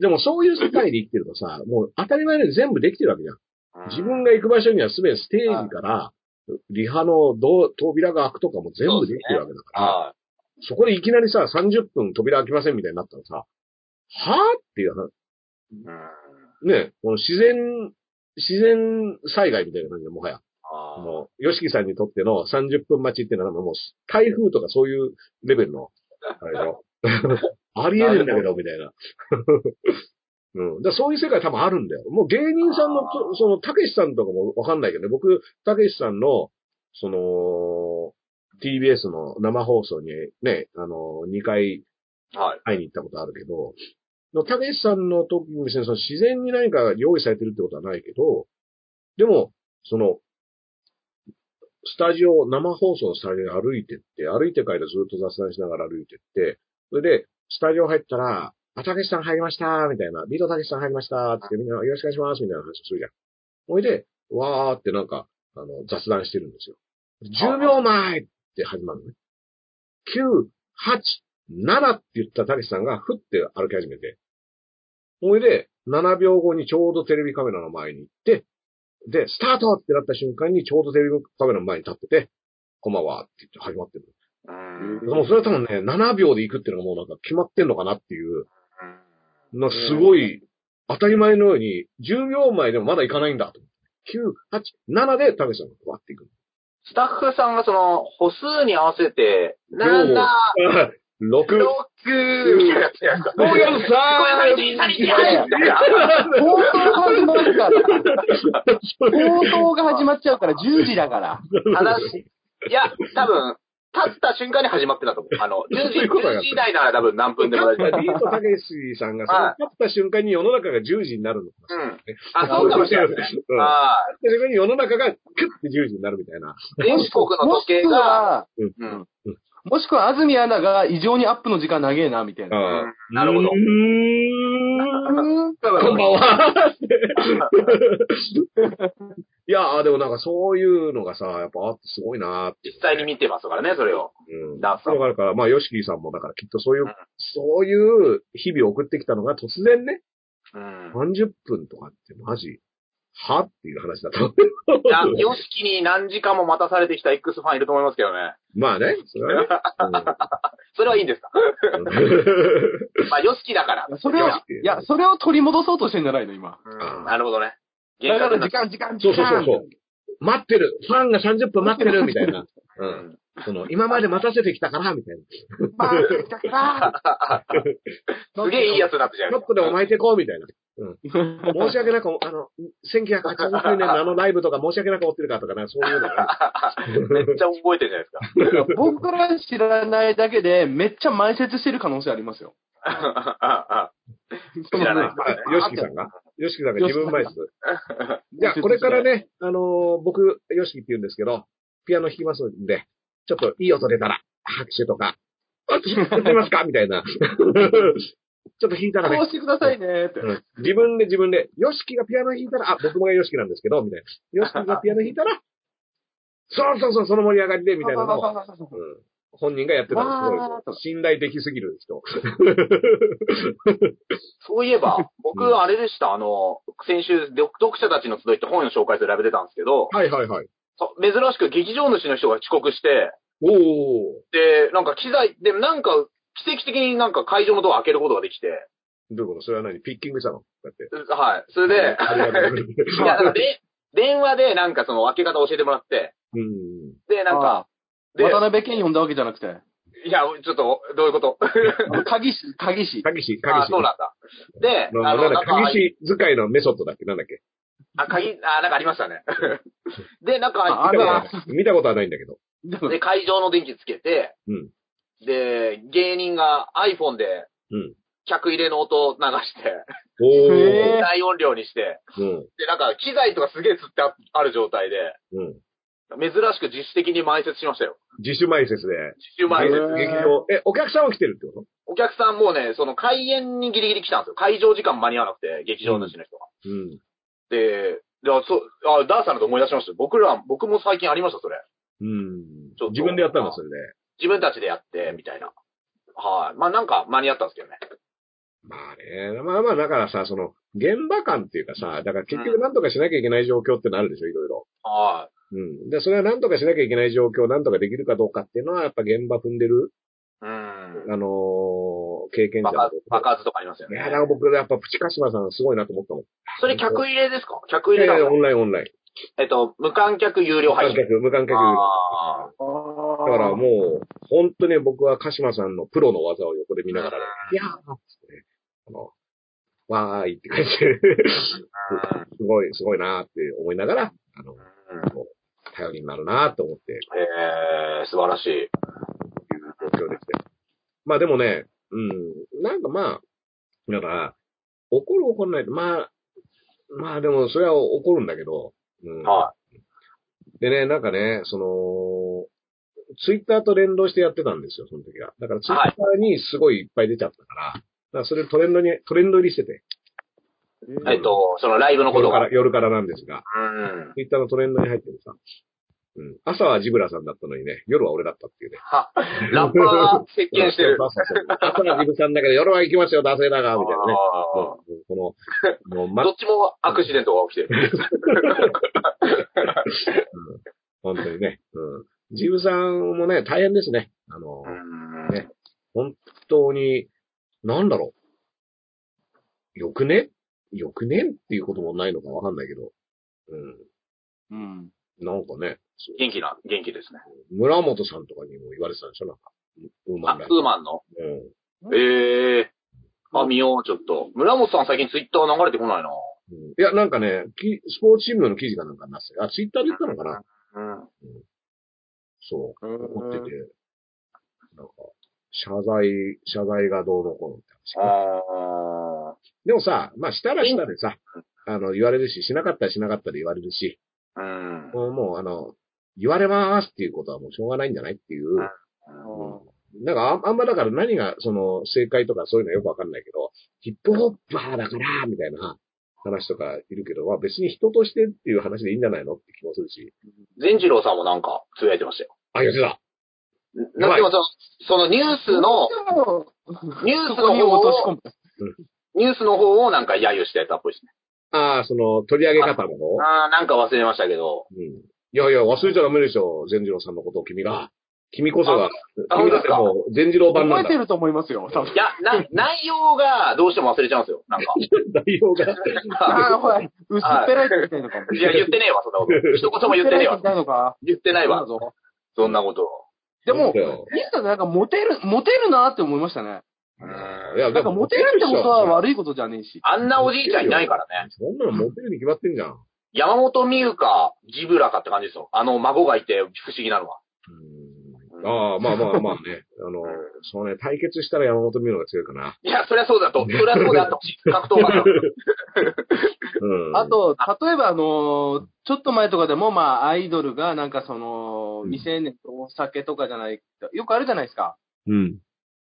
Speaker 3: でもそういう世界で生きてるとさ、もう当たり前のように全部できてるわけじゃん。自分が行く場所にはすべてステージから、リハのド扉が開くとかも全部できてるわけだから、
Speaker 4: は
Speaker 3: そこでいきなりさ、30分扉開きませんみたいになったらさ、はぁっていう話
Speaker 4: い。うん
Speaker 3: ね、この自然、自然災害みたいな感じで、もはや。あ
Speaker 4: あ
Speaker 3: の、ヨシキさんにとっての30分待ちっていうのはもう、台風とかそういう レベルの、あれだろ。ありえねえんだけど、みたいな。 うん。だからそういう世界多分あるんだよ。もう芸人さんの
Speaker 4: あ、ー
Speaker 3: そその、たけしさんとかもわかんないけどね、僕、たけしさんの、その、TBS の生放送にね、あの、2回
Speaker 4: はい。
Speaker 3: 会いに行ったことあるけど、たけしさんの時に別にその自然に何か用意されてるってことはないけど、でも、その、スタジオ、生放送のスタジオに歩いてって、歩いてからずっと雑談しながら歩いてって、それで、スタジオ入ったら、あ、たけしさん入りましたみたいな、ビートたけしさん入りましたってみんな、よろしくお願いしますみたいな話するじゃん。ほいで、わーってなんか、あの、雑談してるんですよ。10秒前って始まるのね。9、8、7って言ったたけしさんが、ふって歩き始めて。ほいで、7秒後にちょうどテレビカメラの前に行って、で、スタートってなった瞬間にちょうどテレビカメラの前に立ってて、こんばんはって言って始まってる。
Speaker 4: う
Speaker 5: うん
Speaker 4: ん。
Speaker 3: もうそれは多分ね、7秒で行くっていうのがもうなんか決まってんのかなっていう、なすごい、当たり前のように、10秒前でもまだ行かないんだと思って。9、8、7でたけしさんがわっていく。
Speaker 4: スタッフさんがその、歩数に合わせて、7、
Speaker 3: 秒
Speaker 4: 6、
Speaker 3: 6、
Speaker 4: みたいなやつやんか。
Speaker 3: こうや るさ
Speaker 4: こうやるさみたいな。
Speaker 5: 放送が始まるから。放送が始まっちゃうから、10時だから。
Speaker 4: 話、いや、多分、立った瞬間に始まってたと思う。あの、10時、10時以内なら多分何分でも大丈夫。
Speaker 3: ビートたけしさんが、その立った瞬間に世の中が10時になるのか
Speaker 4: う
Speaker 3: な。
Speaker 4: ん。あ、そうかもしれないですね。
Speaker 3: うん立っ
Speaker 4: ああ、
Speaker 3: た瞬間に世の中が、クッて10時になるみたいな。
Speaker 4: 全国の時計
Speaker 5: もしく
Speaker 4: が、
Speaker 5: は、
Speaker 4: うん。
Speaker 5: もしくは安住アナが異常にアップの時間長えな、みたいな。
Speaker 3: ああ
Speaker 4: なるほど
Speaker 3: うーん。こんばん
Speaker 4: は。
Speaker 3: は。 いやー、でもなんかそういうのがさ、やっぱあってすごいなーって。
Speaker 4: 実際に見てますからね、それを。
Speaker 3: うん。
Speaker 4: ダンスさん
Speaker 3: だからから、まあ、ヨシキーさんもだからきっとそういう、
Speaker 4: うん
Speaker 3: そういう日々を送ってきたのが突然ね、
Speaker 4: うん。
Speaker 3: 30分とかってマジ、はっていう話だと。
Speaker 4: な、ヨシキに何時間も待たされてきた X ファンいると思いますけどね。
Speaker 3: まあね、それはね。
Speaker 4: それはいいんですか
Speaker 3: うん
Speaker 4: まあ、ヨシキだから。
Speaker 5: それを、い
Speaker 4: ヨシ
Speaker 5: や、それを取り戻そうとしてんじゃないの、今。
Speaker 4: キうんなるほどね。
Speaker 5: だから
Speaker 4: な
Speaker 5: 時間、時間、時
Speaker 3: そうそう
Speaker 5: 間。
Speaker 3: そうそう。待ってるファンが30分待ってるみたいな。う。
Speaker 4: うんん。
Speaker 3: その、今まで待たせてきたからみたいな。
Speaker 5: バーって来たから
Speaker 4: すげえいいやつになってじゃん。
Speaker 3: ちょっとでも巻いてこうみたいな。申し訳なく、あの、1989年のあのライブとか申し訳なく追ってるかとかな、そういうのが。
Speaker 4: めっちゃ覚えてるじゃないですか。
Speaker 5: 僕ら知らないだけで、めっちゃ埋設してる可能性ありますよ。
Speaker 4: 知らない
Speaker 3: まあ、ヨシキさんがヨシキさんが自分前です。じゃ
Speaker 5: 埋設し
Speaker 3: あ、
Speaker 5: て
Speaker 3: これから。ね、あのー僕、ヨシキって言うんですけど、ピアノ弾きますんで、ちょっといい音出たら、拍手とか、あ、弾きます かみたいな。ちょっと弾いたら
Speaker 5: こ
Speaker 3: ね
Speaker 5: う、してくださいね、って。
Speaker 3: うん自分で自分で、ヨシキがピアノ弾いたら、あ、僕もヨシキなんですけど、みたいな。ヨシキがピアノ弾いたら、そうそうそう、その盛り上がりで、みたいなのを、うん本人がやってた
Speaker 5: わー
Speaker 3: らす
Speaker 5: と
Speaker 3: ご
Speaker 5: か
Speaker 3: い、信頼できすぎる 人。
Speaker 4: そうい えば、
Speaker 3: う
Speaker 4: 僕、
Speaker 3: ん
Speaker 4: あれでした、あの、先週、読読者たちの集いって本を紹介するライブ出たんですけど、
Speaker 3: はいはいはい。
Speaker 4: そう珍しく劇場主の人が遅刻して、
Speaker 3: おお。
Speaker 4: で、なんか機材、で、なんか、奇跡的になんか会場のドア開けることができて、
Speaker 3: どういうことそれは何ピッキングしたのこうやって。
Speaker 4: うはい。それで、
Speaker 3: ありがとう
Speaker 4: いや、だからで電話でなんかその開け方教えてもらって、
Speaker 3: うん。
Speaker 4: で、なんか、
Speaker 5: ああ、
Speaker 4: で、
Speaker 5: 渡辺謙呼んだわけじゃなくて、
Speaker 4: いや、ちょっと、どうい うこと
Speaker 5: 鍵師、鍵師。
Speaker 3: たけし、た
Speaker 4: あ、
Speaker 3: けし。
Speaker 4: そうなんだ。で、
Speaker 3: まあ
Speaker 4: あ
Speaker 3: な
Speaker 4: の、
Speaker 3: ん
Speaker 4: な
Speaker 3: だ
Speaker 4: ん、
Speaker 3: た
Speaker 4: か、
Speaker 3: けし使いのメソッドだっけなんだっけ
Speaker 4: あ、鍵、あ、なんかありましたね。で、なん
Speaker 5: あ
Speaker 4: か
Speaker 5: あ、
Speaker 3: 見た
Speaker 5: れは
Speaker 3: ことはない見たことはないんだけど。
Speaker 4: で、会場の電気つけて、
Speaker 3: うん
Speaker 4: で、芸人が iPhone で
Speaker 3: うん、
Speaker 4: 客入れの音を流して、
Speaker 3: お
Speaker 5: へ
Speaker 3: お。
Speaker 4: 大音量にして、
Speaker 3: うん。
Speaker 4: で、なんか機材とかすげえ釣ってあある状態で、
Speaker 3: うん。
Speaker 4: 珍しく自主的に埋設しましたよ。
Speaker 3: 自主埋設で。
Speaker 4: 自主埋設。
Speaker 5: へー
Speaker 3: 劇場。え、お客さんは来てるってこ
Speaker 4: お客さんもうね、その開演にギリギリ来たんですよ。会場時間間に合わなくて、劇場主の人が。
Speaker 3: とうん。
Speaker 4: で、であそうあ、ダーさんのと思い出しました。僕ら、僕も最近ありました、それ。
Speaker 3: う
Speaker 4: ちょっ
Speaker 3: ん。
Speaker 4: と
Speaker 3: 自分でやったのそれで。
Speaker 4: 自分たちでやって、みたいな。はい。まあなんか間に合ったんですけどね。
Speaker 3: まあね。まあまあ、だからさ、その、現場感っていうかさ、だから結局なんとかしなきゃいけない状況ってなるでしょ、いろいろ。
Speaker 4: は
Speaker 3: うん。で、それはなんとかしなきゃいけない状況、なんとかできるかどうかっていうのは、やっぱ現場踏んでる、
Speaker 4: い。うん。
Speaker 3: あのー経験者
Speaker 4: 爆
Speaker 3: の
Speaker 4: 発爆発とかありますよ
Speaker 3: い
Speaker 4: ね
Speaker 3: や、だ。から僕、やっぱプチカシマさんすごいなと思ったもん。
Speaker 4: それ客入れですか客入
Speaker 3: え
Speaker 4: れだ、
Speaker 3: えオンラインオンライン。
Speaker 4: えっと、無観客有料
Speaker 3: 無
Speaker 4: 配
Speaker 3: 観
Speaker 4: 信。
Speaker 3: 客、無観客。
Speaker 4: あ
Speaker 3: だか
Speaker 4: あ。
Speaker 3: ら
Speaker 5: う、
Speaker 3: もう、本当に僕は鹿島さんのプロの技を横で見ながら、いやーっつってね、あの、わーいって感じで、すごい、すごいなーって思いながら、あの、頼りになるなーと思って、
Speaker 4: えー、素晴らしい。
Speaker 3: 状況できて。まあでもね、うん、なんかまあ、だから、怒る怒らないと、まあ、まあでもそれは怒るんだけど、うん、
Speaker 4: は
Speaker 3: でね、なんかね、その、ツイッターと連動してやってたんですよ、その時は。だからツイッターにすごいいっぱい出ちゃったから、だからそれトレンドに、トレンド入りしてて、
Speaker 4: い。えっと、そのライブのこ
Speaker 3: 夜
Speaker 4: と
Speaker 3: か
Speaker 4: が。
Speaker 3: ら、夜からなんですが、
Speaker 4: うん。
Speaker 3: ツイッターのトレンドに入ってるさ。うん。朝はジブラさんだったのにね、夜は俺だったっていうね。
Speaker 4: は、ラッパーが接見してる。
Speaker 3: そうそうそう朝はジブさんだけど、夜は行きますよ、男性だが、 みたいなね。
Speaker 4: あー
Speaker 3: うんこの、もう、ま
Speaker 4: ど、っちもアクシデントが起きてる。
Speaker 3: 本当にね。うん。ジブさんもね、大変ですね。あの、
Speaker 4: うん
Speaker 3: ね本当に、なんだろう。よくねよくねっていうこともないのかわかんないけど。う
Speaker 5: うん。
Speaker 3: ん。なんかね、そう
Speaker 4: 元気な、元気ですね。
Speaker 3: 村本さんとかにも言われてたんでしょなんか。ウーマ
Speaker 4: あ
Speaker 3: ンライ、フ。
Speaker 4: ウーマンの。
Speaker 3: うん。
Speaker 4: ええあ、見よう、ちょっと。村本さん最近ツイッター流れてこないな。
Speaker 3: うんいや、なんかね、きスポーツ新聞の記事かなんかになっててあ、ツイッターで言ったのかな
Speaker 4: うん。
Speaker 3: そう、怒って
Speaker 5: う
Speaker 3: て、なんか、謝罪、謝罪がどうのこうのって話。
Speaker 4: あ
Speaker 3: でもさ、まあ、したらしたでさ、あの、言われるし、しなかったらしなかったで言われるし、
Speaker 4: あ。うん。
Speaker 3: もう、もうあの、言われますっていうことはもうしょうがないんじゃないっていう。
Speaker 5: ん
Speaker 3: なんかあ、あんまだから何が、その、正解とかそういうのはよくわかんないけど、ヒップホッパーだから、みたいな話とかいるけど、まあ別に人としてっていう話でいいんじゃないのって気もするし。
Speaker 4: 善次郎さんもなんか、つぶやいてましたよ。
Speaker 3: あ、吉田やば
Speaker 4: ないでもその、そのニュー スの、ニュース
Speaker 5: そ
Speaker 4: の
Speaker 5: こに
Speaker 4: 方
Speaker 5: 落とし込
Speaker 4: を、
Speaker 5: む。
Speaker 4: ニュースの方をなんか揶揄してたっぽいですね。
Speaker 3: ああ、その、取り上げ方の方
Speaker 4: ああ、なんか忘れましたけど。
Speaker 3: うん。いやいや、忘れちゃダメでしょ、善次郎さんのことを君が。君こそが、
Speaker 4: あ
Speaker 3: 君だってもう、善次郎版な
Speaker 5: 覚
Speaker 3: ん
Speaker 5: えて
Speaker 3: だ。
Speaker 5: ると思いますよ、多分
Speaker 4: い。や、 な、内容がどうしても忘れちゃうんですよ。なんか。
Speaker 3: 内容が。
Speaker 5: ああ、ほら、薄っぺらいって言ってんのかも。
Speaker 4: いや、言ってねえわ、そんなこと。一言も言ってね
Speaker 5: 薄ぺらいって
Speaker 4: えわ
Speaker 5: 言っ。てんのか。
Speaker 4: 言ってないわ
Speaker 5: そう、ぞ
Speaker 4: そんなこと。
Speaker 5: でも、
Speaker 3: そう
Speaker 5: ミ
Speaker 3: だよ
Speaker 5: スターなんかモテる、モテるなって思いましたね。
Speaker 3: いや、
Speaker 5: なんかモテるってことは
Speaker 3: 悪
Speaker 5: 悪いことじゃねえし。
Speaker 4: あんなおじいちゃんいないからね。
Speaker 3: そんなのモテるに決まってんじゃん。
Speaker 4: 山本美優か、ジブラかって感じですよ。あの孫がいて不思議なのは。
Speaker 3: うんああ、まあまあまあ ね。あの、そうね、対決したら山本美濃が強いかな。
Speaker 4: いや、そりゃそうだと。そりゃそうであってほしい。格闘家だ。
Speaker 3: うん。
Speaker 5: あ、と、例えば、あのーちょっと前とかでも、まあ、アイドルが、なんかその、
Speaker 3: うん
Speaker 5: 未成年とお酒とかじゃない、よくあるじゃないですか。
Speaker 3: うん。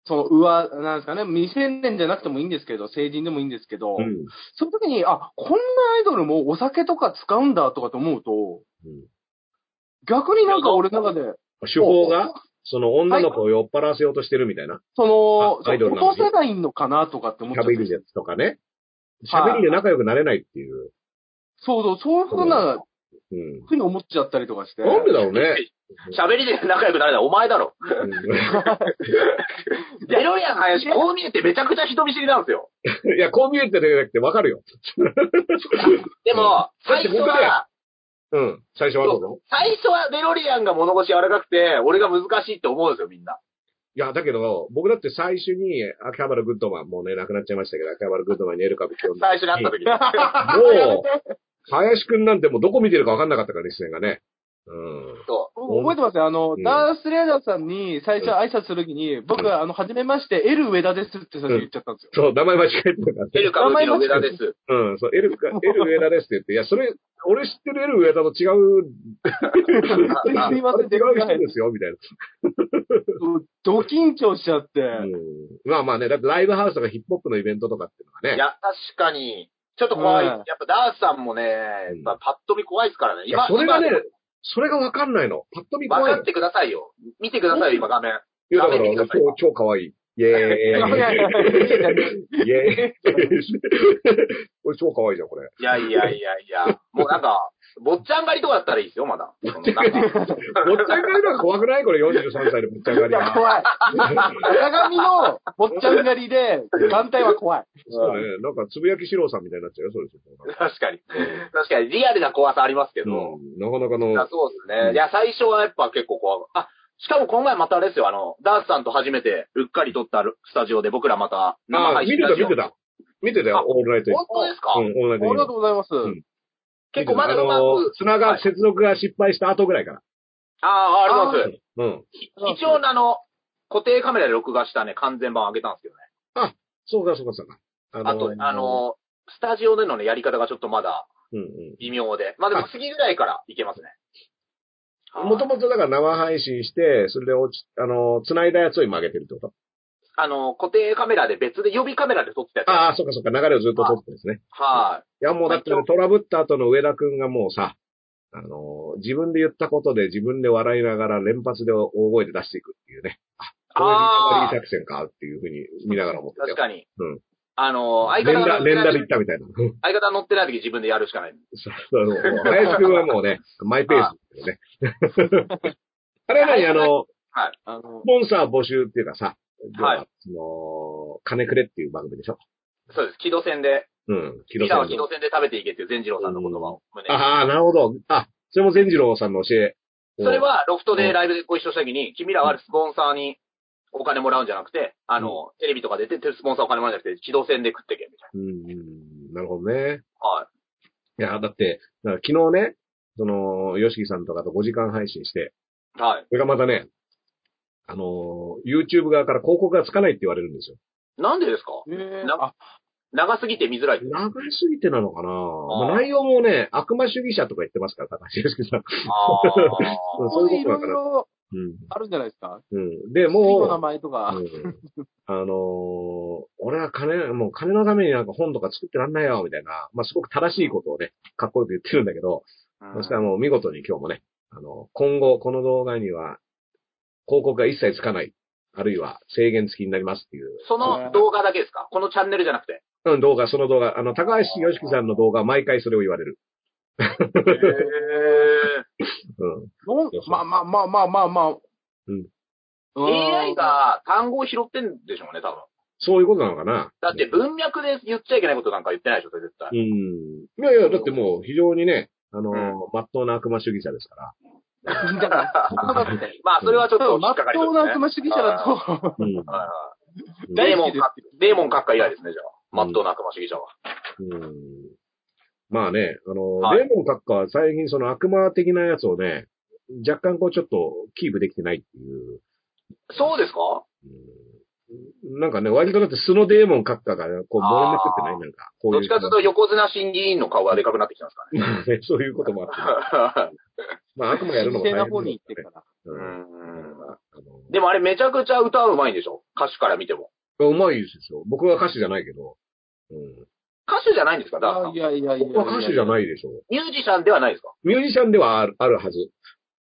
Speaker 5: その、うわ、なんですかね、未成年じゃなくてもいいんですけど、成人でもいいんですけど、
Speaker 3: うん。
Speaker 5: その時に、あ、こんなアイドルもお酒とか使うんだとかと思うと、
Speaker 3: うん
Speaker 5: 逆になんか俺の中で、
Speaker 3: 手法が、その女の子を酔っ払わせようとしてるみたいな。
Speaker 5: その、
Speaker 3: あアイドルなのに
Speaker 5: 落とせないのかなとかって思っちゃっ
Speaker 3: 喋り
Speaker 5: て。
Speaker 3: でとかね。
Speaker 5: はい
Speaker 3: 喋りで仲良くなれないっていう。
Speaker 5: そうそう、そういうふうな、
Speaker 3: うん。
Speaker 5: ふうに思っちゃったりとかして。
Speaker 3: なんでだろうね。
Speaker 4: 喋りで仲良くなれないお前だろ。ゼロやん、林。こう見えてめちゃくちゃ人見知りなんですよ。
Speaker 3: いや、こう見えてるだけじゃなくてわかるよ。
Speaker 4: でも、
Speaker 3: だっ
Speaker 4: 最
Speaker 3: て
Speaker 4: 初
Speaker 3: 僕だ
Speaker 4: は、
Speaker 3: うん。最初はどうぞ。
Speaker 4: 最初はデロリアンが物腰柔らかくて、俺が難しいって思うんですよ、みんな。
Speaker 3: いや、だけど、僕だって最初に、秋葉原グッドマン、もうね、亡くなっちゃいましたけど、秋葉原グッドマンにエルカブ呼ん で、
Speaker 4: 最初に会った時に。
Speaker 3: もう、林くんなんてもうどこ見てるかわかんなかったからね、視線がね。うん。
Speaker 4: そ
Speaker 5: 覚えてますよあの、
Speaker 3: うん
Speaker 5: ダースレーダーさんに最初挨拶するときに、僕は、あの、はじめまして、エル・ウェダですって最初言っちゃったんですよ。
Speaker 3: そう、名前間違えてたから
Speaker 4: う。エ
Speaker 3: ね。
Speaker 4: ルカブキの上田です。
Speaker 3: うん、そう、エルカ、エルウェダですって言って、いや、それ、俺知ってるエルウェダと違う、
Speaker 4: あ
Speaker 5: すいま
Speaker 3: あ
Speaker 5: せ
Speaker 3: れ
Speaker 5: ん、
Speaker 3: 違う人ですよ、みたいな。
Speaker 5: ド緊張しちゃって。
Speaker 3: うん。まあまあね、だってライブハウスとかヒップホップのイベントとかっていうのがね。
Speaker 4: いや、 確かに、ちょっと怖い。
Speaker 5: うん
Speaker 4: やっぱダースさんもね、やっぱパッと見怖いですからね。
Speaker 3: いや、
Speaker 4: 今、
Speaker 3: それがね
Speaker 4: 今、
Speaker 3: それがわかんないの。パッと見怖い
Speaker 4: 分
Speaker 3: の。
Speaker 4: かってくださいよ。見てくださいよ、今画面。
Speaker 3: いや、だから、
Speaker 4: 画面見てください
Speaker 3: 超、超可愛い。イェーイ。イェーイ。これ超可愛いじゃん、これ。
Speaker 4: いやいやいやいや。もうなんか、坊ちゃん狩りとかだったらいいですよ、まだ。そのなんか
Speaker 3: ぼっちゃん狩りなんか怖くないこれ43歳でぼっちゃん狩
Speaker 5: い
Speaker 3: り
Speaker 5: や、
Speaker 3: は。
Speaker 5: 怖い。鏡の坊っちゃん狩りで、眼帯は怖い。
Speaker 3: そうね。なんか、つぶやきしろうさんみたいになっちゃうよ、そうですよ。
Speaker 4: 確かに。確かに、リアルな怖さありますけど。
Speaker 3: うん。なかなか
Speaker 4: いや
Speaker 3: の、
Speaker 4: そうですね。いや、最初はやっぱ結構怖い。あ、しかも今回またあれですよ、あの、ダースさんと初めてうっかり撮ったスタジオで僕らまた生
Speaker 3: ああ、
Speaker 4: 配
Speaker 3: 見
Speaker 4: 信
Speaker 3: てた、
Speaker 4: ラジオ
Speaker 3: 見てた。見てたよ
Speaker 4: あ、
Speaker 3: オールナイトニッ
Speaker 4: 本当ですか、
Speaker 3: ポン。うん、オールナイ
Speaker 5: あ
Speaker 3: トニ
Speaker 5: り
Speaker 3: ッポ
Speaker 5: が
Speaker 3: ン
Speaker 5: とうございます。
Speaker 3: うん
Speaker 4: 結構まだうま
Speaker 3: あのー
Speaker 4: く。
Speaker 3: つなが、接続が失敗した後ぐらいから。
Speaker 4: ああ、ありがとうございます。
Speaker 3: うん。
Speaker 5: ー
Speaker 4: 一応、あの、固定カメラで録画したね、完全版上げたんですけどね。
Speaker 3: そうか、そうか、そうか。あ
Speaker 4: あと、あのー、スタジオでのね、やり方がちょっとまだ
Speaker 3: ー、うん
Speaker 4: 微妙で。まあでも次ぐらいからいけますね。
Speaker 3: うん。もともとだから生配信して、それで落ち、あのー、繋いだやつを今上げてるってこと
Speaker 4: あの、固定カメラで別で、予備カメラで撮ってたやつ。
Speaker 3: ああ、そうか、そうか、流れをずっと撮ってですね。
Speaker 4: はい
Speaker 3: や、もうだってね
Speaker 4: はい
Speaker 3: トラブった後の上田くんがもうさ、あのー、自分で言ったことで自分で笑いながら連発で大声で出していくっていうね。あ、こういうリカバリー作戦かっていうふうに見ながら思ってた
Speaker 4: 確
Speaker 3: よ。
Speaker 4: かに。
Speaker 3: うん
Speaker 4: あの、相
Speaker 3: 連
Speaker 4: 方が
Speaker 3: 打、
Speaker 4: 乗って
Speaker 3: 連
Speaker 4: な
Speaker 3: 打で行
Speaker 4: い
Speaker 3: っ、たみたいな。
Speaker 4: 相方乗ってない時自分でやるしかない。
Speaker 3: そうそうそう林くんはもうね、マイペースですよ ね。あれは何あの、
Speaker 5: あの
Speaker 3: ス、ポンサー募集っていうかさ、
Speaker 4: はい
Speaker 3: 要その、金くれっていう番組でしょ
Speaker 4: そうです。軌道線で、
Speaker 3: うん。木
Speaker 4: ピ
Speaker 3: 戸
Speaker 4: ザ
Speaker 3: さ
Speaker 4: は
Speaker 3: ん
Speaker 4: 軌
Speaker 3: の。
Speaker 4: 道線で食べていけっていう善次郎さんの言葉を胸に。
Speaker 3: ああ、なるほど。あ、それも善次郎さんの教え。
Speaker 4: それはロフトでライブでご一緒した時に、君らはスポンサーにお金もらうんじゃなくて、あの、テレビとか出てるスポンサーお金もらうんじゃなくて、軌道線で食ってけ、みたい
Speaker 3: うん。うん、なるほどね。
Speaker 4: な。はい。
Speaker 3: いや、だって、だから昨日ね、その、ヨシキさんとかと5時間配信して、
Speaker 4: はい。
Speaker 3: それがまたね、あのー、YouTube 側から広告がつかないって言われるんですよ。
Speaker 4: なんでですか
Speaker 5: えー
Speaker 4: な
Speaker 5: あ、
Speaker 4: 長すぎて見づらい。
Speaker 3: 長すぎてなのかな
Speaker 4: ー
Speaker 3: まあ、内容もね、悪魔主義者とか言ってますから、高橋ヨシキさん。
Speaker 4: あ
Speaker 3: うん
Speaker 4: あ。
Speaker 3: そうい
Speaker 5: いう
Speaker 3: こと
Speaker 5: ろい
Speaker 3: だから
Speaker 5: ろ
Speaker 3: うん。
Speaker 5: あるんじゃないですか。
Speaker 3: うん。で、
Speaker 5: もう、名
Speaker 3: も
Speaker 5: 前と
Speaker 3: う、
Speaker 5: か。
Speaker 3: うんあのー俺は金、もう金のためになんか本とか作ってらんないよ、みたいな、まあ、すごく正しいことをね、かっこよく言ってるんだけど、そしたらもう見事に今日もね、あの、今後この動画には広告が一切つかない、あるいは制限付きになりますっていう、
Speaker 4: その動画だけですかこのチャンネルじゃなくて。
Speaker 3: うん、動画、その動画、あの、高橋よしきさんの動画は毎回それを言われる。
Speaker 4: へ
Speaker 3: うん。
Speaker 5: のまあまあまあまあまあまあ。
Speaker 3: ん
Speaker 5: う
Speaker 4: AI が単語を拾ってんでしょうね、多分。
Speaker 3: そういうことなのかな
Speaker 4: だって文脈で言っちゃいけないことなんか言ってないでしょ、それ絶対
Speaker 3: うん。。いやいや、だってもう非常にね、あのー
Speaker 4: うん、
Speaker 3: まっとうな悪魔主義者ですか
Speaker 5: だ
Speaker 3: ら。
Speaker 5: から、そうだって。
Speaker 4: まあ、それはちょっと引
Speaker 5: ま
Speaker 4: っ
Speaker 5: っ
Speaker 4: かかり
Speaker 5: と
Speaker 4: そううです
Speaker 5: な
Speaker 4: ね。
Speaker 5: 妻主義者だと、
Speaker 3: うん。
Speaker 4: はいは
Speaker 3: う
Speaker 4: い
Speaker 3: ん
Speaker 4: デ
Speaker 5: 大
Speaker 4: ーモ
Speaker 5: 好
Speaker 4: ン
Speaker 5: きです
Speaker 4: 閣、デーモン閣下以来ですね、じゃあ。まっとうな悪魔主義者は。
Speaker 3: うんまあね、あのー、
Speaker 4: はい
Speaker 3: レモン閣下は最近その悪魔的なやつをね、若干こうちょっとキープできてないっていう
Speaker 4: そうですか
Speaker 3: うんなんかね、割とだって素のデーモン閣下が、こう、もろめくってないなんか、こう
Speaker 4: どっ
Speaker 3: い
Speaker 4: ち
Speaker 3: う。
Speaker 4: かというと横綱審議員の顔がでかくなってきてますか
Speaker 3: まあね そういうこともあって、
Speaker 4: らね。
Speaker 3: まあ、悪魔やるのも
Speaker 5: 神聖
Speaker 3: 大変
Speaker 5: な方に行って
Speaker 3: だ
Speaker 5: か。
Speaker 3: から
Speaker 4: う
Speaker 3: らね。
Speaker 4: ん
Speaker 3: うん
Speaker 4: でもあれめちゃくちゃ歌うまいんでしょ歌手から見ても。
Speaker 3: うまいですよ。僕は歌手じゃないけど。うん。
Speaker 4: 歌手じゃないんですかだから
Speaker 5: あいやいやいやいや。
Speaker 3: 僕は歌手じゃ
Speaker 5: い。
Speaker 3: ないでしょう。
Speaker 4: ミュージシャンではないですか
Speaker 3: ミュージシャンではあるあるはず。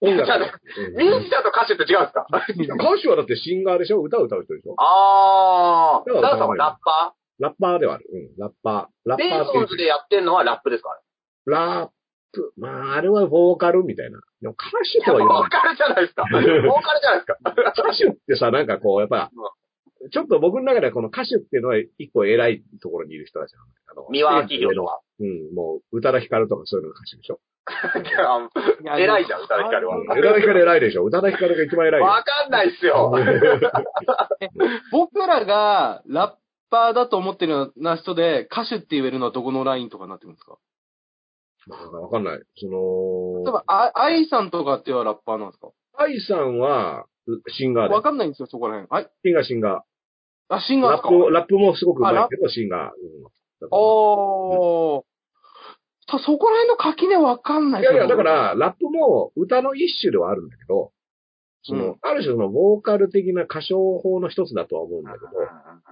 Speaker 3: 音楽。
Speaker 4: いやだミュー
Speaker 3: うん
Speaker 4: ジシャンと歌手って違うんですか
Speaker 3: 歌手はだってシンガーでしょ歌を歌う人でしょ
Speaker 4: あー。
Speaker 3: だ
Speaker 4: ダ
Speaker 3: から
Speaker 4: ーさんはラッパ
Speaker 3: ラッパーではある。うん。ラッパー。ラ
Speaker 4: ー
Speaker 3: ッ
Speaker 4: ベ
Speaker 3: パー
Speaker 4: ー
Speaker 3: って
Speaker 4: ソンズ
Speaker 3: いう。
Speaker 4: でやってんのはラップですか
Speaker 3: ラップ。まあ、あれはボーカルみたいな。でも歌手とは言わ
Speaker 4: ボ
Speaker 3: な
Speaker 4: ー
Speaker 3: い。
Speaker 4: カルじゃないですか。ボーカルじゃないですか。
Speaker 3: 歌手ってさ、なんかこう、やっぱ、ちょっと僕の中ではこの歌手っていうのは一個偉いところにいる人たちなの。あの
Speaker 4: 三輪明宏と か。
Speaker 3: うん、もう、宇多田ヒカルとかそういうのが歌手でしょ。
Speaker 4: 偉いじゃん、宇多田ヒカルは。
Speaker 3: 宇多田ヒカル偉いでしょ。宇多田ヒカルが一番偉いよ。
Speaker 4: わかんないっすよ。
Speaker 5: 僕らがラッパーだと思ってるような人で、歌手って言えるのはどこのラインとかになってくるんですか
Speaker 3: まあわかんない。そ
Speaker 5: 例え
Speaker 3: の、
Speaker 5: ば、あ愛さんとかってはラッパーなんですか
Speaker 3: 愛さんは、シンガーで
Speaker 5: わ。かんないんですよ、そこら辺。はい。
Speaker 3: シンガー、シンガ
Speaker 5: あ、シン
Speaker 3: ー。
Speaker 5: ガーで
Speaker 3: ラ
Speaker 5: す
Speaker 3: ッ
Speaker 5: か
Speaker 3: プ、ラップもすごく上手いけど、シンガー。うん
Speaker 5: おー。たそこら辺の垣根わかんない
Speaker 3: い
Speaker 5: で
Speaker 3: や
Speaker 5: す
Speaker 3: い
Speaker 5: よ
Speaker 3: や、だか、ら、ラップも歌の一種ではあるんだけど、その、
Speaker 5: う
Speaker 3: ある種のボーカル的な歌唱法の一つだとは思うんだけど、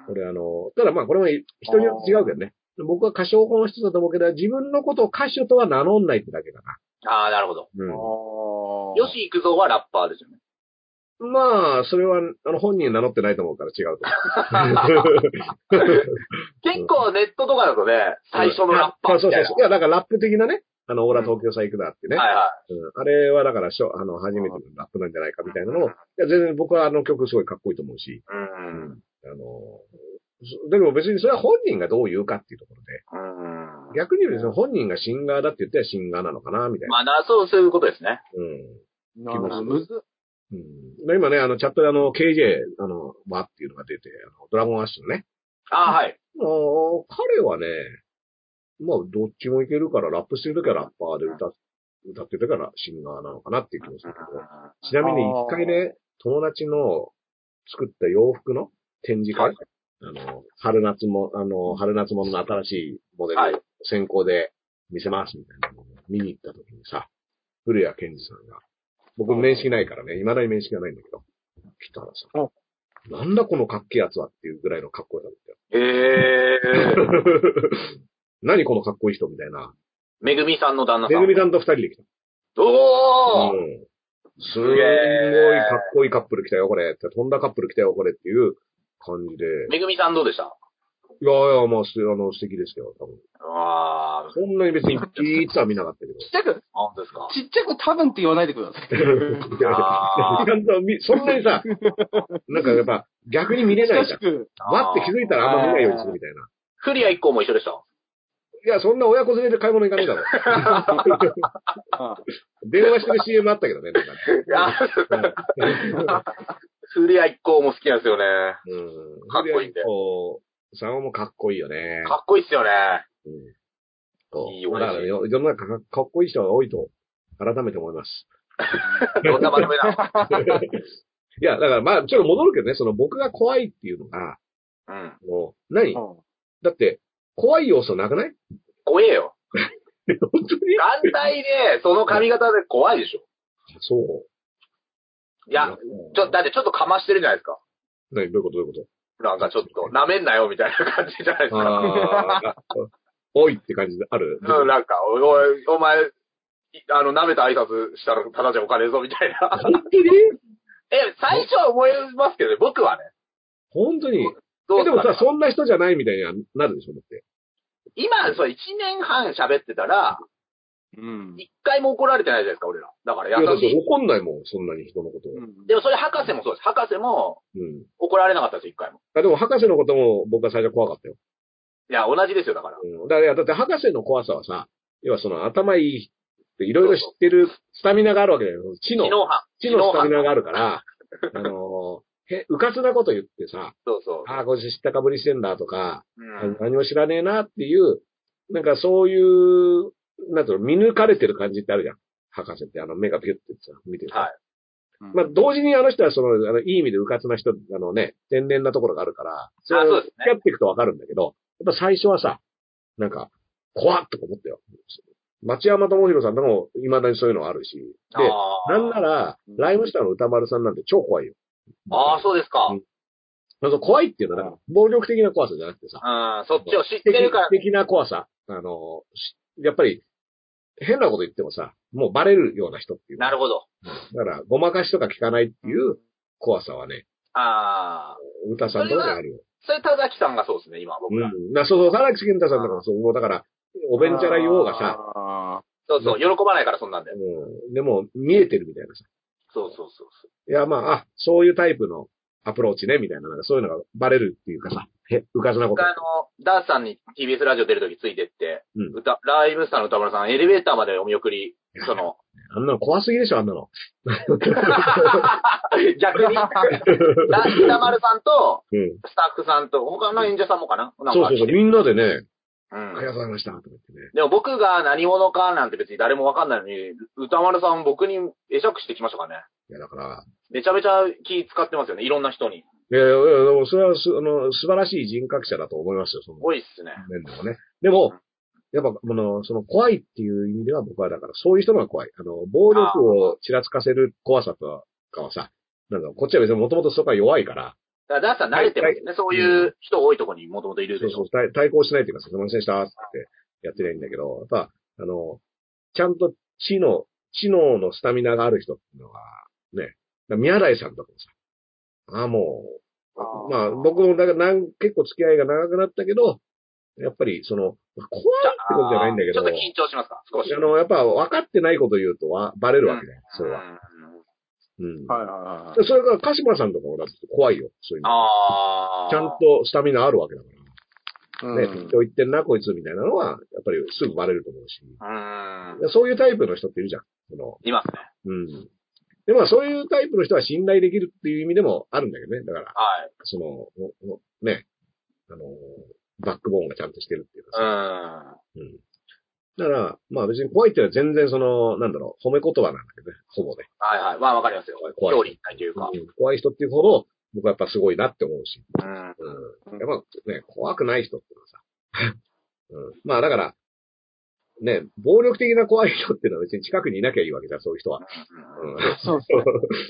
Speaker 3: これあの、ただまあこれも人によって違うけどね。僕は歌唱法の一つだと思うけど、自分のことを歌手とは名乗んないってだけだな。
Speaker 4: ああ、なるほど。
Speaker 5: あー
Speaker 3: う
Speaker 4: よし、行くぞはラッパーですよね。
Speaker 3: ん。まあ、それは、あの、本人名乗ってないと思うから違うと
Speaker 4: 結構ネットとかだとね、最
Speaker 3: 思う。
Speaker 4: 初のラッパー
Speaker 3: あそ
Speaker 4: み
Speaker 3: う
Speaker 4: た
Speaker 3: そ
Speaker 4: いうな
Speaker 3: そう。。いや、だからラップ的なね、あの、オラ東京さ行くだってね。
Speaker 4: はいは
Speaker 3: うんあれはだからしょ、あの、初めてのラップなんじゃないか
Speaker 4: い。
Speaker 3: みたいなのを、いや、全然僕はあの曲すごいかっこいいと思うし、
Speaker 4: うん。うん。
Speaker 3: あの、そだけど別にそれは本人がどう言うかっていうところで、逆に言うとその本人がシンガーだって言ったらシンガーなのかな、みたいな。
Speaker 4: まあな、そう、そういうことですね。
Speaker 3: うん。
Speaker 5: なるほどむず
Speaker 3: うん、今ね、あの、チャットであの、KJ、あの、バっていうのが出て、あの、ドラゴンアッシュのね、
Speaker 4: あはい。
Speaker 3: まあ、彼はね、まあ、どっちもいけるから、ラップしてるときはラッパーで歌っ歌ってたからシンガーなのかなっていう気もするけど。ちなみに一回ね、友達の作った洋服の展示会、あの、春夏も、あの、春夏物の新しいモデ
Speaker 4: はい
Speaker 3: ルを先行で見せますみたいなのを見に行った時にさ、古谷健二さんが、僕面識ないからね、未だに面識がないんだけど、来たらさ、なんだこのかっけえやつはっていうぐらいのかっこよさだったよ。
Speaker 4: え ー、
Speaker 3: 何このかっこいい人みたいな。
Speaker 4: めぐみさんの旦那
Speaker 3: め
Speaker 4: さん。
Speaker 3: ぐみさんと二人で来た。
Speaker 4: おー、
Speaker 3: うん。すんごいかっこいいカップル来たよ、これ。飛んだカップル来たよ、これっていう感じで。
Speaker 4: めぐみさんどうでした
Speaker 3: いやいや、まあ、すあの、素敵ですよ、多分。
Speaker 4: あー、
Speaker 3: そんなに別に、いいつは見なかったけど。
Speaker 5: ちっちゃく、
Speaker 4: 本当ですか
Speaker 5: ちっちゃく多分って言わないでくだ さい。
Speaker 3: いやい
Speaker 4: あー
Speaker 3: やちゃんと見そんなにさ、なんかやっぱ、逆に見れないじゃ
Speaker 5: し
Speaker 3: ん。
Speaker 5: く、
Speaker 3: 待って気づいたらあんま見ないようにするみたいな。
Speaker 4: クリア1個も一緒でした。
Speaker 3: いや、そんな親子連れで買い物行かねえだ ろ。
Speaker 5: あ
Speaker 3: 電話してる CM あったけどね、なんかね
Speaker 4: クリア1個も好きなんですよね。
Speaker 3: うん
Speaker 4: かっこいいんだよ
Speaker 3: こう、サオもかっこいいよね。
Speaker 4: かっこいいっすよね。
Speaker 3: うんこう
Speaker 4: いいよ
Speaker 3: まあだから世世の中かかっこいい人が多いと、改めて思います。
Speaker 4: どんなまとめだ。
Speaker 3: いや、だからまあ、ちょっと戻るけどね、その僕が怖いっていうのが、
Speaker 4: うん。
Speaker 3: もう、何
Speaker 5: うん
Speaker 3: だって、怖い要素なくない
Speaker 4: 怖えよ。
Speaker 3: 本当に
Speaker 4: 眼帯で、その髪型で怖いでしょ。
Speaker 3: そう。
Speaker 4: いや、ちょ、だってちょっとかましてるじゃないですか。
Speaker 3: 何どういうことどういうこ
Speaker 4: なんかちょっと、舐めんなよ、みたいな感じじゃないです
Speaker 3: と
Speaker 4: か。
Speaker 3: ああ、おいって感じである。
Speaker 4: うん、なんか、おい、お前、いあの、舐めた挨拶したら、ただじゃお金ぞ、みたいな。
Speaker 3: 本当に
Speaker 4: え、最初は思いますけどね、僕はね。
Speaker 3: 本当に
Speaker 4: ど
Speaker 3: えで
Speaker 4: うで
Speaker 3: も
Speaker 4: すかね
Speaker 3: さ、そんな人じゃないみたいにはなるでしょ、だって。
Speaker 4: 今、そう、一年半喋ってたら、
Speaker 5: うん。
Speaker 4: 一回も怒られてないじゃないですか、俺ら。だから
Speaker 3: いや、だっ
Speaker 4: 優してい。
Speaker 3: 怒んないもん、そんなに人のことを。
Speaker 4: でもそれ博士もそうです。博士も
Speaker 3: うん。
Speaker 4: 怒られなかったです、一回も。
Speaker 3: あでも、博士のことも僕は最初怖かったよ。
Speaker 4: いや、同じですよ、だから。
Speaker 3: うん、だからいやだって博士の怖さはさ、要はその頭いいっていろいろ知ってるスタミナがあるわけだよ。知
Speaker 4: 知
Speaker 3: の、
Speaker 4: 能犯。
Speaker 3: 知のスタミナ
Speaker 4: 犯。
Speaker 3: がある から、あのー、へ、うかつなこと言ってさ、
Speaker 4: そうそう。
Speaker 3: ああ、こいつ知ったかぶりしてんだとか、
Speaker 4: うん。
Speaker 3: 何も知らねえなっていう、なんかそういう、なんていうの、見抜かれてる感じってあるじゃん。博士って、あの、目がピュッてさ、見てるさ。
Speaker 4: はい
Speaker 3: まあ、同時にあの人は、その、あの、いい意味でうかつな人、あのね、天然なところがあるから、
Speaker 4: あそうですね
Speaker 3: 付き合っていくとわかるんだけど、やっぱ最初はさ、なんか、怖っとか思ったよ。町山智博さんとかも、未だにそういうのはあるし。で、
Speaker 4: あ
Speaker 3: なんな
Speaker 4: ー
Speaker 3: ら、ライムスターの歌丸さんなんて超怖いよ。
Speaker 4: あー、そうですか。
Speaker 3: う
Speaker 4: うん
Speaker 3: まあそう怖いっていうのは、なんか暴力的な怖さじゃなくてさ、
Speaker 4: ん、そっちを知ってるから。
Speaker 3: 的な怖さ。あの、しやっぱり、変なこと言ってもさ、もうバレるような人っていう。
Speaker 4: なるほど。
Speaker 3: だから、ごまかしとか聞かないっていう怖さはね、
Speaker 4: ああ。
Speaker 3: 歌さんとかにあるよ。
Speaker 4: それ、田崎さんがそうですね、今、僕
Speaker 3: う
Speaker 4: ら。
Speaker 3: ん。な、そうそう、田崎健太さんとかもそう、もうだから、おべんちゃら言おうがさ、
Speaker 5: あ
Speaker 4: そうそう、喜ばないからそんなんだよ。
Speaker 3: うん。でも、見えてるみたいなさ。
Speaker 4: そうそうそうそう。
Speaker 3: いや、まあ、あ、そういうタイプのアプローチね、みたいな、なんかそういうのがバレるっていうかさ、へ、うかずなこ
Speaker 4: 僕
Speaker 3: と。
Speaker 4: あの、ダースさんに TBS ラジオ出るときついてって、
Speaker 3: うん
Speaker 4: 歌、ライムスターの歌丸さん、エレベーターまでお見送り、その、
Speaker 3: あんなの怖すぎでしょ、あんなの。
Speaker 4: 逆に、だ歌丸さんと、
Speaker 3: うん。
Speaker 4: スタッフさんと、他の演者さんもかななん
Speaker 3: そう
Speaker 4: か
Speaker 3: そうそ
Speaker 4: 来
Speaker 3: う、
Speaker 4: てる。
Speaker 3: みんなでね、
Speaker 4: う
Speaker 3: ありがと
Speaker 4: ん。
Speaker 3: うございました、と思ってね。
Speaker 4: でも僕が何者かなんて別に誰もわかんないのに、歌丸さん僕に会釈してきましたからね。
Speaker 3: いや、だから、
Speaker 4: めちゃめちゃ気使ってますよね、いろんな人に。
Speaker 3: いやいや、いやでもそれはす、あの、素晴らしい人格者だと思いますよ、その
Speaker 4: 多いっすね。
Speaker 3: 面でもね。でも、やっぱ、あの、その怖いっていう意味では僕はだから、そういう人のが怖い。あの、暴力をちらつかせる怖さとかはさ、なんだろうこっちは別にもともとそこは弱いから、
Speaker 4: だから、ダースさん慣れてますよね。そういう人多いとこにもともといる
Speaker 3: そう
Speaker 4: でし
Speaker 3: そ
Speaker 4: ょ
Speaker 3: う。対対抗しないというか、すみませんでした、つってやってりゃいいんだけど、やっぱ、あの、ちゃんと知能、知能のスタミナがある人っていうのは、ね、だから宮台さんとかもさ、ああ、もう、
Speaker 5: あ。
Speaker 3: まあ、僕もだからなん結構付き合いが長くなったけど、やっぱり、その、まあ怖いってことじゃないんだけ
Speaker 4: ちょ
Speaker 3: ど、
Speaker 4: っと緊張しますか少し。
Speaker 3: あの、やっぱ分かってないこと言うとは、バレるわけだよ、それは。
Speaker 4: うん
Speaker 3: うん。
Speaker 5: はいはいはい。
Speaker 3: でそれから、鹿島さんとかもだって怖いよ、そういうの。
Speaker 4: ああ。
Speaker 3: ちゃんとスタミナあるわけだから。ね、
Speaker 5: う
Speaker 3: 適
Speaker 5: ん
Speaker 3: 当言ってんな、こいつみたいなのは、やっぱりすぐバレると思うし。
Speaker 4: うん。
Speaker 3: そういうタイプの人っているじゃん。その、
Speaker 4: いますね。
Speaker 3: うん。でも、まあそういうタイプの人は信頼できるっていう意味でもあるんだけどね。だから、
Speaker 4: はい。
Speaker 3: その、おおね、あの、バックボーンがちゃんとしてるっていうかさ。
Speaker 4: ん。
Speaker 3: うん。だから、まあ別に怖いっていうのは全然その、なんだろう、褒め言葉なんだけどね、ほぼね。
Speaker 4: はいはい。まあわかりますよ。
Speaker 3: 怖い
Speaker 4: 表裏一体というか。
Speaker 3: うん怖い人っていうほど、僕はやっぱすごいなって思うし。
Speaker 4: うん。
Speaker 3: うん。やっぱね、怖くない人ってのはさ。 うん。まあだから、ね、暴力的な怖い人っていうのは別に近くにいなきゃいいわけじゃん、そういう人は。うん。
Speaker 5: そうですね。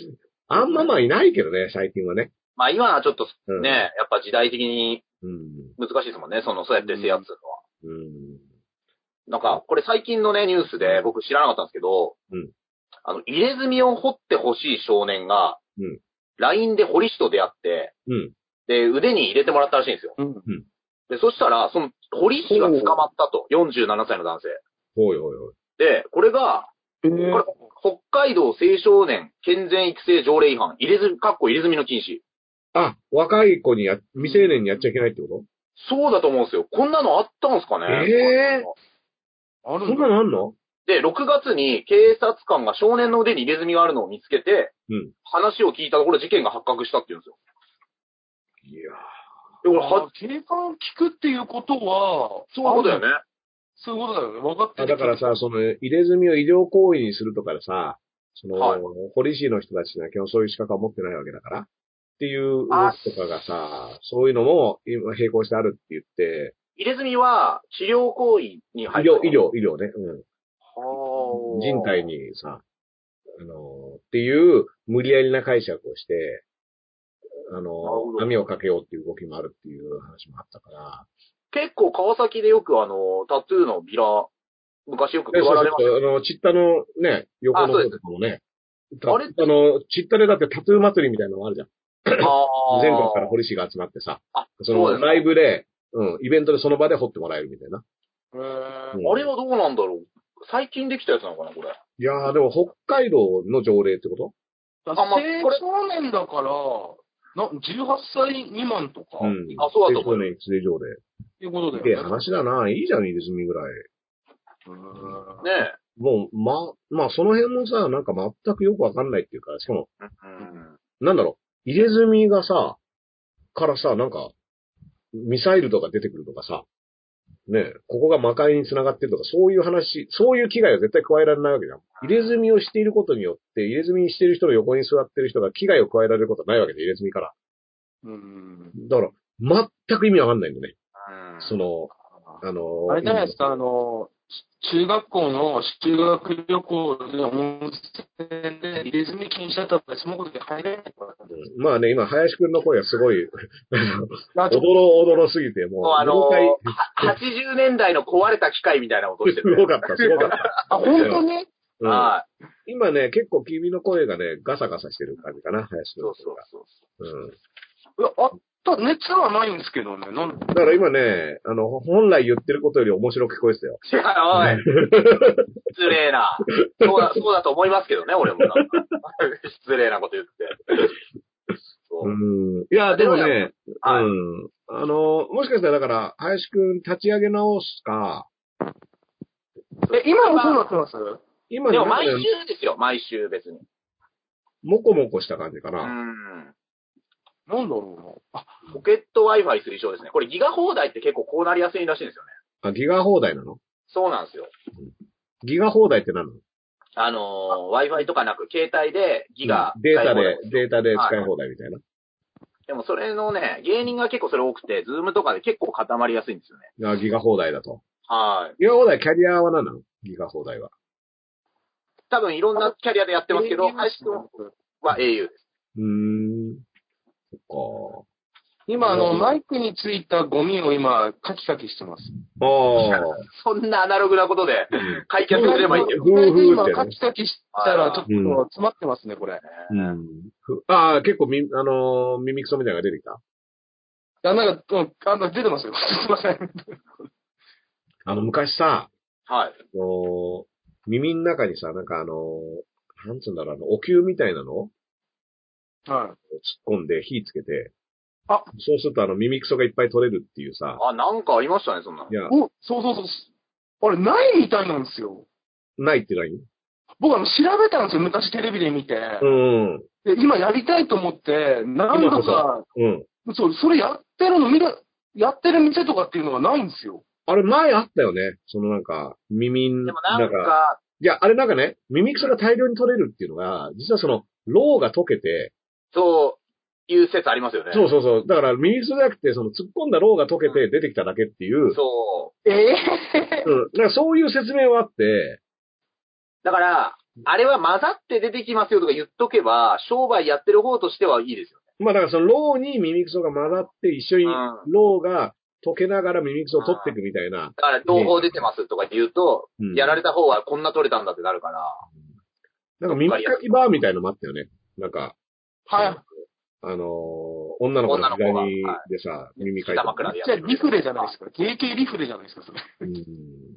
Speaker 3: あんままあいないけどね、最近はね。
Speaker 4: まあ今はちょっとね、
Speaker 3: うん。
Speaker 4: やっぱ時代的に
Speaker 3: うん。
Speaker 4: 難しいですもんね。その、そうやって制圧するのは。
Speaker 3: うん。
Speaker 4: なんか、これ最近のね、ニュースで僕知らなかったんですけど、
Speaker 3: うん
Speaker 4: あの、入れ墨を掘ってほしい少年が、
Speaker 3: うん。
Speaker 4: LINE で堀市と出会って、
Speaker 3: うん。
Speaker 4: で、腕に入れてもらったらしいんですよ。
Speaker 5: うん。
Speaker 4: で、そしたら、その、堀市が捕まったと。47歳の男性。
Speaker 3: おいおいおい。
Speaker 4: で、これが、
Speaker 5: え
Speaker 4: これ北海道青少年健全育成条例違反、入れ墨、かっこ入れ墨の禁止。
Speaker 3: あ、若い子にや、未成年にやっちゃいけないってこと
Speaker 4: そうだと思うんですよ。こんなのあったんすかね
Speaker 3: ええ
Speaker 5: ある
Speaker 3: そ
Speaker 5: ん
Speaker 3: ん
Speaker 5: だ。
Speaker 3: なのあんの
Speaker 4: で、6月に警察官が少年の腕に入れ墨があるのを見つけて、
Speaker 3: うん
Speaker 4: 話を聞いたところ事件が発覚したって言うんですよ。
Speaker 3: いや
Speaker 4: で、俺、
Speaker 5: あ
Speaker 4: は、
Speaker 5: 警官を聞くっていうことは、
Speaker 4: そういうことだよね。
Speaker 5: そういうことだよね。分かって
Speaker 3: あ
Speaker 5: る
Speaker 3: だからさ、その、入れ墨を医療行為にするとかでさ、その、
Speaker 4: はい
Speaker 3: 堀市の人たちが基本そういう資格は持ってないわけだから、っていう動
Speaker 4: あ
Speaker 3: きとかがさ、そういうのも今並行してあるって言って、
Speaker 4: 入れ墨は治療行為
Speaker 3: 医
Speaker 4: に入
Speaker 3: 療、
Speaker 4: る。
Speaker 3: 医療、医療ね、うん。人体
Speaker 4: に。
Speaker 3: にさ、あの、っていう無理やりな解釈をして、あ
Speaker 4: ほ
Speaker 3: の
Speaker 4: ど、
Speaker 3: 網をかけようっていう動きもあるっていう話もあったから、
Speaker 4: 結構川崎でよくあの、タトゥーのビラ、昔よく
Speaker 3: え
Speaker 4: 配
Speaker 3: そう
Speaker 4: られました
Speaker 3: そうあの、チッタのね、横の
Speaker 4: あそう
Speaker 3: 方
Speaker 4: です
Speaker 3: とかもね。
Speaker 4: あれ
Speaker 3: たあの、チッタでだってタトゥー祭りみたいなのがあるじゃん。
Speaker 4: ね。あー
Speaker 3: 全国から堀市が集まってさ。
Speaker 4: あ、
Speaker 3: そ
Speaker 4: そう
Speaker 3: の
Speaker 4: ですね
Speaker 3: ライブで、うん、イベントでその場で掘ってもらえるみたいな。
Speaker 5: えー
Speaker 3: うん
Speaker 4: あれはどうなんだろう最近できたやつなのかな、これ。
Speaker 3: いやー、でも北海道の条例ってこと
Speaker 5: だ
Speaker 4: あまあこ
Speaker 5: 青
Speaker 4: れ
Speaker 5: 少年だから、な18歳未満とか、
Speaker 3: う
Speaker 5: っ
Speaker 3: ん。
Speaker 4: あそうだと思う
Speaker 3: ね、一例条例。
Speaker 5: ていうこと
Speaker 3: す
Speaker 5: だ
Speaker 3: げえ
Speaker 5: よね。
Speaker 3: 話だな。いいじゃん、入れ墨ぐらい。
Speaker 5: うん
Speaker 4: ねえ。
Speaker 3: もう、ま、まあ、その辺もさ、なんか全くよくわかんないっていうか、しかも、
Speaker 4: うん
Speaker 3: なんだろう、入れ墨がさ、からさ、なんか、ミサイルとか出てくるとかさ、ねえここが魔界に繋がってるとか、そういう話、そういう危害は絶対加えられないわけじゃん。入れ墨をしていることによって、入れ墨にしている人の横に座ってる人が危害を加えられることはないわけで、入れ墨から。
Speaker 5: うん。
Speaker 3: だから、全く意味わかんないんだね。
Speaker 4: うん
Speaker 3: その、あのー
Speaker 5: あれじゃないですか、あの、し中学校の修学旅行で温泉で入れ墨禁止だったから、そのことで入れないとか。
Speaker 3: うんまあね、今、林くんの声がすごい、
Speaker 5: あ
Speaker 3: お
Speaker 5: ちょ
Speaker 3: ど
Speaker 5: っ
Speaker 3: ろおどろすぎて、もう、
Speaker 4: もうあのー
Speaker 3: 妖怪
Speaker 4: は80年代の壊れた機械みたいな音して
Speaker 3: す
Speaker 4: る、
Speaker 3: ご
Speaker 4: ね。
Speaker 3: かった、すご かった。
Speaker 5: とあ、本当に
Speaker 3: うん
Speaker 4: は
Speaker 3: 今ね、結構君の声がね、ガサガサしてる感じかな、林
Speaker 4: い。
Speaker 3: くん
Speaker 4: そ
Speaker 3: の
Speaker 4: う
Speaker 3: 声
Speaker 4: そう
Speaker 3: が。
Speaker 4: そう。
Speaker 3: うん。
Speaker 5: いや、あった、熱はないんですけどね。なん
Speaker 3: だから今ね、あの、本来言ってることより面白く聞こえてたよ。
Speaker 4: いや、おい。失礼な。そうだ、そうだと思いますけどね、俺もなんか。 失礼なこと言って。そうう。
Speaker 3: ん。いや、でもね、
Speaker 4: はい。
Speaker 3: うん。あの、もしかしたらだから、林くん立ち上げ直すか、
Speaker 5: え、今もそうなってます
Speaker 3: 今
Speaker 4: で
Speaker 3: ね、
Speaker 4: も
Speaker 3: なん
Speaker 4: 毎
Speaker 3: か
Speaker 4: 週
Speaker 3: ね
Speaker 4: ですよ、毎週別に。
Speaker 3: もこもこした感じか
Speaker 4: う
Speaker 3: な。
Speaker 4: ん。
Speaker 5: なんだろうな。あ、
Speaker 4: ポケット Wi-Fi 推奨ですね。これギガ放題って結構こうなりやすいらしいんですよね。
Speaker 3: あ、ギガ放題なの
Speaker 4: そうなんですよ。
Speaker 3: ギガ放題って何なの
Speaker 4: あのー、Wi-Fi とかなく、携帯でギガ
Speaker 3: データ
Speaker 4: 使い放題
Speaker 3: で、データで使い放題みたいな。
Speaker 4: でもそれのね、芸人が結構それ多くて、ズームとかで結構固まりやすいんですよね。
Speaker 3: あギガ放題だと。
Speaker 4: はい。
Speaker 3: ギガ放題、キャリアは何なのギガ放題は。
Speaker 4: 多分いろんなキャリアでやってますけど、林くんは au です。
Speaker 3: うーん。そ
Speaker 5: 今、あの、マイクについたゴミを今、カキカキしてます。
Speaker 3: っか。ああ。
Speaker 4: そんなアナログなことで
Speaker 3: ん
Speaker 4: 解決すればいいけど。
Speaker 3: 夫婦ってね
Speaker 5: 今、カキカキしたら、ちょっと詰まってますね、これ。
Speaker 3: うん。ふああ、結構み、あのー耳くそみたいなのが出てきた。
Speaker 5: あ、なんか、うんあの出てますよ。すいません。
Speaker 3: あの、昔さ、
Speaker 4: はい。
Speaker 3: あのー耳の中にさ、なんかあのーなんつうんだろう、あの、お灸みたいなのを
Speaker 5: はい。
Speaker 3: 突っ込んで火つけて、
Speaker 5: あ
Speaker 3: そうするとあの、耳くそがいっぱい取れるっていうさ、
Speaker 4: あ、なんかありましたね、そんなの
Speaker 3: い。や、
Speaker 5: お、そうそうそう。あれ、ないみたいなんですよ。
Speaker 3: ないってない
Speaker 5: 僕、あの、調べたんですよ。昔テレビで見て。
Speaker 3: うん。うん。
Speaker 5: で今やりたいと思って、何度か、
Speaker 3: うん。
Speaker 5: そう、それやってるの見た、やってる店とかっていうのがないんですよ。
Speaker 3: あれ前あったよね。そのなんか、耳ん、
Speaker 4: で
Speaker 3: なん
Speaker 4: もなん
Speaker 3: か、
Speaker 4: か、
Speaker 3: いや、あれなんかね、耳くそが大量に取れるっていうのが、実はその、ローが溶けて、
Speaker 4: そういう説ありますよね。
Speaker 3: そうそうそう。だから、耳くそじゃなくて、その、突っ込んだローが溶けて出てきただけっていう、
Speaker 4: そう。
Speaker 5: ええ
Speaker 3: うん。なんかそういう説明はあって、
Speaker 4: だから、あれは混ざって出てきますよとか言っとけば、商売やってる方としてはいいですよ
Speaker 3: まあだからその、ローに耳くそが混ざって、一緒に
Speaker 4: ね。う、ん。
Speaker 3: ローが溶けながら耳くそを取っていくみたいな、
Speaker 4: だから、両方出てますとか言うと、
Speaker 3: うん
Speaker 4: やられた方はこんな取れたんだってなるから。
Speaker 3: なんか耳かきバーみたいのもあったよね。なんか、
Speaker 5: は
Speaker 3: あのー女の子の
Speaker 4: 女の子が
Speaker 3: 左
Speaker 4: は
Speaker 3: でさ、耳かい
Speaker 4: 下
Speaker 3: て
Speaker 4: 枕で
Speaker 5: い。
Speaker 4: やっ
Speaker 5: じゃあ
Speaker 4: てる。
Speaker 5: リフレじゃないですか。JK リフレじゃないですか、それ。
Speaker 3: うん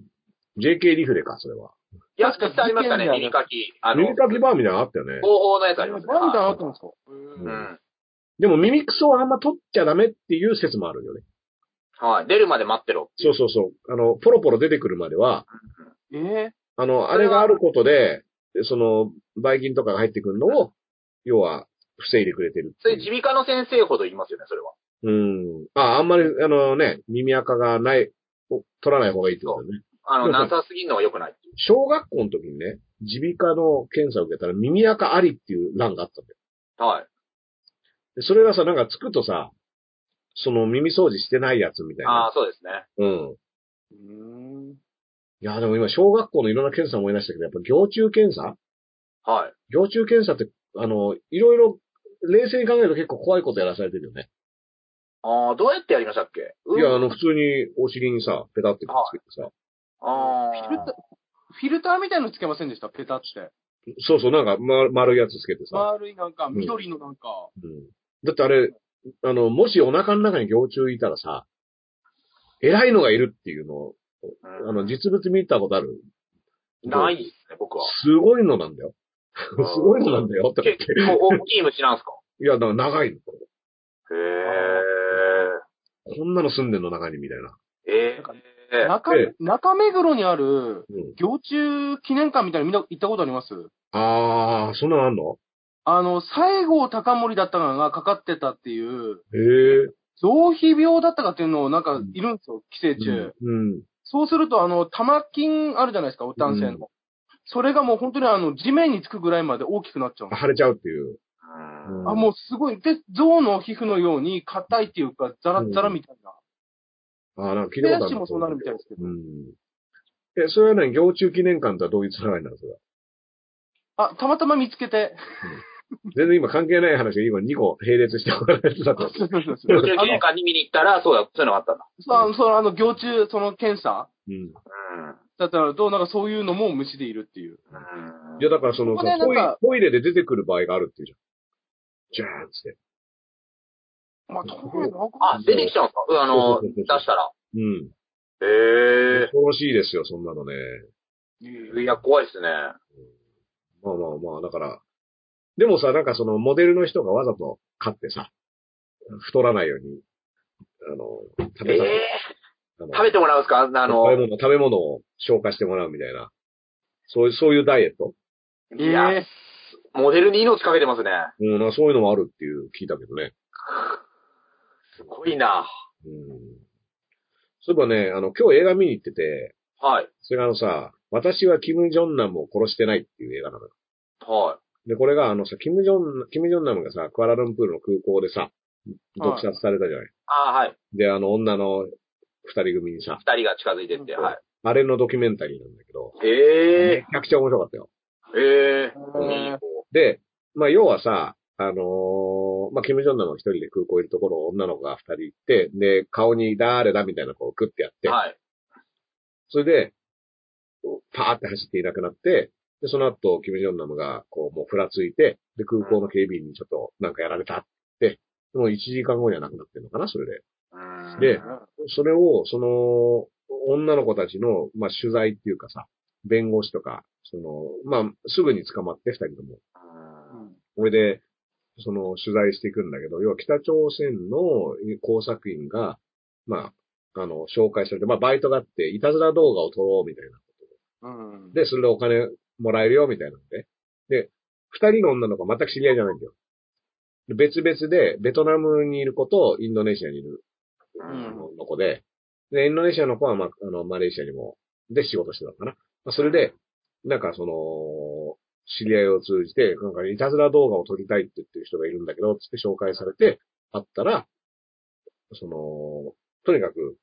Speaker 3: JK リフレか、それは。
Speaker 4: いや、実際ありましたね、
Speaker 5: 確かに
Speaker 4: 耳かき。あの、
Speaker 3: 耳
Speaker 4: 方
Speaker 3: かきバーみたいなのあったよね。
Speaker 4: 法のやつありますね。
Speaker 5: なんだあったんですか
Speaker 3: う
Speaker 4: うんん。
Speaker 3: でも耳くそはあんま取っちゃダメっていう説もあるよね。
Speaker 4: はい。出るまで待ってろ。
Speaker 3: そうそうそう。あの、ポロポロ出てくるまでは、
Speaker 5: ええ
Speaker 3: あの、あ
Speaker 4: それ
Speaker 3: れ
Speaker 4: は
Speaker 3: があることで、その、バイキンとかが入ってくるのを、要は、防いでくれてるって
Speaker 4: そ
Speaker 3: い
Speaker 4: れ、
Speaker 3: う。
Speaker 4: 耳鼻科の先生ほど言いますよね、それは。
Speaker 3: うん。あ、あんまり、あのね、耳垢がない、お取らない方がいいってことだね。
Speaker 4: あの、
Speaker 3: そうそう
Speaker 4: なさすぎるのは良くないっていう。
Speaker 3: 小学校の時にね、耳鼻科の検査を受けたら耳垢ありっていう欄があったんだよ。
Speaker 4: はい。
Speaker 3: でそれがさ、なんかつくとさ、その耳掃除してないやつみたい
Speaker 4: あ
Speaker 3: な。
Speaker 4: あ、そうですね。
Speaker 3: うん。
Speaker 5: うーん。
Speaker 3: いや、でも今、小学校のいろんな検査思い出したけど、やっぱ行中検査
Speaker 4: はい。
Speaker 3: 行中検査って、あの、いろいろ、冷静に考えると結構怖いことやらされてるよね。
Speaker 4: ああ、どうやってやりましたっけうん
Speaker 3: いや、あの、普通にお尻にさ、ペタってくっつけてさ、
Speaker 4: あ
Speaker 5: フィルタ
Speaker 4: あ
Speaker 5: ー、フィルターみたいのつけませんでしたペタって。
Speaker 3: そうそう、なんか、ま、丸いやつつけてさ、
Speaker 5: 丸いなんか、緑のなんか。
Speaker 3: うん。だってあれ、あの、もしお腹の中に行中いたらさ、偉いのがいるっていうのを、あの、実物見たことある
Speaker 4: ないですね、僕は。
Speaker 3: すごいのなんだよ。
Speaker 4: あ
Speaker 3: すごいのなんだよ、とか言っ
Speaker 4: 結
Speaker 3: て。
Speaker 4: 構大きい虫なんですか
Speaker 3: いや、だから長いの。
Speaker 4: へ
Speaker 3: こんなの住んでんの中に、みたいな。
Speaker 4: え。ええ。
Speaker 5: 中
Speaker 3: ええ、
Speaker 5: 中目黒にある、
Speaker 3: うん。
Speaker 5: 行中記念館みたいなのみんな行ったことあります
Speaker 3: あー、そんなのあんの
Speaker 5: あの、西郷隆盛だったかがかかってたっていう、
Speaker 3: へえ。
Speaker 5: 臓皮病だったかっていうのをなんかいるんですよ、寄生虫。
Speaker 3: うん。
Speaker 5: そうすると、あの、玉菌あるじゃないですか、お男性の。
Speaker 3: うん
Speaker 5: それがもう本当にあの、地面につくぐらいまで大きくなっちゃうんです
Speaker 3: 腫れちゃうっていう。
Speaker 4: うん
Speaker 5: あ、もうすごい。で、象の皮膚のように硬いっていうか、ザラッザラみたいな。
Speaker 3: あー、なんか聞い
Speaker 5: 手
Speaker 3: たことあ
Speaker 5: 足
Speaker 3: る。
Speaker 5: もそうなるみたいですけど。
Speaker 3: うん。え、それはね、行中記念館とはどういうつながりなんですか
Speaker 5: あ、たまたま見つけて。
Speaker 3: 全然今関係ない話が今2個並列しておかないとだ
Speaker 5: そ
Speaker 3: と
Speaker 5: う。そうそうそう
Speaker 4: 途中 記念館に見に行ったら、そうだ、そういうのがあったんだ。
Speaker 5: そうあの、そうあの、行中、その検査
Speaker 3: うん。
Speaker 5: だったらと、なんかそういうのも虫でいるっていう。
Speaker 4: うん。
Speaker 3: いや、だからその、
Speaker 5: こ
Speaker 3: そ
Speaker 5: こで
Speaker 3: のトイ
Speaker 5: なんか
Speaker 3: トイレで出てくる場合があるっていうじゃん。じゃーんっつって。
Speaker 5: まあ、どういうの
Speaker 4: あ、出てきちゃうんですかうんあの、
Speaker 3: そうそうそう
Speaker 4: 出し
Speaker 3: そう
Speaker 4: たら。
Speaker 3: うん。
Speaker 4: へえ。
Speaker 3: 恐ろしいですよ、そんなのね。
Speaker 4: いや、怖いですね。
Speaker 3: まあまあまあ、だから。でもさ、なんかそのモデルの人がわざと買ってさ、太らないように、あの、食
Speaker 4: え
Speaker 3: べさ
Speaker 4: え。
Speaker 3: あの
Speaker 4: 食べてもらうんですかあの
Speaker 3: 食べ、物、食べ物を消化してもらうみたいな。そういう、そういうダイエット
Speaker 4: いや、
Speaker 5: え
Speaker 4: モデルに命かけてますね。
Speaker 3: うん、なんかそういうのもあるっていう聞いたけどね。
Speaker 4: すごいな。
Speaker 3: うん。そういえばね、あの、今日映画見に行ってて、
Speaker 4: はい。
Speaker 3: それがあのさ、私はキム・ジョンナムを殺してないっていう映画なのよ。
Speaker 4: は
Speaker 3: で、これがあのさ、キム・ジョン、キム・ジョンナムがさ、クアラルンプールの空港でさ、毒殺されたじゃない。
Speaker 4: い。ああ、はい。
Speaker 3: で、あの、女の二人組にさ、
Speaker 4: 二人が近づいてって、
Speaker 3: うん
Speaker 4: はい。
Speaker 3: あれのドキュメンタリーなんだけど、
Speaker 4: え
Speaker 3: めちゃくちゃ面白かったよ。
Speaker 4: え。ええ。
Speaker 5: ー
Speaker 3: で、まあ、要はさ、あのーまあ、キム・ジョンナムが一人で空港いるところを女の子が二人行って、で、顔に誰だみたいな子をグッてやって、
Speaker 4: はい。
Speaker 3: それで、パーって走っていなくなって、で、その後、キム・ジョンナムが、こう、もうふらついて、で、空港の警備員にちょっと、なんかやられたって、でもう1時間後には亡くなってるのかな、それで。
Speaker 4: うん
Speaker 3: でそれを、その、女の子たちの、まあ、取材っていうかさ、弁護士とか、その、まあ、すぐに捕まって、二人とも。
Speaker 4: うん
Speaker 3: これで、その、取材していくんだけど、要は北朝鮮の工作員が、まあ、あの、紹介されて、まあ、バイトがあって、いたずら動画を撮ろう、みたいな。
Speaker 5: うん。
Speaker 3: で、それでお金もらえるよ、みたいなので。で、二人の女の子は全く知り合いじゃないんだよ。で別々で、ベトナムにいる子とインドネシアにいる
Speaker 5: うん
Speaker 3: 日本の子で、で、インドネシアの子は、まあ、あの、マレーシアにも、で仕事してたのかな。まあ、それで、なんかその、知り合いを通じて、なんかいたずら動画を撮りたいって言ってる人がいるんだけど、つって紹介されて、会ったら、その、とにかく、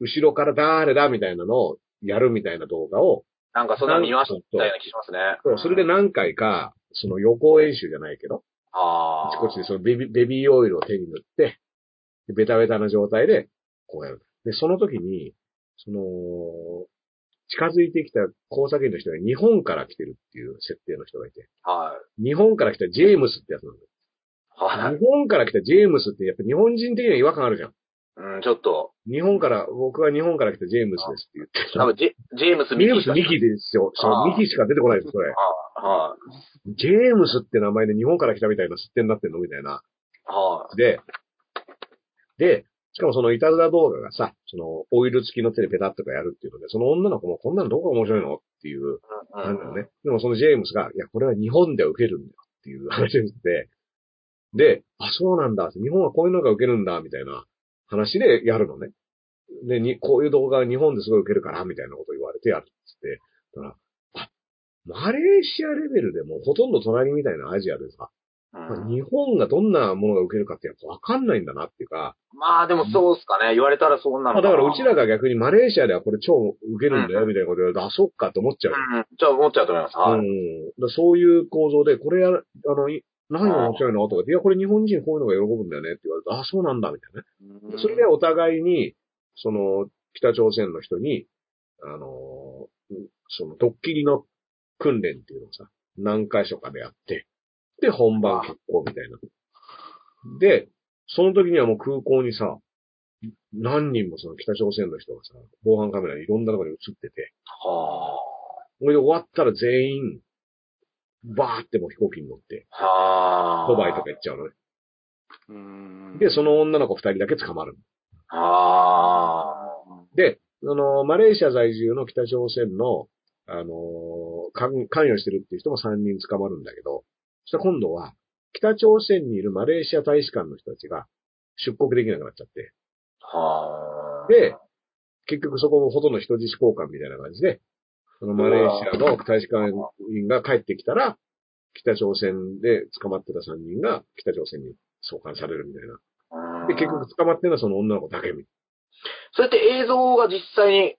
Speaker 3: 後ろから誰だみたいなのをやるみたいな動画を、
Speaker 4: なんかそんなの見ましたような気しますね。
Speaker 3: そうそれで何回か、その予行演習じゃないけど、
Speaker 4: あ
Speaker 3: あ
Speaker 4: あ。
Speaker 3: ちこちでそのベビベビーオイルを手に塗って、でベタベタな状態で、こうやる。で、その時に、その、近づいてきた工作員の人が日本から来てるっていう設定の人がいて、
Speaker 4: は
Speaker 3: 日本から来たジェームスってやつなんだよ。
Speaker 4: い。はい。
Speaker 3: 日本から来たジェームスってやっぱ日本人的には違和感あるじゃん。
Speaker 4: うん、ちょっと、
Speaker 3: 日本から、僕は日本から来たジェームスですって言って
Speaker 4: 多分ジェ、ジェームス・
Speaker 3: ジ
Speaker 4: ミ
Speaker 3: ェー
Speaker 4: キ
Speaker 3: ムス
Speaker 4: しか
Speaker 3: 2期ですよ。そ
Speaker 4: あ
Speaker 3: う
Speaker 4: ー
Speaker 3: 2期しか出てこないです、それ。
Speaker 4: は
Speaker 3: ジェームスって名前で日本から来たみたいな設定になってんのみたいな。
Speaker 4: い。は
Speaker 3: で、で、しかもそのいたずら動画がさ、そのオイル付きの手でペタッとかやるっていうので、その女の子もこんなのどこが面白いのっていう、
Speaker 4: い。
Speaker 3: なんだろうね。でもそのジェームスが、いや、これは日本では受けるんだよっていう話をしてて、で、あ、そうなんだって、日本はこういうのが受けるんだ、みたいな話でやるのね。で、に、こういう動画は日本ですごい受けるから、みたいなこと言われてやるっつって、だから、あマレーシアレベルでもほとんど隣みたいなアジアでさ、
Speaker 4: うん
Speaker 3: 日本がどんなものが受けるかってやっぱわかんないんだなっていうか、
Speaker 4: まあでもそうっすかね。言われたらそうな
Speaker 3: まあ
Speaker 4: の
Speaker 3: だ
Speaker 4: な
Speaker 3: からうちらが逆にマレーシアではこれ超受けるんだよみたいなこと言われて、あ、そっかって思っちゃう。
Speaker 4: うん。じゃあ思っちゃうと思います。は
Speaker 3: う
Speaker 4: い。
Speaker 3: ん。だからそういう構造で、これや、あの、い何が面白いのとかで、いや、これ日本人こういうのが喜ぶんだよねって言われて、あ、そうなんだみたいなね。それでお互いに、その、北朝鮮の人に、あの、その、ドッキリの訓練っていうのをさ、何箇所かでやって、で、本番発行みたいな。で、その時にはもう空港にさ、何人もその北朝鮮の人がさ、防犯カメラにいろんなところに映ってて、
Speaker 4: は
Speaker 3: それで終わったら全員、バーってもう飛行機に乗って、
Speaker 4: あ。はあ。
Speaker 3: ドバイとか行っちゃうのね。
Speaker 5: うん
Speaker 3: で、その女の子二人だけ捕まる。
Speaker 4: はあ。
Speaker 3: で、あの、マレーシア在住の北朝鮮の、あの関、関与してるっていう人も3人捕まるんだけど、そしたら今度は、北朝鮮にいるマレーシア大使館の人たちが出国できなくなっちゃって、
Speaker 4: はあ。
Speaker 3: で、結局そこもほとんど人質交換みたいな感じで、そのマレーシアの大使館員が帰ってきたら、北朝鮮で捕まってた3人が北朝鮮に送還されるみたいな。
Speaker 4: うん
Speaker 3: で、結局捕まってるのはその女の子だけみたいな。
Speaker 4: それって映像が実際に、え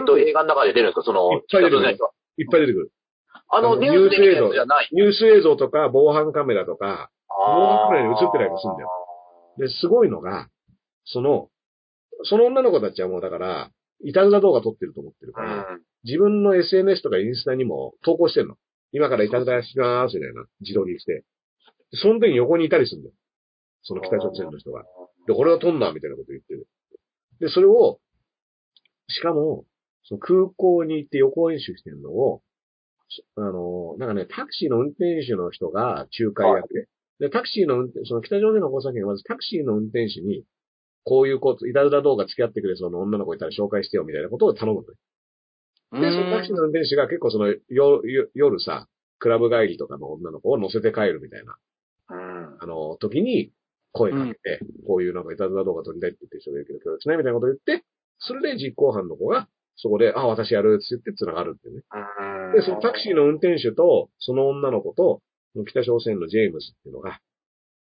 Speaker 4: っと、映画の中で出るんですかその、
Speaker 3: いっぱい出る
Speaker 4: 北朝鮮の人
Speaker 3: いっぱい出てくる。
Speaker 4: あ
Speaker 3: あ
Speaker 4: の、
Speaker 3: の
Speaker 4: ニュースで見るやつじゃない。
Speaker 3: ニュース映像とか防犯カメラとか、防犯カメラに映ってたりもするんだよで、すごいのが、その、その女の子たちはもうだから、いたずら動画撮ってると思ってるか
Speaker 4: う
Speaker 3: ら、
Speaker 4: ん。
Speaker 3: 自分の SNS とかインスタにも投稿してんの。今からいたずらしますみたいな、自撮りして。その時に横にいたりするんだよ。その北朝鮮の人が。で、俺は撮んな、みたいなこと言ってる。で、それを、しかも、その空港に行って予行演習してるのを、しあの、なんかね、タクシーの運転手の人が仲介役で、で、タクシーの運転、その北朝鮮の交差点はまずタクシーの運転手に、こういうこと、いたずら動画付き合ってくれそうな女の子いたら紹介してよみたいなことを頼むのよ。で、そのタクシーの運転手が結構その、よ、よ夜さ、クラブ帰りとかの女の子を乗せて帰るみたいな、
Speaker 4: うん。
Speaker 3: あの、時に声かけて、こういうなんかいたずら動画撮りたいって言ってる人がいるけど、協力しないみたいなことを言って、それで実行犯の子が、そこで、あ、私やるって言って繋がるっていうね。
Speaker 4: うん
Speaker 3: で、そのタクシーの運転手と、その女の子と、北朝鮮のジェームスっていうのが、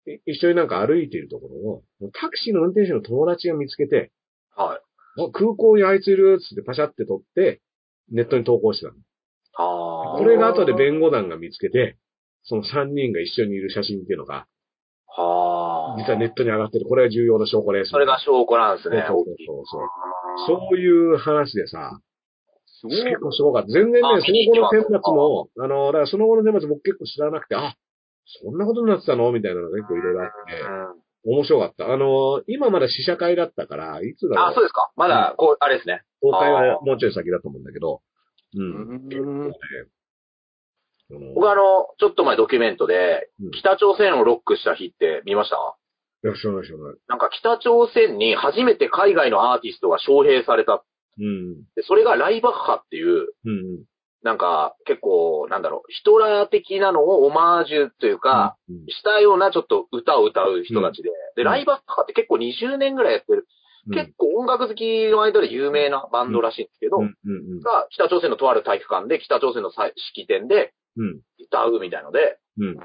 Speaker 3: い一緒になんか歩いているところを、もうタクシーの運転手の友達が見つけて、
Speaker 4: はい。
Speaker 3: あ空港にあいついるっつってパシャって撮って、ネットに投稿してたの。
Speaker 4: はあ。
Speaker 3: これが後で弁護団が見つけて、その3人が一緒にいる写真っていうのが、
Speaker 4: はあ。
Speaker 3: 実はネットに上がってる。これは重要な証拠です。
Speaker 4: それが証拠なんです
Speaker 3: そう
Speaker 4: ね。
Speaker 3: そう
Speaker 4: 大きい
Speaker 3: そうそう。そういう話でさ、
Speaker 5: すごい。
Speaker 3: 結構すごかった。全然ね、
Speaker 4: あ
Speaker 3: その後の天末も、あの、だからその後の天末僕結構知らなくて、あ、そんなことになってたのみたいなのが結構いろいろあって、面白かった。あの、今まだ試写会だったから、いつ
Speaker 4: う
Speaker 3: だ
Speaker 4: んあ、
Speaker 3: ろ
Speaker 4: そ
Speaker 3: う
Speaker 4: うですか。まだ、こう、あれですね。
Speaker 3: 公開は
Speaker 4: あ
Speaker 3: もうちょい先だと思うんだけど、うん。
Speaker 5: うん
Speaker 3: あの
Speaker 4: 僕あの、ちょっと前ドキュメントで
Speaker 3: うん、
Speaker 4: 北朝鮮をロックした日って見ました
Speaker 3: いや、知らない知らない。
Speaker 4: なんか北朝鮮に初めて海外のアーティストが招聘された。
Speaker 3: うん。
Speaker 4: でそれがライバッハっていう、
Speaker 3: うん。
Speaker 4: なんか、結構、なんだろう、ヒトラー的なのをオマージュというか、
Speaker 3: うん
Speaker 4: したようなちょっと歌を歌う人たちで、
Speaker 3: ん
Speaker 4: で、ライバッカーって結構20年ぐらいやってる、結構音楽好きの間で有名なバンドらしいんですけど、
Speaker 3: うんうん
Speaker 4: が、北朝鮮のとある体育館で、北朝鮮のさ式典で
Speaker 3: うん
Speaker 4: 歌うみたいので、
Speaker 3: うん
Speaker 4: で、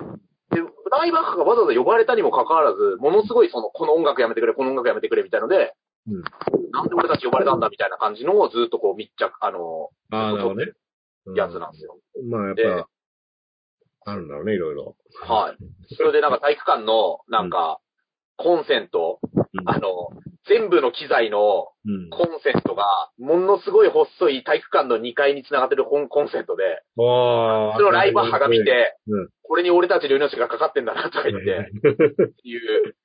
Speaker 4: ライバッハがわざわざ呼ばれたにもかかわらず、ものすごいその、この音楽やめてくれ、この音楽やめてくれみたいので、
Speaker 3: うん
Speaker 4: なんで俺たち呼ばれたんだみたいな感じのをずっとこう密着、あの、
Speaker 3: ああ、なるほどね。
Speaker 4: やつなんですよ。
Speaker 3: うん。まあ、やっ
Speaker 4: で
Speaker 3: ぱ、あるんだろうね、いろいろ。
Speaker 4: はい。それでなんか体育館の、なんか、コンセント、
Speaker 3: うん
Speaker 4: あの、全部の機材の
Speaker 3: うん。
Speaker 4: コンセントが、ものすごい細い体育館の2階に繋がってるコンコンセントで、
Speaker 3: ああ。
Speaker 4: それをライバー派が見て、
Speaker 3: うん
Speaker 4: これに俺たちの命がかかってんだなとか言っ
Speaker 3: う
Speaker 4: て、いう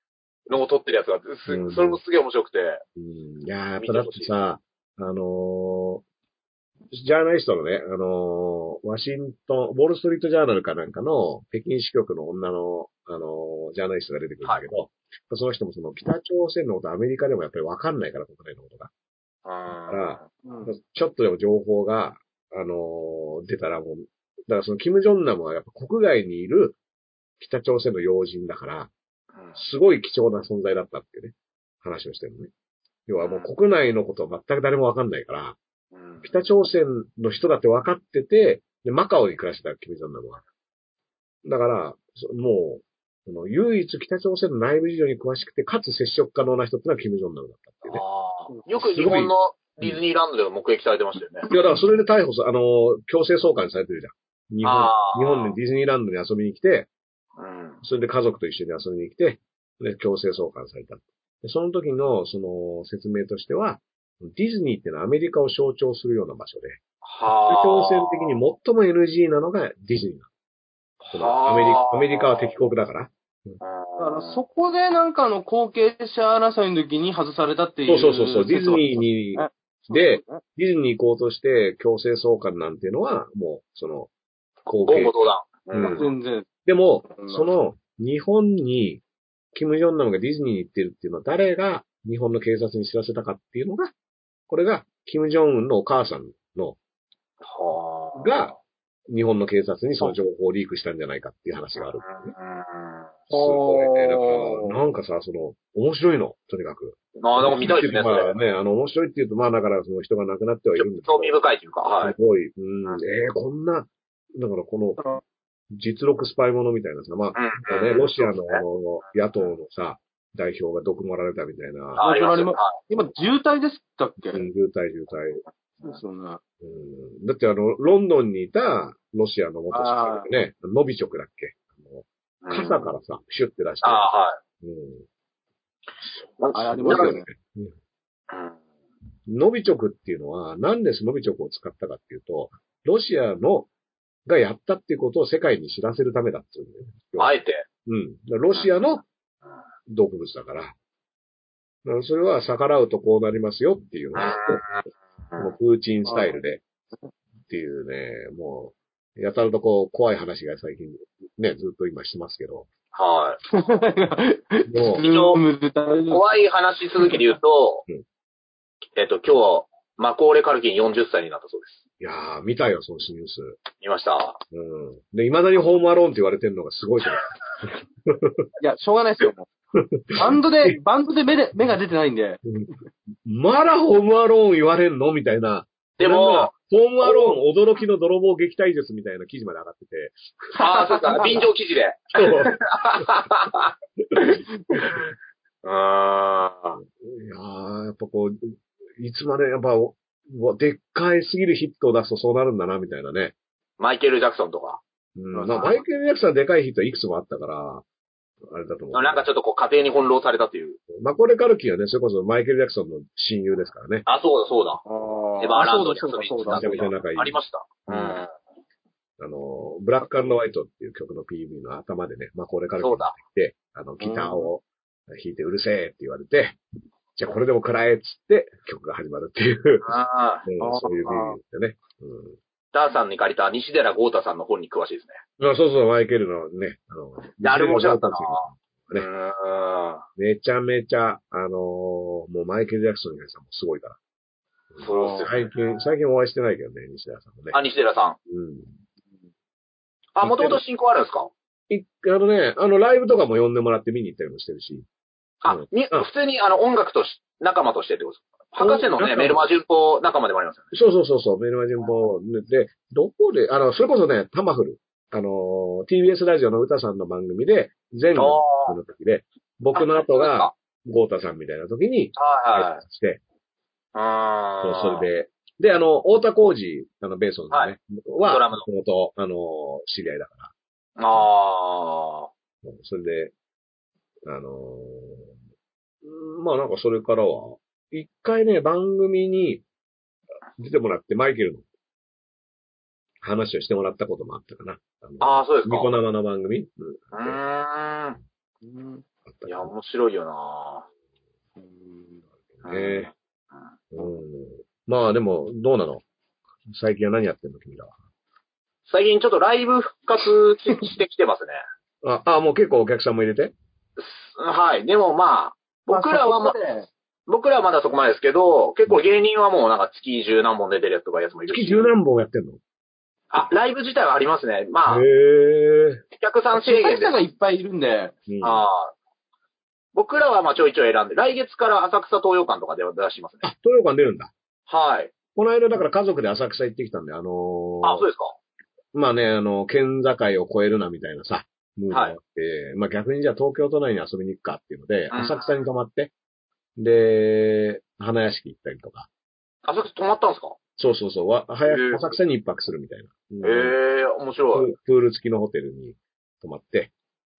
Speaker 4: のを撮ってるやつが、す
Speaker 3: うん
Speaker 4: それもすげえ面白くて、
Speaker 3: うんいやーやっぱだってさ、あのージャーナリストのね、あのーワシントン、ウォールストリートジャーナルかなんかの北京支局の女の、あのージャーナリストが出てくるんだけど、その人もその北朝鮮のことアメリカでもやっぱりわかんないから、国内のことが。あちょっとでも情報が、あのー出たらもう、だからそのキム・ジョンナムはやっぱ国外にいる北朝鮮の要人だから、すごい貴重な存在だったっていうね、話をしてるのね。要はもう国内のことは全く誰もわかんないから、
Speaker 4: うん
Speaker 3: 北朝鮮の人だって分かってて、で、マカオに暮らしてた、キム・ジョンナムは。だから、そもう、その唯一北朝鮮の内部事情に詳しくて、かつ接触可能な人ってのはキム・ジョンナムだったっていうね。
Speaker 4: あーよく日本のディズニーランドでも目撃されてましたよね。
Speaker 3: いや、だからそれで逮捕さ、あの、強制送還されてるじゃん。日本
Speaker 4: あ、ー
Speaker 3: 日本でディズニーランドに遊びに来て、
Speaker 4: うん
Speaker 3: それで家族と一緒に遊びに来て、で、強制送還された。でその時の、その、説明としては、ディズニーってのはアメリカを象徴するような場所で、北
Speaker 4: は
Speaker 3: 朝鮮的に最も NG なのがディズニーなのそのアメリカ、アメリカは敵国だから。
Speaker 5: だから、
Speaker 4: そ
Speaker 5: そこでなんかあの、後継者争いの時に外されたってい
Speaker 3: そう
Speaker 5: う。
Speaker 3: そうそうそう、ディズニ
Speaker 5: に。
Speaker 3: ーに、
Speaker 5: あ
Speaker 3: で、ディズニーに行こうとして強制送還なんていうのは、もう、その、後
Speaker 4: 言
Speaker 3: 継
Speaker 4: 語。道断。
Speaker 3: う
Speaker 5: 全
Speaker 3: ん
Speaker 5: 然。
Speaker 3: でも
Speaker 5: うん、
Speaker 3: その、日本に、キム・ジョンナムがディズニーに行ってるっていうのは、誰が日本の警察に知らせたかっていうのが、これが、キム・ジョンウンのお母さんの、
Speaker 4: はあ
Speaker 3: が、日本の警察にその情報をリークしたんじゃないかっていう話がある。すごいね。だから、なんかさ、その、面白いの、とにかく。
Speaker 4: うんああ、なんか見たいですね、そ
Speaker 3: ま
Speaker 4: れ
Speaker 3: あ。ね、あの、面白いって言うと、まあだから、その人が亡くなってはいるんですけど
Speaker 4: 興味深いというか、はい。
Speaker 3: すごい。うん。えーこんな、だからこの、実録スパイものみたいなさ、まあ、ね、
Speaker 4: うん
Speaker 3: ロシアのあの野党のさ、代表が毒盛られたみたいな、
Speaker 4: ああります
Speaker 5: あり
Speaker 4: よ
Speaker 5: ます
Speaker 4: は
Speaker 5: 今、渋滞でしたっけ
Speaker 3: うん
Speaker 5: そう
Speaker 3: 渋滞渋滞。
Speaker 5: ですよね。
Speaker 3: うん。だってあの、ロンドンにいたロシアの元首相ね、ノビチョクだっけ
Speaker 4: いうん
Speaker 3: 傘からさ、シュッて出して
Speaker 4: あ、あ、はい。
Speaker 3: う
Speaker 5: あありますよね。
Speaker 4: うん
Speaker 3: ん。ノビチョクっていうのは、なんでノビチョクを使ったかっていうと、ロシアの、がやったっていうことを世界に知らせるためだっていうんだよね
Speaker 4: あえて。
Speaker 3: うん。だからロシアの毒物だから。だからそれは逆らうとこうなりますよっていうのをもうプーチンスタイルでっていうね、もう、やたらとこう怖い話が最近ね、ずっと今してますけど、
Speaker 4: は
Speaker 3: もう、
Speaker 5: うん
Speaker 4: い。怖い話続きで言うと
Speaker 3: うん、
Speaker 4: えっと、今日、マコーレ・カルキン40歳になったそうです。
Speaker 3: いやー、見たよ、そのニュース。
Speaker 4: 見ました。
Speaker 3: うん。で、未だにホームアローンって言われてるのがすごいと思
Speaker 5: いや、しょうがないですよ、 もう。バンドで、バンドで目で、目が出てないんで。
Speaker 3: う。まだホームアローン言われんのみたいな。
Speaker 4: で
Speaker 3: なん
Speaker 4: も
Speaker 3: か、、ホームアローン驚きの泥棒撃退術みたいな記事まで上がってて。
Speaker 4: ああ、そ うか、便乗記事で。あ
Speaker 3: いやー、やっぱこう、いつまでやっぱ、おうわでっかいすぎるヒットを出すとそうなるんだな、みたいなね。
Speaker 4: マイケル・ジャクソンとか。
Speaker 3: うん。まあ、マイケル・ジャクソンはでかいヒットいくつもあったから、あれだと思う。
Speaker 4: なんかちょっとこう、家庭に翻弄されたという。
Speaker 3: マコレ・カルキンはね、それこそマイケル・ジャクソンの親友ですからね。
Speaker 4: あ、そうだ、そうだ。
Speaker 5: ああ
Speaker 4: エヴァラ
Speaker 5: そ
Speaker 4: ンド
Speaker 5: うだ、そうだ、そう
Speaker 3: め
Speaker 5: だ
Speaker 3: ち。ゃめちゃ仲いい
Speaker 4: ありました。うん。
Speaker 3: あの、ブラックホワイトっていう曲の PV の頭でね、マコレ・カルキン
Speaker 4: そう
Speaker 3: が
Speaker 4: だ。
Speaker 3: 来て、あの、ギターを弾いてうるせえって言われて、じゃあこれでも食らえっつって曲が始まるっていう、
Speaker 4: ああ
Speaker 3: うん
Speaker 5: あー
Speaker 3: そういう PV ですよね。うん
Speaker 4: ダーさんに借りた西寺豪太さんの本に詳しいですね。
Speaker 3: まあ、そうそう、マイケルのね、あの、
Speaker 4: いやあれも面白かった
Speaker 3: ね
Speaker 4: な。うん。
Speaker 3: めちゃめちゃ、あのーもうマイケル・ジャクソンがさ、もうすごいから。
Speaker 2: そうですよ。
Speaker 3: 最近、最近お会いしてないけどね、西田さんもね。
Speaker 4: あ、西寺さん。
Speaker 3: うん。
Speaker 4: あ、もともと進行あるんですか
Speaker 3: いあのね、あの、ライブとかも呼んでもらって見に行ったりもしてるし。
Speaker 4: あ
Speaker 3: うん、
Speaker 4: に、普通に、あの、音楽とし、仲間としてってことですか
Speaker 3: うん
Speaker 4: 博士の
Speaker 3: 仲間
Speaker 4: ね、メルマ順法仲間でもありますよね。
Speaker 3: そうそうそうそう、メルマ順法で、どこで、あの、それこそね、タマフル。あの、TBS ラジオの歌さんの番組で、全部
Speaker 4: あ
Speaker 3: の時で、僕の後が、
Speaker 4: あ
Speaker 3: ゴータさんみたいな時に、
Speaker 4: はいはい。
Speaker 3: して、
Speaker 4: ああ。
Speaker 3: そうそれで、で、あの、大田浩二、あの、ベーソンのね、は、
Speaker 4: ドラムの
Speaker 3: もともと、あの、知り合いだか
Speaker 4: あ
Speaker 3: ら、うんそれで、あのー、まあなんかそれからは、一回ね、番組に出てもらって、マイケルの話をしてもらったこともあったかな。あの
Speaker 4: あ。ああ、そうですか。
Speaker 3: ニコ生の番組、うん、
Speaker 4: うーん。
Speaker 5: うん
Speaker 3: あった
Speaker 4: い
Speaker 3: か
Speaker 4: や、
Speaker 3: な
Speaker 4: 面白いよな
Speaker 3: ねえうん。まあでも、どうなの最近は何やってんの君らは。
Speaker 4: 最近ちょっとライブ復活してきてますね。
Speaker 3: あ、あ、もう結構お客さんも入れて
Speaker 4: はい。でもまあ、僕らはま
Speaker 5: あそこまで
Speaker 4: 僕らはまだそこまでですけど、結構芸人はもうなんか月十何本出てるやつとかやつもいる
Speaker 3: 月
Speaker 4: し。
Speaker 3: 十何本やってんの
Speaker 4: あ、ライブ自体はありますね。ま
Speaker 3: へ
Speaker 4: あ、
Speaker 3: え。
Speaker 4: お客さん
Speaker 5: 主
Speaker 4: 制限
Speaker 5: 催
Speaker 4: で
Speaker 5: 者。がいっぱいいるんで、
Speaker 3: うん
Speaker 4: ああ僕らはまあちょいちょい選んで、来月から浅草東洋館とかで出しますね。
Speaker 3: 東洋館出るんだ。
Speaker 4: はい。
Speaker 3: この間、だから家族で浅草行ってきたんで、あのー
Speaker 4: あ、そうですか。
Speaker 3: まあね、あの、県境を越えるなみたいなさ、ムーブがあって、まあ逆にじゃあ東京都内に遊びに行くかっていうので、
Speaker 4: ん
Speaker 3: 浅草に泊まって、で、花屋敷行ったりとか。
Speaker 4: 浅草泊まったんですか
Speaker 3: そうそうそう、わ早
Speaker 4: へ
Speaker 3: く
Speaker 4: え
Speaker 3: 浅草に一泊するみたいな。うん
Speaker 4: ええ面白い。
Speaker 3: プール付きのホテルに泊まって、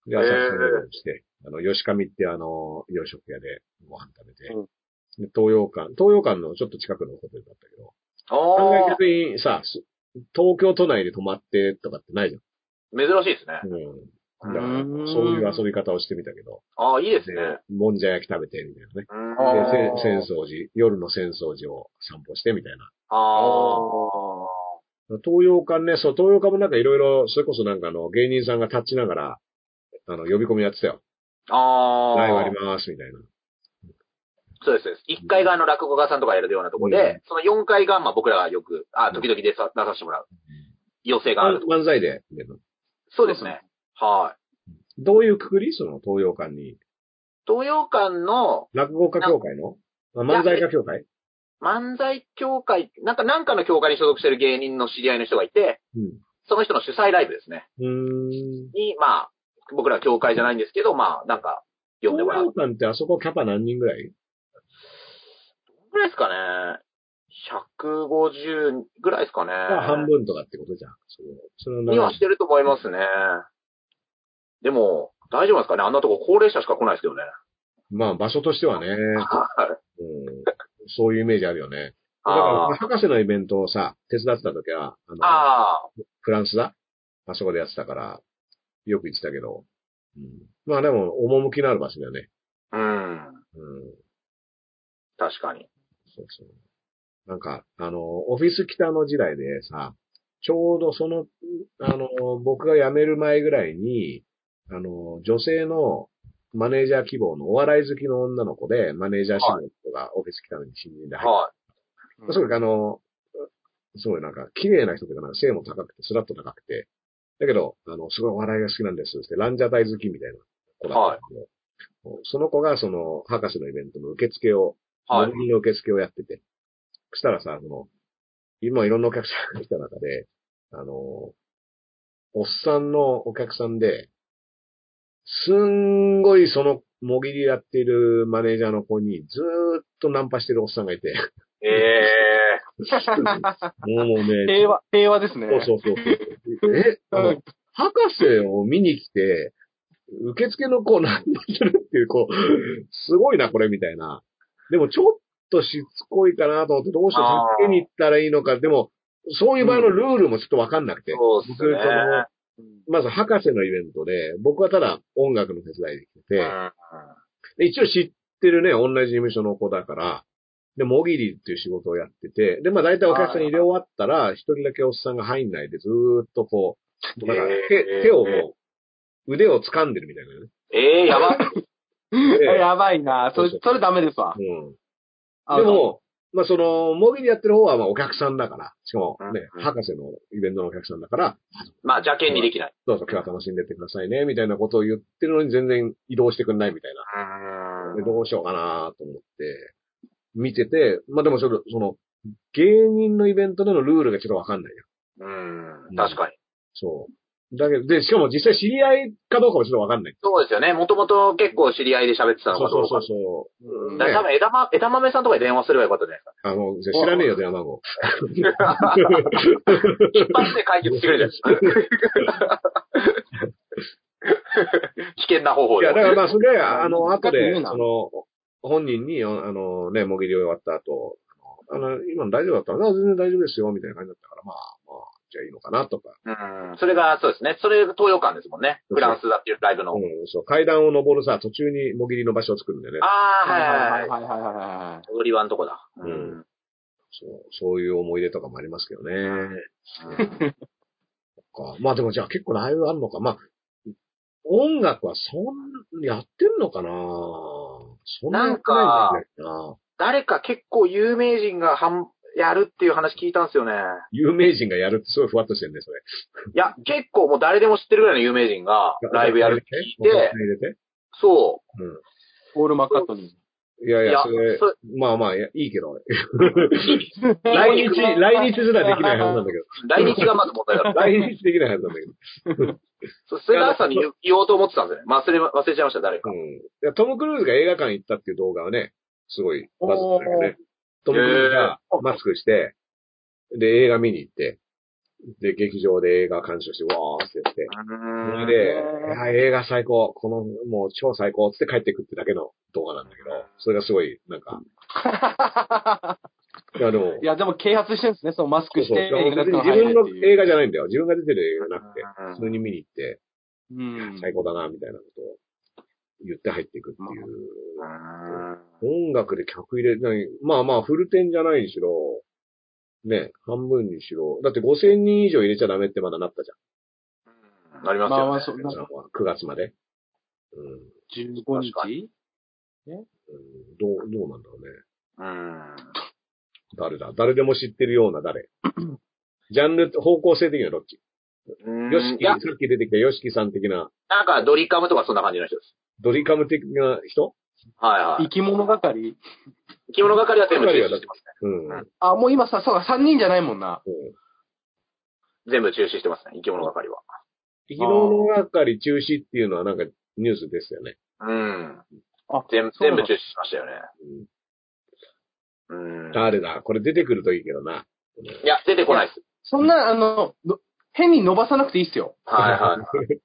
Speaker 3: で、
Speaker 4: へえ
Speaker 3: 浅草の夜をして、あの、吉上ってあの、洋食屋でご飯食べて、
Speaker 5: う
Speaker 3: で東洋館、東洋館のちょっと近くのホテルだったけど、案外
Speaker 4: ああ、
Speaker 3: 逆にさ、す東京都内で泊まってとかってないじ
Speaker 4: 珍しいですね
Speaker 3: ゃ。ん。うん。だか
Speaker 5: う
Speaker 3: ら、
Speaker 5: ん
Speaker 3: そういう遊び方をしてみたけど、
Speaker 4: ああ、いいです
Speaker 3: で
Speaker 4: ね。う、
Speaker 3: もんじゃ焼き食べてみたいなね。
Speaker 4: ん
Speaker 5: あー
Speaker 3: で、せ浅草寺、夜の浅草寺を散歩してみたいな。
Speaker 4: あ
Speaker 3: 東洋館ね、そう、東洋館もなんかいろいろ、それこそなんかあの、芸人さんが立ちながら、あの、呼び込みやってたよ。
Speaker 4: あ、ああ、
Speaker 3: ライブあります、みたいな。
Speaker 4: そうです、そうです。1階側の落語家さんとかやるようなとこで、
Speaker 3: うん
Speaker 4: その4階が、まあ僕らがよく、あ、時々でさ出させてもらう。要請があると。
Speaker 3: 漫才で出るの
Speaker 4: そうですね。はい。
Speaker 3: どういうくくりその東洋館に。
Speaker 4: 東洋館の
Speaker 3: 落語家協会のあ漫才家協会
Speaker 4: 漫才協会、なんか、なんかの協会に所属してる芸人の知り合いの人がいて、
Speaker 3: うん。
Speaker 4: その人の主催ライブですね。
Speaker 3: うーん。
Speaker 4: に、まあ、僕ら協会じゃないんですけど、まあ、なんか、呼んで
Speaker 3: 東
Speaker 4: もらう
Speaker 3: 洋。館ってあそこキャパ何人ぐらい
Speaker 4: ぐらいですかね。150ぐらいですかね。
Speaker 3: まあ半分とかってことじゃん。そうそれは
Speaker 4: には
Speaker 3: 長
Speaker 4: してると思いますね。でも、大丈夫なんですかねあんなとこ高齢者しか来ないですけどね。
Speaker 3: まあ場所としてはね、うん、
Speaker 4: はい。
Speaker 3: そういうイメージあるよね。だ
Speaker 4: あ
Speaker 3: から、
Speaker 4: ー
Speaker 3: 博士のイベントをさ、手伝ってた時は、あの
Speaker 4: あ
Speaker 3: フランスだあそこでやってたから、よく行ってたけど。うん、まあでも、趣のある場所だよね。
Speaker 4: ー、うん。
Speaker 3: うん
Speaker 4: 確かに。
Speaker 3: そうそう。なんか、あの、オフィス北の時代でさ、ちょうどその、あの、僕が辞める前ぐらいに、あの、女性のマネージャー希望のお笑い好きの女の子で、マネージャー志望の子がオフィス北のに新人で入っ
Speaker 4: は
Speaker 5: はい
Speaker 3: て、すごいあの、すごいなんか、綺麗な人というかなんか背も高くて、スラッと高くて、だけど、あの、すごいお笑いが好きなんですって、ランジャタイ好きみたいな子だったんだけど、その子がその、博士のイベントの受付を
Speaker 4: い。はい
Speaker 3: モ。デルの受付をやってて。そしたらさ、その、今いろんなお客さんが来た中で、あの、おっさんのお客さんで、すんごいその、もぎりやっているマネージャーの子にずーっとナンパしてるおっさんがいて、
Speaker 4: ええ
Speaker 3: もうね、
Speaker 5: 平和、平和ですね。
Speaker 3: そうそうそう そう。え、あの、博士を見に来て、受付の子をナンパするっていう、こう、すごいな、これ、みたいな。でも、ちょっとしつこいかなと思って、どうして
Speaker 4: あー
Speaker 3: 助けに行ったらいいのか。でも、そういう場合のルールもちょっとわかんなくて。
Speaker 4: そうっすね。
Speaker 3: まず、博士のイベントで、僕はただ音楽の手伝いで来て
Speaker 4: う
Speaker 3: て、
Speaker 4: ん
Speaker 3: で一応知ってるね、同じ事務所の子だから、で、もぎりっていう仕事をやってて、で、まあ大体お客さん入れ終わったら、一人だけおっさんが入んないで、ずーっとこう、なんか手
Speaker 4: えー
Speaker 3: 手を、腕を掴んでるみたいな
Speaker 4: ええやば。
Speaker 5: やばいな。それ、それダメですわ。
Speaker 3: ね。うん。
Speaker 5: あ
Speaker 3: で
Speaker 5: の、
Speaker 3: も、まあその、モビリやってる方はまあお客さんだから、しかもね
Speaker 4: う、ん
Speaker 3: 博士のイベントのお客さんだから、
Speaker 4: まあ、邪険にできない。
Speaker 3: どうぞ今日は楽しんでってくださいね、みたいなことを言ってるのに全然移動してくんないみたいな。でどうしようかなと思って、見てて、まあでもちょっと、その、芸人のイベントでのルールがちょっとわかんないよ。
Speaker 4: うん。確かに。
Speaker 3: そう。だけど、で、しかも実際知り合いかどうかもちょっとわかんない。
Speaker 4: そうですよね。もともと結構知り合いで喋ってた
Speaker 3: そ
Speaker 4: の
Speaker 3: う
Speaker 4: か
Speaker 3: そ
Speaker 4: ど
Speaker 3: う
Speaker 4: う
Speaker 3: そ
Speaker 4: か
Speaker 3: う。そう。
Speaker 4: だか
Speaker 3: ね
Speaker 4: ら多分枝ま、枝豆さんとかに電話すればよかったじゃないですか。
Speaker 3: あの、じゃあ知らねえよ、電話番号。
Speaker 4: 一発で解決してく れるじゃないですか。危険な方法
Speaker 3: い
Speaker 4: で
Speaker 3: や、。だからまあ、それで、あの、後で、
Speaker 5: 言うな
Speaker 3: その、本人に、ああの、ね、もぎり終わった後、あの、今の大丈夫だったら、あ全然大丈夫ですよ、みたいな感じだったから、まあ、まあ、じゃあいいのかな、とか。
Speaker 4: うん。それが、そうですね。それが東洋館ですもんね。フランスだっていうライブの。
Speaker 3: うん、そう、階段を登るさ、途中にもぎりの場所を作るんだよね。
Speaker 4: ああ、はいはいはい。
Speaker 5: はいはいはいは
Speaker 4: 踊り場のとこだ。
Speaker 3: うんそう、そういう思い出とかもありますけどね。かまあでもじゃあ結構ライブあるのか。まあ、音楽はそん、やってんのかなそんなやってないんだけどな
Speaker 4: 誰か結構有名人がはん、やるっていう話聞いたんですよね。
Speaker 3: 有名人がやるってすごいふわっとしてるね、それ。
Speaker 4: いや、結構もう誰でも知ってるぐらいの有名人がライブやるって聞いて、
Speaker 3: 入れて。
Speaker 4: そ
Speaker 5: い。ポール・マッカートニー。
Speaker 3: いやい
Speaker 4: い
Speaker 3: や、
Speaker 4: や
Speaker 3: それ
Speaker 4: そ、
Speaker 3: まあまあ、いやいいけど。来
Speaker 4: 来
Speaker 3: 日
Speaker 4: 日、
Speaker 3: 来日すらできないはずなんだけど。
Speaker 4: う。来日がまず問題だ った。
Speaker 3: 来日できないはずなんだけど。
Speaker 4: そうそれが朝に言言おうと思ってたんですよね。まあ忘れ、忘れちゃいました、誰か
Speaker 3: う。ん。いやトム・クルーズが映画館行ったっていう動画はね、すごいバズってたよね。トム・クルーズがマスクして、で、映画見に行って、で、劇場で映画鑑賞して、わーってやって。それで、いや映画最高、この、もう超最高っつって帰ってくってだけの動画なんだけど、それがすごい、なんか、いやでも、
Speaker 5: いや、でも啓発してるんですね、そのマス
Speaker 3: そ
Speaker 5: ク
Speaker 3: う
Speaker 5: して
Speaker 3: そう、
Speaker 5: 映画館
Speaker 3: 別に自
Speaker 5: 入る
Speaker 3: 分の
Speaker 5: っていう。
Speaker 3: 映画じゃないんだよ。自分が出てる映画じゃなくて、普通に見に行って、
Speaker 5: うん。
Speaker 3: 最高だな、みたいなことを言って入っていくっていう。
Speaker 4: うん
Speaker 3: 音楽で客入れない。まあまあ、フルテンじゃないにしろ、ね、半分にしろ。だって5000人以上入れちゃダメってまだなったじ
Speaker 4: なりますよ、ね。
Speaker 5: まあまあ、そう、
Speaker 3: ゃん。
Speaker 5: なんか
Speaker 3: 9月まで。うん。うん
Speaker 5: 15日
Speaker 3: どう、どうなんだろうね。
Speaker 4: うん。
Speaker 3: 誰だ誰でも知ってるような 誰。ジャンル、方向性的にはどっち
Speaker 4: うん
Speaker 3: ヨシ
Speaker 4: い
Speaker 3: キ、さ
Speaker 4: や
Speaker 3: っ、き出てきたヨシキさん的な、
Speaker 4: なんかドリカムとかそんな感じの人です。
Speaker 3: ドリカム的な人
Speaker 4: はいはい
Speaker 5: 生。き物係
Speaker 4: 生き物係は全部中止してますね。
Speaker 3: うん。
Speaker 4: うん
Speaker 5: あ、もう今さ、そうか、3人じゃないもんな。
Speaker 3: うん
Speaker 4: 全部中止してますね、生き物係は。
Speaker 3: 生き物係中止っていうのはなんかニュースですよね。
Speaker 4: うん。
Speaker 5: あ
Speaker 4: 全
Speaker 5: そうな
Speaker 4: 全部
Speaker 5: の
Speaker 4: 中止しましたよね。うん。
Speaker 3: 誰だこれ出てくるといいけどな。
Speaker 4: いや、出てこないです。
Speaker 5: そんな、あの、の変に伸ばさなくていいっすよ。
Speaker 4: はいはい。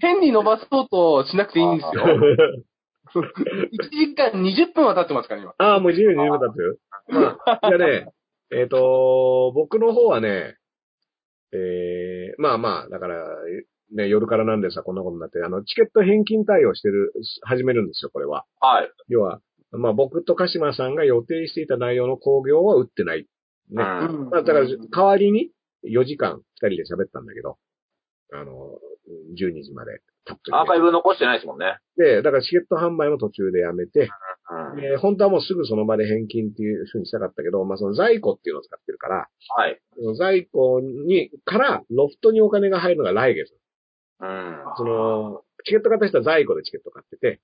Speaker 5: 変に伸ばそうとしなくていいんですよ。1時間20分は経ってますから、今。
Speaker 3: ああ、もう自由に十分経ってる。じゃあね、えっ、と、僕の方はね、えー、まあまあ、だから、ね、夜からなんでさ、こんなことになって、あの、チケット返金対応してる、始めるんですよ、これは。
Speaker 4: はい。
Speaker 3: 要は、まあ僕と鹿島さんが予定していた内容の興行は打ってない。
Speaker 4: う
Speaker 3: ね。ま
Speaker 4: ん。
Speaker 3: あだから、
Speaker 5: うん
Speaker 3: 代わりに4時間2人で喋ったんだけど、あの、12時までたっぷりね、
Speaker 4: アーカイブ残してないですもんね。
Speaker 3: で、だからチケット販売も途中でやめて、
Speaker 4: うん。
Speaker 3: えー本当はもうすぐその場で返金っていうふうにしたかったけど、まあその在庫っていうのを使ってるから、
Speaker 4: はい。
Speaker 3: その在庫に、からロフトにお金が入るのが来月。
Speaker 4: うん。
Speaker 3: その、チケット買った人は在庫でチケット買ってて、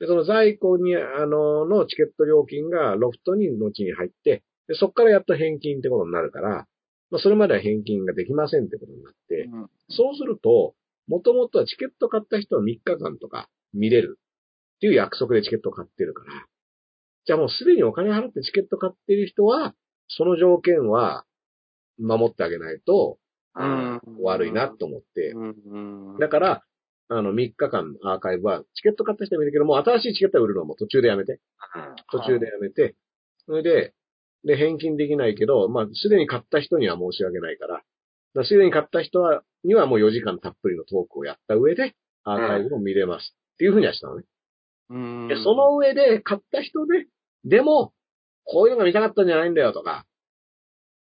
Speaker 3: で、その在庫に、あの、のチケット料金がロフトに後に入って、で、そっからやっと返金ってことになるから、まあそれまでは返金ができませんってことになって、そうすると、もともとはチケット買った人は3日間とか見れるっていう約束でチケット買ってるから。じゃあもうすでにお金払ってチケット買ってる人は、その条件は守ってあげないと
Speaker 4: うん。
Speaker 3: 悪いなと思って。
Speaker 5: うん。
Speaker 3: だから、あの3日間アーカイブはチケット買った人は見るけども、新しいチケットは売るのはもう途中でやめて。途中でやめて、それで、で、返金できないけど、まあ、すでに買った人には申し訳ないから、だからすでに買った人は、にはもう4時間たっぷりのトークをやった上で、アーカイブも見れます。っていうふうにはしたのね。
Speaker 5: うん、
Speaker 3: で、その上で、買った人で、でも、こういうのが見たかったんじゃないんだよとか、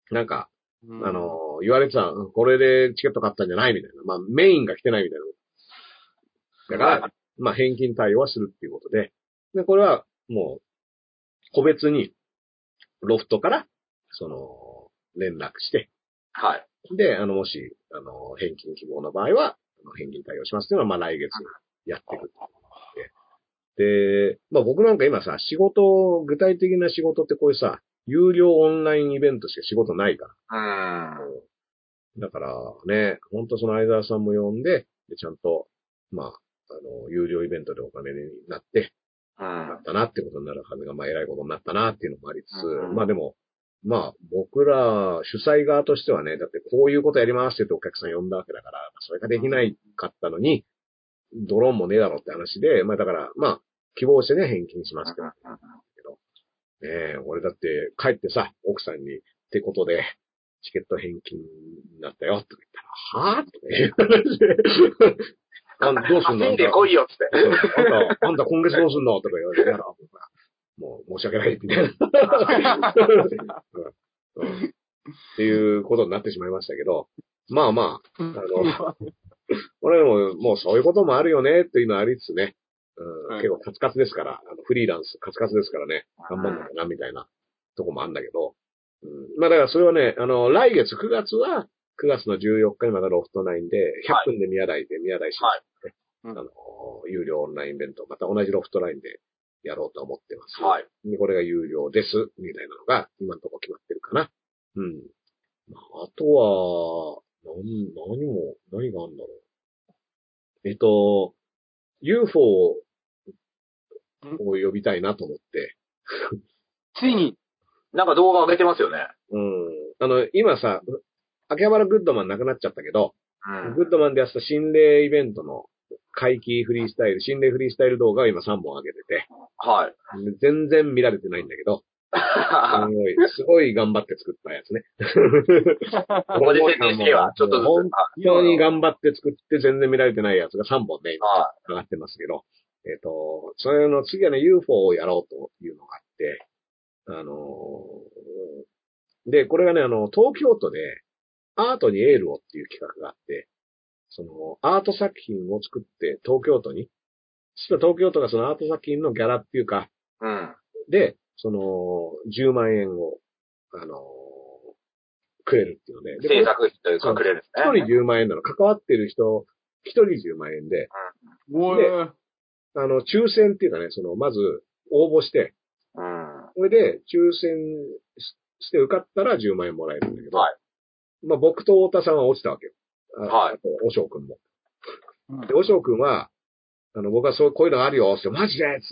Speaker 3: なんか、
Speaker 5: うん、
Speaker 3: あの、言われてた、うんこれでチケット買ったんじゃないみたいな。まあ、メインが来てないみたいな。だから、まあ、返金対応はするっていうことで。で、これは、もう、個別に、ロフトから、その、連絡して、
Speaker 4: はい。
Speaker 3: で、あの、もし、あの、返金希望の場合は、あの返金対応しますっていうのは、まあ、来月やっていくで。で、まあ、僕なんか今さ、仕事、具体的な仕事ってこういうさ、有料オンラインイベントしか仕事ないから。
Speaker 4: うーん。
Speaker 3: だからね、ほんとその相沢さんも呼んで、でちゃんと、まあ、あの、有料イベントでお金になって、
Speaker 4: うん
Speaker 3: なったなってことになるはずが、まあ、偉いことになったなっていうのもありつつ、
Speaker 4: うん
Speaker 3: まあでも、まあ、僕ら主催側としてはね、だってこういうことやりますって言ってお客さん呼んだわけだから、それができないかったのに、ドローンもねえだろって話で、まあだから、まあ、希望してね、返金しますけど、ねえ、俺だって帰ってさ、奥さんに、ってことで、チケット返金になったよ、とか言ったら、はぁとかいう話で。あどうすんの
Speaker 4: 走んで来いよっつって。
Speaker 3: うんあんた、あんた今月どうすんのとか言われて、やら、もう申し訳ない、みたいな。うんうんっていうことになってしまいましたけど、まあまあ、あの、俺も、もうそういうこともあるよね、っていうのはありつつね、うん
Speaker 5: うん
Speaker 3: 結構カツカツですから、あのフリーランス、カツカツですからね、頑張んなきゃな、みたいなとこもあるんだけど、うん、まあだからそれはね、あの、来月9月は、9月の14日にまたロフト9で、100分で宮台で、宮台市
Speaker 4: はい
Speaker 3: あの、有料オンラインイベント、また同じロフトラインでやろうと思ってます。
Speaker 4: はい。
Speaker 3: でこれが有料です、みたいなのが、今のところ決まってるかな。うん。まあ、あとは、何、何も、何があるんだろう。えっと、UFO を呼びたいなと思って、
Speaker 5: ついに、
Speaker 4: なんか動画上げてますよね。
Speaker 3: うん。あの、今さ、秋葉原グッドマンなくなっちゃったけど、
Speaker 4: うん。
Speaker 3: グッドマンでやってた心霊イベントの回帰フリースタイル、心霊フリースタイル動画を今3本上げてて、
Speaker 4: はい。
Speaker 3: 全然見られてないんだけど、すごい、すごい頑張って作ったやつね。
Speaker 4: ここで宣伝しては、ちょっとずつ。
Speaker 3: 本
Speaker 4: はい
Speaker 3: 当に頑張って作って全然見られてないやつが3本ね、今
Speaker 4: は
Speaker 3: 上がってますけど、えっ、と、それの次はね、UFO をやろうというのがあって、あのーで、これがね、あの、東京都で、アートにエールをっていう企画があって、その、アート作品を作って、東京都に、そしたら東京都がそのアート作品のギャラっていうか、
Speaker 4: い。うん。
Speaker 3: で、その、10万円を、あのーくれるっていうので、で
Speaker 4: 制作費という
Speaker 3: そ
Speaker 4: か
Speaker 3: う
Speaker 4: くれるんですね。
Speaker 3: 一人10万円なの。関わってる人、一人10万円で、
Speaker 5: おい、
Speaker 3: あの、抽選っていうかね、その、まず、応募して、
Speaker 4: うん。
Speaker 3: それで、抽選しして受かったら10万円もらえるんだけど、
Speaker 4: はい
Speaker 3: まあ、僕と太田さんは落ちたわけよ。あ
Speaker 4: はい。
Speaker 3: おしょうくんも。
Speaker 5: うん
Speaker 3: で、おしょうくんは、あの、僕はそう、こういうのあるよ、って、マジでって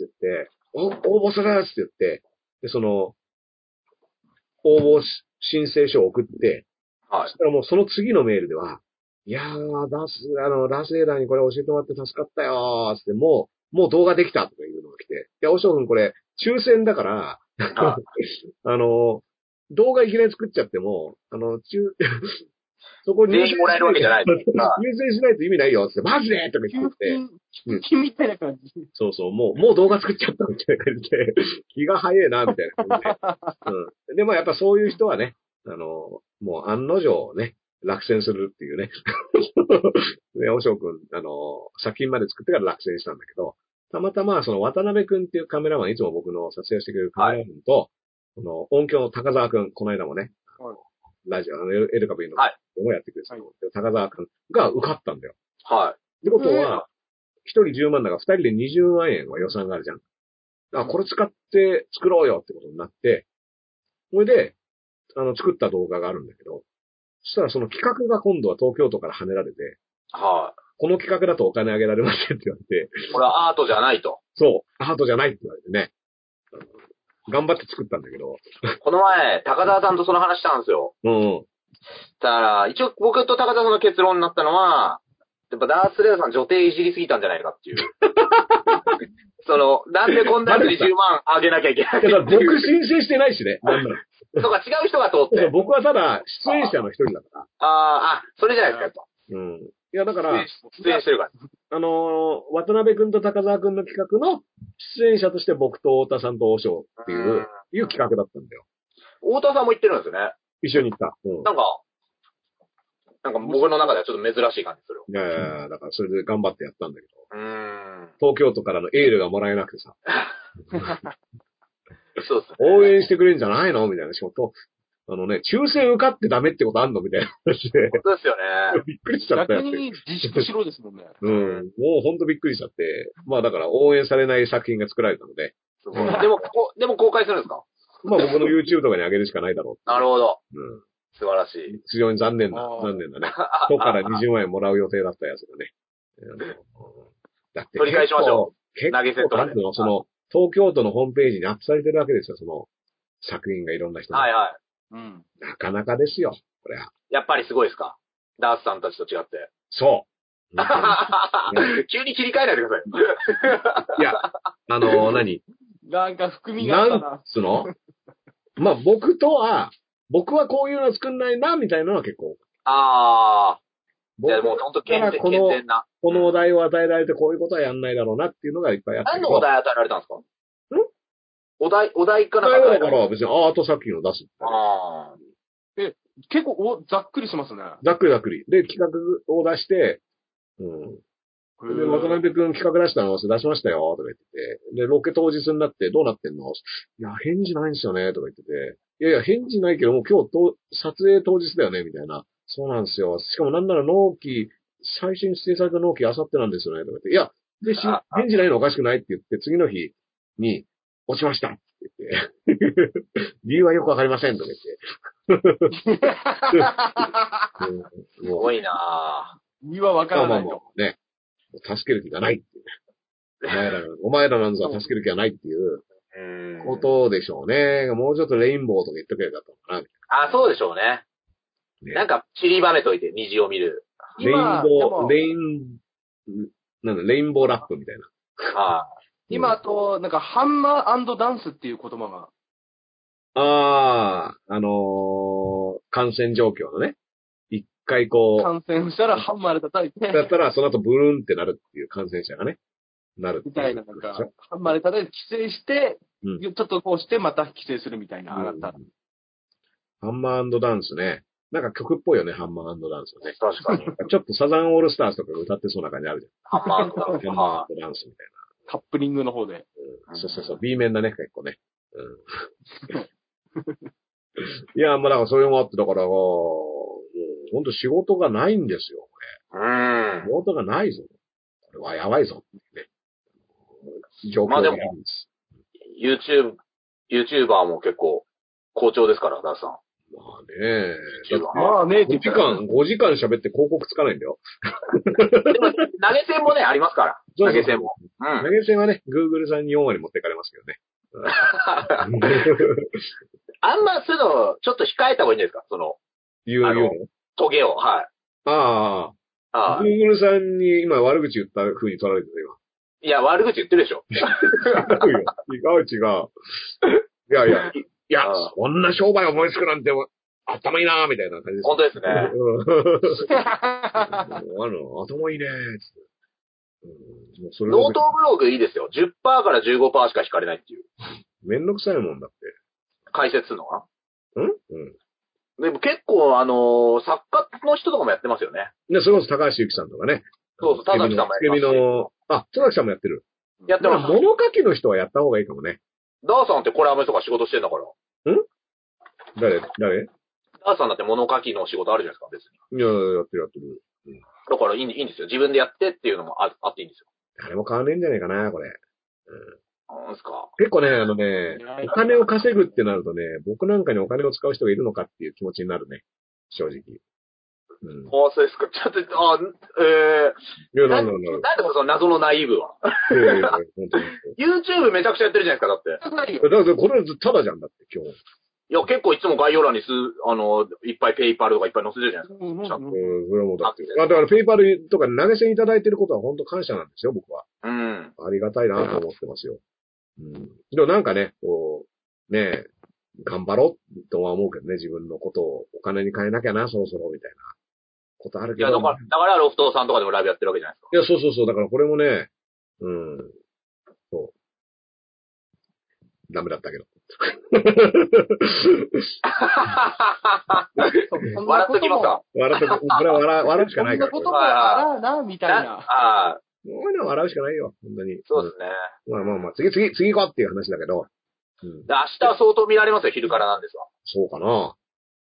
Speaker 3: 言って、お応募するって言って、で、その、応募し申請書を送って、
Speaker 4: はい
Speaker 3: そしたらもうその次のメールでは、いやー、ダース、あの、ダースレーダーにこれ教えてもらって助かったよーっつって、もう、もう動画できたとかいうのが来て、いや、おしょうくんこれ、抽選だから、
Speaker 4: あ
Speaker 3: あの、動画いきなり作っちゃっても、あの、中、そこ
Speaker 4: 全員もらえるわけじゃない
Speaker 3: 入
Speaker 4: ですから
Speaker 3: 選しないと意味ないよっつって、マジでとか
Speaker 5: 給
Speaker 3: 言っ
Speaker 5: 付
Speaker 3: てて、
Speaker 5: 金、給付金みたいな感じ。
Speaker 3: そうそう、もう、もう動画作っちゃったみたいな感じで、 気が早えな、みたいな感じで。う ん。でもやっぱそういう人はね、あの、もう案の定ね、落選するっていうね。 で、おしょうくん、あの、作品まで作ってから落選したんだけど、たまたま、その渡辺くんっていうカメラマン、いつも僕の撮影してくれるカメラマンと、この音響の高沢くん、この間もね、あの
Speaker 5: はい
Speaker 3: ラジオ、あのエルエルカブイの、
Speaker 4: はい
Speaker 3: もやってくれてたの高沢くんが受かったんだよ。
Speaker 4: は
Speaker 3: ってことは、一人10万だから二人で20万円は予算があるじゃん。あ、これ使って作ろうよってことになって、それで、あの、作った動画があるんだけど、そしたらその企画が今度は東京都から跳ねられて、
Speaker 4: い。は
Speaker 3: この企画だとお金あげられませんって言われて、
Speaker 4: い。これはアートじゃないと。
Speaker 3: そう、ハートじゃないって言われてね、あの頑張って作ったんだけど、
Speaker 4: この前、高田さんとその話したんですよ。
Speaker 3: うん、
Speaker 4: だから、一応僕と高田さんの結論になったのは、やっぱダースレーダーさん女帝いじりすぎたんじゃないかっていう。 その、なんでこんなやつに10万あげなきゃいけな
Speaker 3: だ
Speaker 4: い
Speaker 3: か ら僕申請してないしね、なんなら
Speaker 4: とか違う人が通っ
Speaker 3: だから
Speaker 4: て。
Speaker 3: 僕はただ出演者の一人だから、
Speaker 4: ああ、あ、それじゃないですか、やっぱ。
Speaker 3: うん。いや、だから、
Speaker 4: 出演してるから。、
Speaker 3: あのー渡辺くんと高沢くんの企画の出演者として僕と太田さんと王将っていううんいう企画だったんだよ。
Speaker 4: 太田さんも言ってるんですよね。
Speaker 3: 一緒に行った。うん。
Speaker 4: なんか、なんか僕の中ではちょっと珍しい感じする。
Speaker 3: いやいやいやだからそれで頑張ってやったんだけど、
Speaker 4: うーん。
Speaker 3: 東京都からのエールがもらえなくてさ。
Speaker 4: そうですね。
Speaker 3: 応援してくれるんじゃないのみたいな。しかもと、あのね、抽選受かってダメってことあんのみたいな話で。
Speaker 4: 本当ですよね。
Speaker 3: びっくりしちゃった
Speaker 5: 逆
Speaker 3: よって。
Speaker 5: に自粛しろですもんね。
Speaker 3: うん。もうほんとびっくりしちゃって。まあだから応援されない作品が作られたので、
Speaker 4: すごいでも、こでも公開するんですか
Speaker 3: まあ僕の YouTube とかに上げるしかないだろ
Speaker 4: なるほど。
Speaker 3: う。うん。
Speaker 4: 素晴らしい。
Speaker 3: 非常に残念な、
Speaker 5: あー
Speaker 3: 残念なね。都から20万円もらう予定だったやつがね。あのだって
Speaker 4: 取り返しましょ
Speaker 3: 結構。
Speaker 4: 投げ銭
Speaker 3: 結構、
Speaker 4: とか
Speaker 3: な
Speaker 4: で
Speaker 3: んていうの、その、東京都のホームページにアップされてるわけですよ、その、作品がいろんな人に
Speaker 4: はいはい。
Speaker 5: うん。
Speaker 3: なかなかですよ、これは。
Speaker 4: やっぱりすごいですかダースさんたちと違って。
Speaker 3: そう。
Speaker 4: 急に切り替えないでください。
Speaker 3: いや、あの、何
Speaker 5: なんか含みがあった
Speaker 3: なん
Speaker 5: な。
Speaker 3: つうのまあ僕とは、僕はこういうの作んないな、みたいなのは結構。
Speaker 4: あー。い
Speaker 3: 僕
Speaker 4: や、もうほんと健
Speaker 3: だ
Speaker 4: 全、
Speaker 3: からこ
Speaker 4: 健
Speaker 3: の
Speaker 4: 全な。
Speaker 3: このお題を与えられてこういうことはやんないだろうなっていうのがいっぱいあって。
Speaker 4: 何のお題与えられたんですかんお題、お題か
Speaker 3: お
Speaker 4: ら
Speaker 3: 題はだ
Speaker 4: か
Speaker 3: からら別にアート作品を出す。
Speaker 4: あー。
Speaker 5: 結構お、ざっくりしますね。
Speaker 3: ざっくりざっくり。で、企画を出して、うん。で、渡辺くん企画出したの、それ出しましたよ、とか言ってて。で、ロケ当日になって、どうなってんのいや、返事ないんですよね、とか言ってて。いやいや、返事ないけど、もう今日と、撮影当日だよね、みたいな。そうなんですよ。しかもなんなら納期、最初に指定された納期、あさってなんですよね、とか言って。いや、で、し
Speaker 4: あ
Speaker 3: 返事ないのおかしくないって言って、次の日に、落ちましたって言って。 理由はよくわかりません、とか言って。 うん
Speaker 4: す
Speaker 3: もう
Speaker 4: ごいな
Speaker 5: にはわか
Speaker 3: まあ
Speaker 5: ら
Speaker 3: ま
Speaker 5: な
Speaker 3: あ
Speaker 5: い
Speaker 3: ま
Speaker 5: と。
Speaker 3: あ、ね。助ける気がないっていう ね。お前ら、お前らなんぞは助ける気がないっていう
Speaker 4: ぁ。うん
Speaker 3: ことでしょうね。もうちょっとレインボーとか言っとけばよかったのか
Speaker 4: あ、そうでしょうね。
Speaker 3: ね
Speaker 4: なんか、散りばめといて、虹を見る。
Speaker 3: な。
Speaker 5: 今
Speaker 3: レイン
Speaker 5: で
Speaker 3: ボー、
Speaker 5: も
Speaker 3: レイン、んなんだ、レインボーラップみたいな。
Speaker 4: は
Speaker 3: うん
Speaker 5: 今、あと、なんか、ハンマーダンスっていう言葉が。
Speaker 3: ああ、あのー感染状況のね。一回こ、
Speaker 5: 感染したらハンマーで叩いう
Speaker 3: だ
Speaker 5: て
Speaker 3: っ、たらその後ブルーンってなるっていう感染者がね、なるって
Speaker 5: み
Speaker 3: う
Speaker 5: たいな、なんか、ハンマーで叩いて規制して、
Speaker 3: うん
Speaker 5: ちょっとこうして、また規制するみたいな、上がった。
Speaker 3: ハンマーダンスね。なんか曲っぽいよね、ハンマーダンスはね
Speaker 4: い。。確かに。
Speaker 3: ちょっとサザンオールスターズとかが歌ってそうな感じあるじゃん。
Speaker 4: ハンマーと
Speaker 3: ハン
Speaker 4: か。
Speaker 3: マーダンスみたい
Speaker 5: カップリングの方で。
Speaker 3: な。
Speaker 4: うん
Speaker 3: そうそうそう。B 面だね、結構ね。うん。い や、まあだからそれもあって、だから、もうほんと仕事がないんですよ。
Speaker 4: うん
Speaker 3: 仕。事がないぞ。これはやばいぞ。ね。状況
Speaker 4: まあ
Speaker 3: が
Speaker 4: で
Speaker 3: な
Speaker 4: も
Speaker 3: いんです。
Speaker 4: YouTube、YouTuber も結構、好調ですから、ダースさん。
Speaker 3: まあね。だって
Speaker 5: まあね、
Speaker 3: 5時間、5時間喋って広告つかないんだよ。
Speaker 4: でも、投げ銭もね、ありますから。
Speaker 3: そうそう
Speaker 4: 投げ銭も。う
Speaker 3: 投
Speaker 4: ん。
Speaker 3: げ銭はね、Google さんに4割持ってかれますけどね。
Speaker 4: あんまそういうの、ちょっと控えた方がいいんじゃないですかその、
Speaker 3: 言う、
Speaker 4: あの
Speaker 3: 言う
Speaker 4: トゲを。はい。
Speaker 3: の。ああ。
Speaker 4: ああ
Speaker 3: Google さんに今悪口言った風に取られてた、
Speaker 4: いや、悪口言ってるでしょ。
Speaker 3: 今。違うよ違う。いやいや、いや
Speaker 4: ああ、
Speaker 3: そんな商売思いつくなんて、頭いいなーみたいな感じです。
Speaker 4: 本当ですね。
Speaker 3: うんあの、頭いいねーつってうんもうそれ
Speaker 4: ノー
Speaker 3: だ
Speaker 4: トブログいいですよ。10%から15%しか引かれないっていう。
Speaker 3: けめんどくさいもんだって。
Speaker 4: 解説するのは。
Speaker 3: んうん。
Speaker 4: でも結構、あのー作家の人とかもやってますよね。
Speaker 3: で、それこそ高橋ゆきさんとかね。
Speaker 4: そうそう田崎さんもや
Speaker 3: つけ
Speaker 4: りま
Speaker 3: み
Speaker 4: すし
Speaker 3: の、あ、田崎さんもやってる。
Speaker 4: やって
Speaker 3: だから
Speaker 4: ます。
Speaker 3: 物書きの人はやった方がいいかもね。
Speaker 4: ダーさんってコラムとか仕事してんだから。
Speaker 3: 誰誰い
Speaker 4: ダーさんだって物書きの仕事あるじゃないですか、別に。
Speaker 3: や、やってるやってる。
Speaker 4: だからいいんいいんですよ。自分でやってっていうのもああっていいんですよ。
Speaker 3: 誰も買わねえんじゃねえかな、これ。
Speaker 4: なんですか。
Speaker 3: 結構ね、あのね、お金を稼ぐってなるとね、僕なんかにお金を使う人がいるのかっていう気持ちになるね。正直。うん。い
Speaker 4: ああ、そうですか。ちょっと、ああ、え
Speaker 3: や、
Speaker 4: ー、な
Speaker 3: なんんだ
Speaker 4: なん
Speaker 3: ろうなる
Speaker 4: でこれその謎のナイーブは。
Speaker 3: ほど。いやいやいや、本当に。
Speaker 4: YouTube めちゃくちゃやってるじゃないですか、だって。
Speaker 5: ないよ。
Speaker 3: だから、これ、ただじゃんだって、今日。
Speaker 4: いや、結構いつも概要欄にす、あの、いっぱいペイパルとかいっぱい載せてるじゃないです
Speaker 5: うんうんうん
Speaker 3: うん、それはもうだって。あだから、ペイパルとか投げ銭いただいてることは本当感謝なんですよ、僕は。
Speaker 4: か。うん。
Speaker 3: ありがたいなと思ってますよ。うん。でもなんかね、こう、ねえ、頑張ろうとは思うけどね、自分のことをお金に変えなきゃな、そろそろ、みたいなことある
Speaker 4: い
Speaker 3: けど。
Speaker 4: や、だから、だからロフトさんとかでもライブやってるわけじゃないですか。
Speaker 3: いや、そうそうそう。だからこれもね、うん。そう。ダメだったけど。
Speaker 5: そんな
Speaker 4: 笑っ
Speaker 5: こと
Speaker 4: きますか
Speaker 5: も。
Speaker 3: 笑って、これは笑う笑うしか
Speaker 5: そん
Speaker 3: ない
Speaker 5: な
Speaker 3: から。こ
Speaker 5: こ
Speaker 3: れ
Speaker 5: ともあらな、みたい
Speaker 4: な
Speaker 5: な。
Speaker 4: ああ、
Speaker 3: こういうのは笑うしかないよ。本当に。
Speaker 4: そうですね。
Speaker 3: うんまあまあまあ、次次、次行こうっていう話だけど、うん。
Speaker 4: で明日は相当見られますよ、昼からなんですわ。
Speaker 3: そうかな。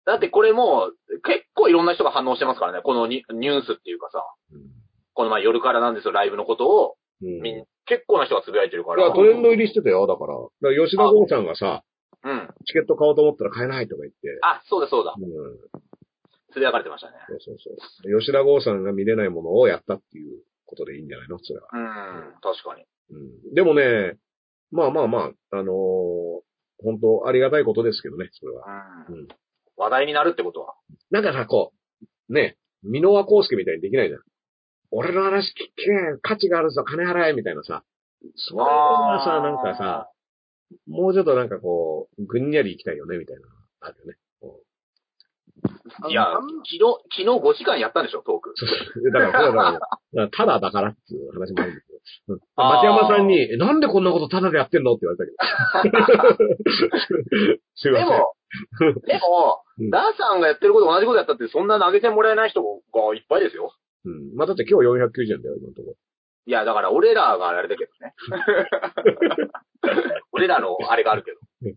Speaker 4: だってこれもう、結構いろんな人が反応してますからね、このニニュースっていうかさ、この前夜からなんですよ、ライブのことを、
Speaker 3: うん。うん
Speaker 4: みん結構な人がつぶやいてるか
Speaker 3: いや、
Speaker 4: ら。
Speaker 3: トレンド入りしてたよ、だから。だから吉田剛さんがさ、
Speaker 4: うん。
Speaker 3: チケット買おうと思ったら買えないとか言って。
Speaker 4: あ、そうだそうだ。
Speaker 3: うん。
Speaker 4: つぶやかれてましたね。
Speaker 3: そうそうそう。吉田剛さんが見れないものをやったっていうことでいいんじゃないのそれは。
Speaker 4: うん、確かに。
Speaker 3: うん。でもね、まあまあまあ、あのー本当ありがたいことですけどね、それは。
Speaker 4: うん。
Speaker 3: うん
Speaker 4: 話題になるってことは。
Speaker 3: なんかさ、こう、ね、箕輪康介みたいにできないじゃん。俺の話聞け、価値があるぞ、金払え、みたいなさ。そういうのはさ、なんかさ、もうちょっとなんかこう、ぐんやり行きたいよね、みたいなのがあるよね。
Speaker 4: いや、昨日、昨日5時間やったんでしょ、トーク。
Speaker 3: だから、だ から、だからただだからっていう話もあるんですよ。うん
Speaker 4: あー
Speaker 3: 松山さんに、えなんでこんなことただでやってんのって言われたけ ど。 すいま
Speaker 4: で
Speaker 3: せん。
Speaker 4: も、でも
Speaker 3: うん、
Speaker 4: ダーさんがやってること同じことやったって、そんな投げてもらえない人がいっぱいですよ。
Speaker 3: うん。まあ、だって今日490円だよ、今のとこ
Speaker 4: いや、だから俺らがあれだけどね。俺らのあれがあるけど。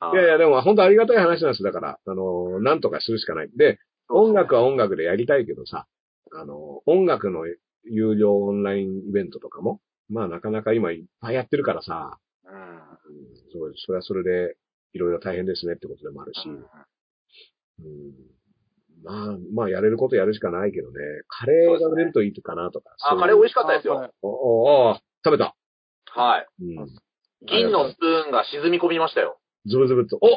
Speaker 4: あ
Speaker 3: ろ。いやいや、でも本当ありがたい話なんです。だから、あのーなんとかするしかない。で、音楽は音楽でやりたいけどさ、あのー音楽の有料オンラインイベントとかも、まあなかなか今いっぱいやってるからさ、
Speaker 4: うん
Speaker 3: うん、そうそれはそれでいろいろ大変ですねってことでもあるし。うんまあ、まあ、やれることやるしかないけどね。カレーが売れるといいかなとか。
Speaker 4: あ、カレー美
Speaker 3: 味しい
Speaker 4: 味しかったですよ。
Speaker 3: う。おおお食べた。
Speaker 4: はい。
Speaker 3: うん。
Speaker 4: 銀のスプーンが沈み込みましたよ。
Speaker 3: ズブズブっと。お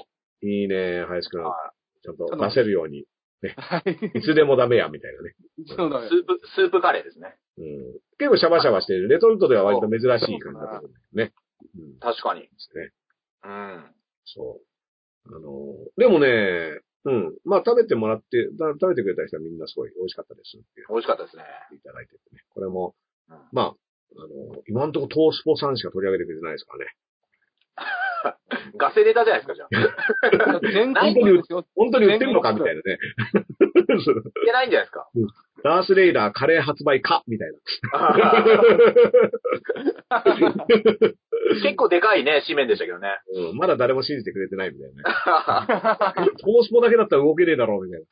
Speaker 3: いいね、林くん。
Speaker 4: は
Speaker 3: ちゃんと出せるように。
Speaker 5: はい。
Speaker 3: いつでもダメや、みたい
Speaker 5: そうだ
Speaker 4: い
Speaker 5: ね
Speaker 4: ス。ープ、スープカレーですね。
Speaker 3: なね。うん。結構シャバシャバしてる。レトルトでは割と珍しい感じだと思うんだよね。うん。で
Speaker 4: 確かに。
Speaker 3: すね。
Speaker 4: うん。
Speaker 3: そう。あのー、でもね、うん。まあ食べてもらって、だ食べてくれた人はみんなすごい美味しかったですって
Speaker 4: 美味しかったですね。
Speaker 3: いただいててね。これも
Speaker 4: うん、
Speaker 3: まあ、あの、今んとこトースポさんしか取り上げてくれてないですからね。
Speaker 4: ガセネタじゃないですか、じゃあ。
Speaker 5: 全国ですよ。
Speaker 3: 本当に売ってるのかみ
Speaker 5: 全
Speaker 3: た
Speaker 5: 国
Speaker 3: いなね。
Speaker 4: いけないんじゃないですか。
Speaker 3: ダースレイダーカレー発売かみたいな。
Speaker 4: 結構でかいね、紙面でしたけどね。
Speaker 3: うん、まだ誰も信じてくれてないみたいなね。トースポだけだったら動けねえだろうみたいな。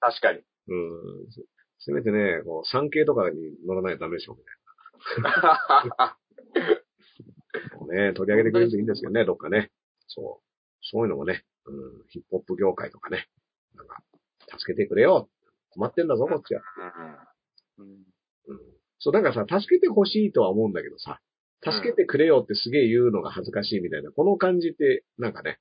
Speaker 4: 確かに。
Speaker 3: うん。せせめてね、こう、産経とかに乗らないとダメでしょ、みたいな。こうね、取り上げてくれるといいんですけどね、どっかね。そう。そういうのもね、うん、ヒップホップ業界とかね。なんか、助けてくれよ。困ってんだぞ、こっちは。そう、だからさ、助けてほしいとは思うんだけどさ、助けてくれよってすげえ言うのが恥ずかしいみたいな、この感じって、なんかね、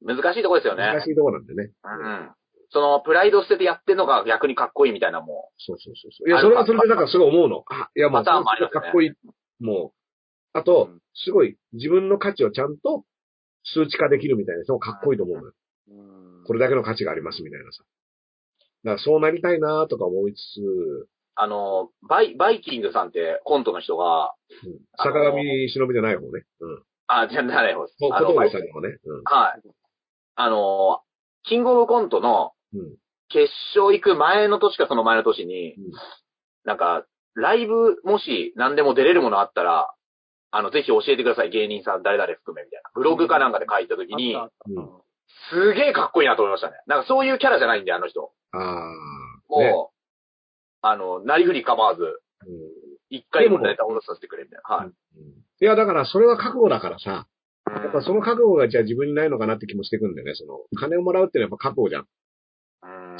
Speaker 4: 難しいとこですよね。
Speaker 3: 難しいとこなんでね。
Speaker 4: うん。その、プライド捨ててやってんのが逆にかっこいいみたいなも
Speaker 3: そうそうそうそう。いや、それはそれで、だからすごい思うの。あ、いや、もう、
Speaker 4: パターンもあります
Speaker 3: か
Speaker 4: よ
Speaker 3: っ
Speaker 4: ね
Speaker 3: こいい。もう、あと
Speaker 5: うん、
Speaker 3: すごい、自分の価値をちゃんと数値化できるみたいな人もかっこいいと思うのよ。これだけの価値がありますみたいなさ。だからそうなりたいなとか思いつつ、
Speaker 4: あの、バイ、バイキングさんってコントの人が、
Speaker 3: うん
Speaker 4: あの
Speaker 3: 坂上忍じゃない方ね。うん。
Speaker 4: あ、じゃない方です
Speaker 3: こ。
Speaker 4: あの、
Speaker 3: 小峠さんにもね。うん。
Speaker 4: はい。あの、キングオブコントの
Speaker 3: うん。
Speaker 4: 決勝行く前の年かその前の年に、
Speaker 3: うん
Speaker 4: なんか、ライブもし何でも出れるものあったら、あの、ぜひ教えてください。芸人さん誰々含めみたいな。ブログかなんかで書いた時に、
Speaker 3: うん
Speaker 4: すげえかっこいいなと思いましたね。なんかそういうキャラじゃないんで、あの人。
Speaker 3: あ
Speaker 4: も
Speaker 3: あ。
Speaker 4: う、
Speaker 3: ね。
Speaker 4: あの、なりふり構わず、
Speaker 3: うん
Speaker 4: 一回もネタを下ろさせてくれみたいな。はい。
Speaker 3: いや、だから、それは覚悟だからさ、や
Speaker 4: や
Speaker 3: っぱその覚悟がじゃあ自分にないのかなって気もしてくんだよね。その、金をもらうってのはやっぱ覚悟じゃん。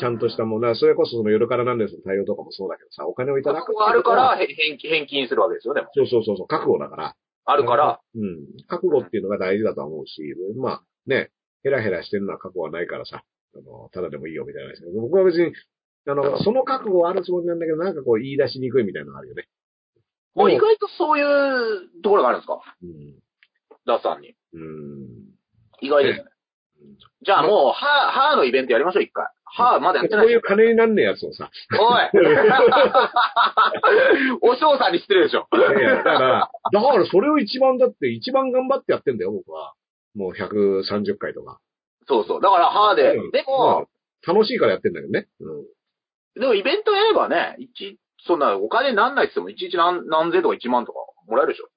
Speaker 3: ちゃんとしたもの。だからそれこそその夜からなんですの対応とかもそうだけどさ、お金をいただくって
Speaker 4: 覚
Speaker 3: いう
Speaker 4: 悟
Speaker 3: のは
Speaker 4: があるか、ら、へ返金返金するわけですよ、でも。
Speaker 3: そうそうそうそう、覚悟だから。
Speaker 4: あるから、。
Speaker 3: うん。覚悟っていうのが大事だと思うし、まあ、ね、ヘラヘラしてるのは覚悟はないからさ、あの、ただでもいいよみたいな話。僕は別に、あの、その覚悟はあるつもりなんだけど、なんかこう言い出しにくいみたいなのがあるよね。
Speaker 4: もう意外とそういうところがあるんですか
Speaker 3: うん。
Speaker 4: ダースさんに。
Speaker 3: うん。
Speaker 4: 意外ですね
Speaker 3: うん。
Speaker 4: じゃあもう、ハー、ハーのイベントやりましょう、一回。ハーまだやって
Speaker 3: こ
Speaker 4: な
Speaker 3: うい
Speaker 4: いで
Speaker 3: う
Speaker 4: すよ。
Speaker 3: 金になんねえやつをさ、
Speaker 4: おい お嬢さんに失礼でしょ。
Speaker 3: いやいやだから、 だからそれを一番だって、一番頑張ってやってんだよ、僕は。もう130回とか。
Speaker 4: そうそう。だから、ハーで。
Speaker 3: うん
Speaker 4: で
Speaker 3: ま
Speaker 4: も、
Speaker 3: あ楽しいからやってんだけどね。うん。
Speaker 4: でもイベントやればね、一、そんなお金なんないっつっても、いちいち何、何千とか1万とかもらえるでしょ。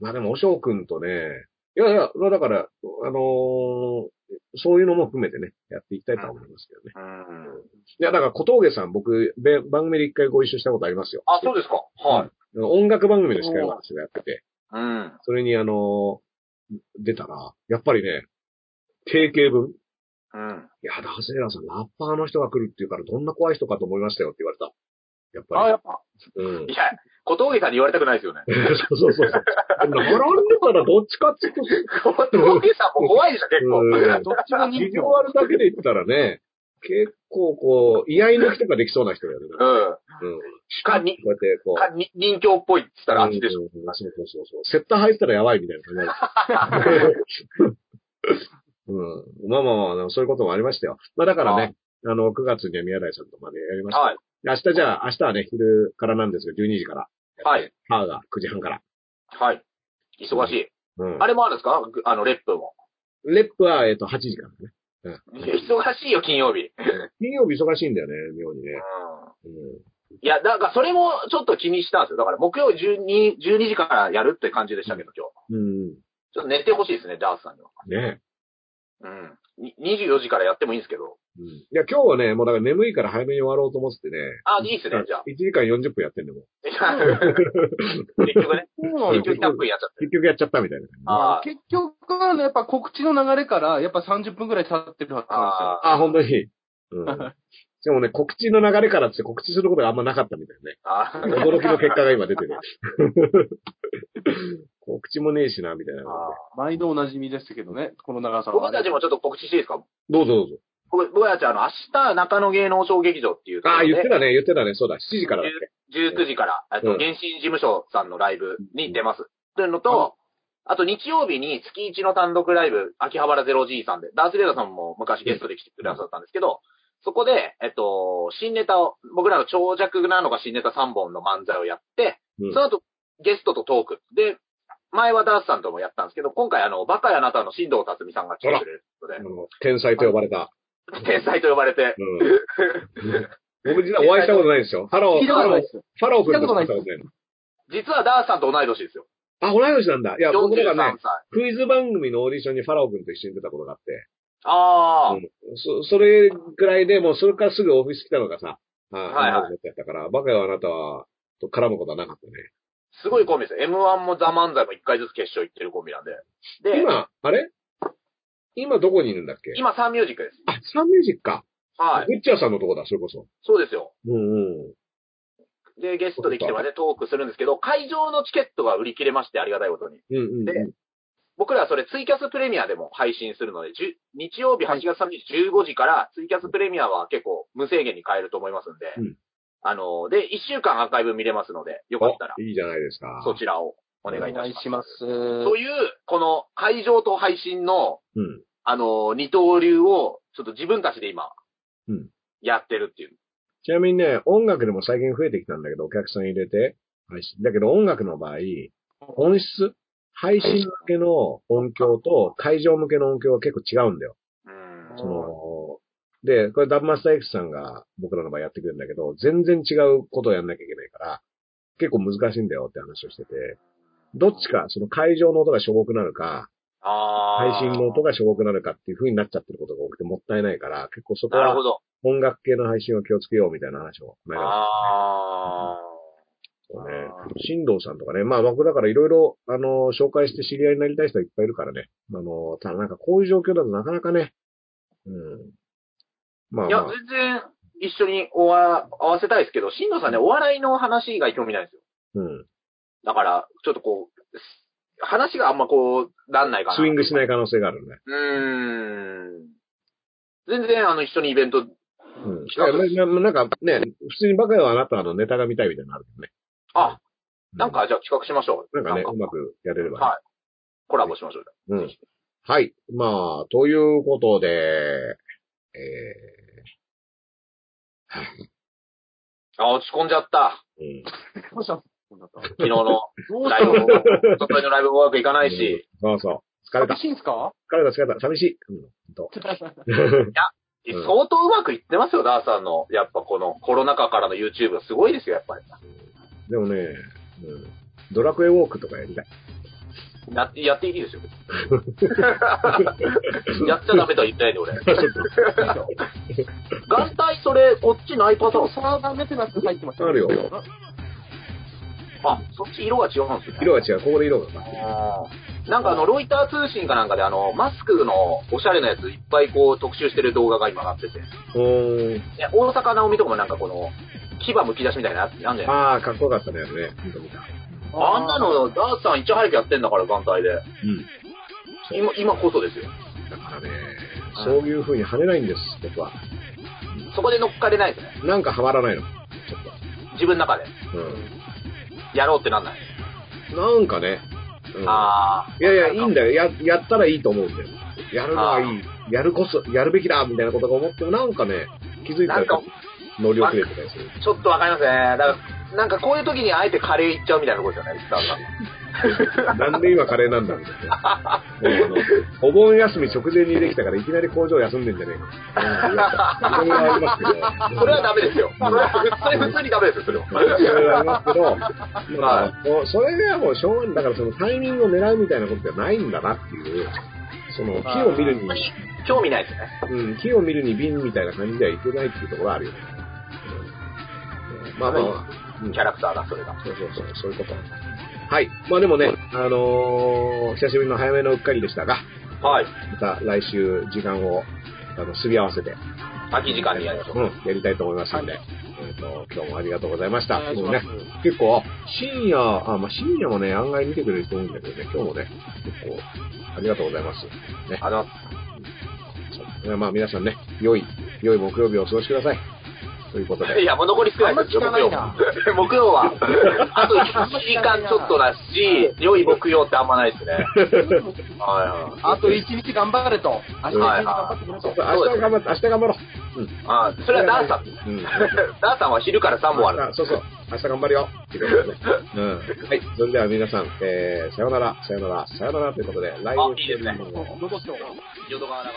Speaker 3: まあでも、おしょうくんとね、いやいや、だから、あのーそういうのも含めてね、やっていきたいとは思いますけどね。
Speaker 4: うん。
Speaker 3: いや、だから小峠さん、僕、べ番組で一回ご一緒したことありますよ。
Speaker 4: あ、そうですか。はい。
Speaker 3: 音楽番組の司会を私がやってて、
Speaker 4: うん。
Speaker 3: それにあのー出たら、やっぱりね、定型文
Speaker 4: うん。
Speaker 3: いや、ダースエラーさん、ラッパーの人が来るっていうから、どんな怖い人かと思いましたよって言われた。やっ
Speaker 5: あ、
Speaker 3: ぱ
Speaker 5: やっぱ。
Speaker 3: り。うん
Speaker 4: い。や、小峠さんに言われたくない ですよね。
Speaker 3: そうそうそうそう。でもなんでかな、どっちかっていう と、
Speaker 4: 小峠さんも怖いでしょ、結構。
Speaker 3: うん
Speaker 5: どっちも
Speaker 3: ビ
Speaker 5: 人
Speaker 3: ジ
Speaker 5: 気
Speaker 3: ュアルだけで言ったらね、結構こう、居合抜きとかできそうな人だよね。
Speaker 4: うん。
Speaker 3: うん。こ
Speaker 4: か、に、
Speaker 3: うやってこう。
Speaker 4: か、に、人形っぽいって言ったらあっちでしょ。
Speaker 3: うんそうそうそうそう。セッター入ってたらやばいみたいな感じなんです よ。うん。まあまあまあ、そういうこともありましたよ。まあだからね、あの、9月には宮台さんとまでやりました。
Speaker 4: はい。
Speaker 3: 明日じゃあ、明日はね、昼からなんですけど、12時から。
Speaker 4: はい。
Speaker 3: 母が9時半から。
Speaker 4: はい。忙しい。
Speaker 3: うん。
Speaker 4: あれもあるんですかぐあの、レップも。
Speaker 3: レップは、えっと、8時からね。
Speaker 4: いや忙しいよ、金曜日。
Speaker 3: 金曜日忙しいんだよね、妙にね。
Speaker 4: う。
Speaker 3: うん
Speaker 4: いや、だからそれもちょっと気にしたんですよ。だから木曜12、12時からやるって感じでしたけど、今日。
Speaker 3: ん。うん。
Speaker 4: ちょっと寝てほしいですね、ダースさんには。
Speaker 3: ね
Speaker 4: うん。に24時からやってもいいんですけど。
Speaker 3: うん。いや、今日はね、もうだから眠いから早めに終わろうと思っててね。
Speaker 4: あ、いいっすね、 じゃあ。
Speaker 3: 1時間40分やってんのも。
Speaker 4: いや結局ね、
Speaker 5: そう
Speaker 4: 結局100分やっちゃって
Speaker 3: 結
Speaker 4: る。
Speaker 3: 局やっちゃったみたいな。
Speaker 4: あー
Speaker 5: 結局はね、やっぱ告知の流れから、やっぱ30分くらい経ってるはずなん
Speaker 4: あー
Speaker 3: あ、本当に。うん。でもね、告知の流れからって告知することがあんまなかったみたい
Speaker 4: あー
Speaker 3: ね。驚きの結果が今出て る。告知もねえしな、みたいな。
Speaker 5: ですよ。毎度おなじみですけどね、この長さは。
Speaker 4: 僕たちもちょっと告知していいですか
Speaker 3: どうぞどうぞ。
Speaker 4: 僕僕たちあの、明日中野芸能小劇場っていうとこ
Speaker 3: ああ、
Speaker 4: ろで
Speaker 3: 言ってたね、言ってたね、そうだ、7時からだっけ。
Speaker 4: 19時から、えっ
Speaker 3: う
Speaker 4: と、
Speaker 3: ん
Speaker 4: 原神事務所さんのライブに出ます。というのと、あと日曜日に月1の単独ライブ、秋葉原ゼロ G さんで、ダースレーダーさんも昔ゲストで来てくださったんですけど、そこで、えっと、新ネタを、僕らの長尺なのが新ネタ3本の漫才をやって、
Speaker 3: うん
Speaker 4: その後、ゲストとトーク。で、前はダースさんともやったんですけど、今回あの、バカやあなたの新藤辰巳さんが来てくれる
Speaker 3: あ
Speaker 4: ので、
Speaker 3: の天才と呼ばれた。
Speaker 4: 天才と呼ばれて、
Speaker 3: うん。僕実はお会いしたことないですよ。ハロ
Speaker 5: 聞
Speaker 3: ー、
Speaker 5: いたこ
Speaker 3: ハ
Speaker 5: とない
Speaker 3: ロー
Speaker 5: で、す。
Speaker 3: ハロー君としか会ったことないの。
Speaker 4: 実はダースさんと同い年ですよ。
Speaker 3: あ、同い年なんだ。いや、僕らが
Speaker 4: 43
Speaker 3: ね、
Speaker 4: 歳。
Speaker 3: クイズ番組のオーディションにファラオ君と一緒に出たことがあって、
Speaker 4: ああ、
Speaker 3: うんそ、それぐらいでもうそれからすぐオフィス来たのがさ、あ
Speaker 4: はいはい
Speaker 3: あのやったから、バカよあなたは、と絡むことはなかったね。
Speaker 4: すごいコンビですよ。M1 もザ・漫才も1回ずつ決勝行ってるコンビなんで。で、今、
Speaker 3: 今、あれ今どこにいるんだっけ
Speaker 4: サンミュージックです。
Speaker 3: あ、サンミュージックか。
Speaker 4: はい。
Speaker 3: グッチャーさんのとこだ、それこそ。
Speaker 4: そうですよ。
Speaker 3: うんうん。
Speaker 4: で、ゲストで来てまでトークするんですけど、会場のチケットが売り切れまして、ありがたいことに。
Speaker 3: うんうん、うん
Speaker 4: で。僕らはそれツイキャスプレミアでも配信するので、じゅ日曜日8月3日15時からツイキャスプレミアは結構無制限に買えると思いますんで、
Speaker 3: うん
Speaker 4: あの、で、1週間アーカイブ見れますので、よかったら
Speaker 3: おいいじゃないですか。
Speaker 4: そちらをお願いい
Speaker 5: お
Speaker 4: た
Speaker 5: 願
Speaker 4: し
Speaker 5: い
Speaker 4: ます。
Speaker 5: します。
Speaker 4: という、この会場と配信の
Speaker 3: うん。
Speaker 4: あの、二刀流を、ちょっと自分たちで今、
Speaker 3: うん
Speaker 4: やってるっていう。
Speaker 3: ちなみにね、音楽でも最近増えてきたんだけど、お客さん入れて、配信。だけど音楽の場合、音質、配信向けの音響と会場向けの音響は結構違うんだよ。
Speaker 4: うん。
Speaker 3: その、で、これダブマスター X さんが僕らの場合やってくれるんだけど、全然違うことをやんなきゃいけないから、結構難しいんだよって話をしてて、どっちか、その会場の音がしょぼくなるか、
Speaker 4: あ
Speaker 3: 配
Speaker 4: あ。
Speaker 3: 信の音がしょぼくなるかっていう風になっちゃってることが多くてもったいないから、結構そこ
Speaker 4: なる
Speaker 3: は
Speaker 4: ほど。
Speaker 3: 音楽系の配信を気をつけようみたいな話を、前から
Speaker 4: あ
Speaker 3: そうね。新藤さんとかね。まあ僕だからいろいろ、あの、紹介して知り合いになりたい人はいっぱいいるからね。あの、ただなんかこういう状況だとなかなかね。うん。ま
Speaker 4: あ。
Speaker 3: あ
Speaker 4: い
Speaker 3: ま
Speaker 4: や
Speaker 3: あ、、
Speaker 4: 全然、一緒におわ合わせたいですけど、しんのさんね、お笑いの話が興味ないんですよ。
Speaker 3: うん。
Speaker 4: だから、ちょっとこう、話があんまこう、なんないかな。。
Speaker 3: スイングしないい可能性があるね。
Speaker 4: うーん。全然、あの、一緒にイベント、
Speaker 3: うん。いやなななんかね、普通にバカよあなたのネタが見たいみたいなのあるけどね。
Speaker 4: あ、
Speaker 3: う
Speaker 4: なん、か、じゃあ企画しましょう。
Speaker 3: なんかね、うまくやれれば、
Speaker 4: はい。コラボしましょう。
Speaker 3: うん。はい。まあ、ということで、え
Speaker 4: あ、落ち込んじゃった。
Speaker 3: ー、うん。
Speaker 5: どうした
Speaker 4: 昨日 の。
Speaker 5: どう
Speaker 4: ラ
Speaker 5: し
Speaker 4: イ
Speaker 5: た
Speaker 4: ブ
Speaker 5: の
Speaker 4: も、外のライブもうまくいかないし、
Speaker 3: そうそう。疲れた
Speaker 5: 寂。しいんすか
Speaker 3: 疲れた、疲れた。寂しい。うん。ほんとうん
Speaker 4: 相当うまくいってますよ、ダーさんの。やっぱこのコロナ禍からの YouTube はすごいですよ、やっぱり。
Speaker 3: でもね、うん、ドラクエウォークとかやりたい。
Speaker 4: ややっていいですよ、別 にやっちゃダメとは言ってないで、俺。眼帯それ、こっちないパターン
Speaker 5: サーバーメテナンス入ってました、
Speaker 3: あるよ。
Speaker 4: あ、そっち色が違うんですね。
Speaker 3: 色が違う、ここで色が。
Speaker 4: あーなんかあの、ロイター通信かなんかで、あの、マスクのおしゃれなやついっぱいこう特集してる動画が今上がってて、ね、
Speaker 3: うーん。
Speaker 4: 大阪直美とかもなんかこの、牙むき出しみたいなやつあんじゃない
Speaker 3: ああ、かっこよかったね、あれね。見た見た
Speaker 4: あんなの、ダースさんいち早くやってんだから、眼帯で。
Speaker 3: うん。
Speaker 4: 今、今こそですよ。
Speaker 3: だからね、そういう風に跳ねないんです、僕は。
Speaker 4: そこで乗っかれないですね。
Speaker 3: なんかハマらないの。ちょ
Speaker 4: 自分の中で。
Speaker 3: っと。うん。
Speaker 4: やろうってなんない。
Speaker 3: なんかね。うん、
Speaker 4: ああ。
Speaker 3: いやいや、いいんだよ。や、やったらいいと思うんだよ。やるのはいい。やるこそ、やるべきだみたいなことが思っても、なんかね、気づいた、
Speaker 4: なんから
Speaker 3: 能力でとかでする。
Speaker 4: ちょっとわかりますね。だから、なんかこういう時にあえてカレーいっちゃうみたいなことじゃないですか。
Speaker 3: なんで今カレーなんだみたいな。もうあの、お盆休み直前にできたからいきなり工場休んでんじゃねえか。いろいろありますけど。
Speaker 4: それはダメですよ。それは普通に普通にダメですよ、それは。
Speaker 3: いろいろありますけど、まあ、もうそれがもうしょうがない。だからそのタイミングを狙うみたいなことじゃないんだなっていう、その木を見るに、
Speaker 4: 興味ないですね。
Speaker 3: うん、木を見るに瓶みたいな感じではいけないっていうところはあるよね。うんまあまあまあ、うん
Speaker 4: キャラクターが、それが。
Speaker 3: そうそうそう、そういうこと。はい。まあでもね、あのー久しぶりの早めのうっかりでしたが、
Speaker 4: はい。
Speaker 3: また来週時間を、あの、すり合わせて、
Speaker 4: 空き時間にやりましょう。
Speaker 3: うん、やりたいと思いますんで、えっ、と、今日もありがとうございました。
Speaker 5: お願いし
Speaker 3: も
Speaker 5: ま
Speaker 3: うね
Speaker 5: す、
Speaker 3: 結構、深夜、あ、まあ深夜もね、案外見てくれる人多いんだけどね、今日もね、結構、ありがとうございます。ね、
Speaker 4: あの、
Speaker 3: そうねまあ皆さんね、良い、良い木曜日をお過ごしください。ということで。
Speaker 4: いや、もう残り少ないですよ、
Speaker 5: あんま聞
Speaker 4: 木曜。
Speaker 5: かな
Speaker 4: 木曜は、あと1時間ちょっとだし、良い木曜ってあんまな いですね。はい
Speaker 5: あと一日頑張れと。明日一日頑張ってくれ
Speaker 3: そう
Speaker 5: と。
Speaker 3: そう明日頑張って、明日頑張ろう。うん。
Speaker 4: はい。あそれはダンさん。
Speaker 3: うん。
Speaker 4: ダンさんは昼から3本ある。
Speaker 3: あそうそう。明日頑張るよ。っていうこ とでね。うん。はい。それでは皆さん、えー、さようなら、さようなら、さようならということで、来
Speaker 4: あいいですね
Speaker 3: 週も
Speaker 5: 残しておこう。
Speaker 4: 淀川流れ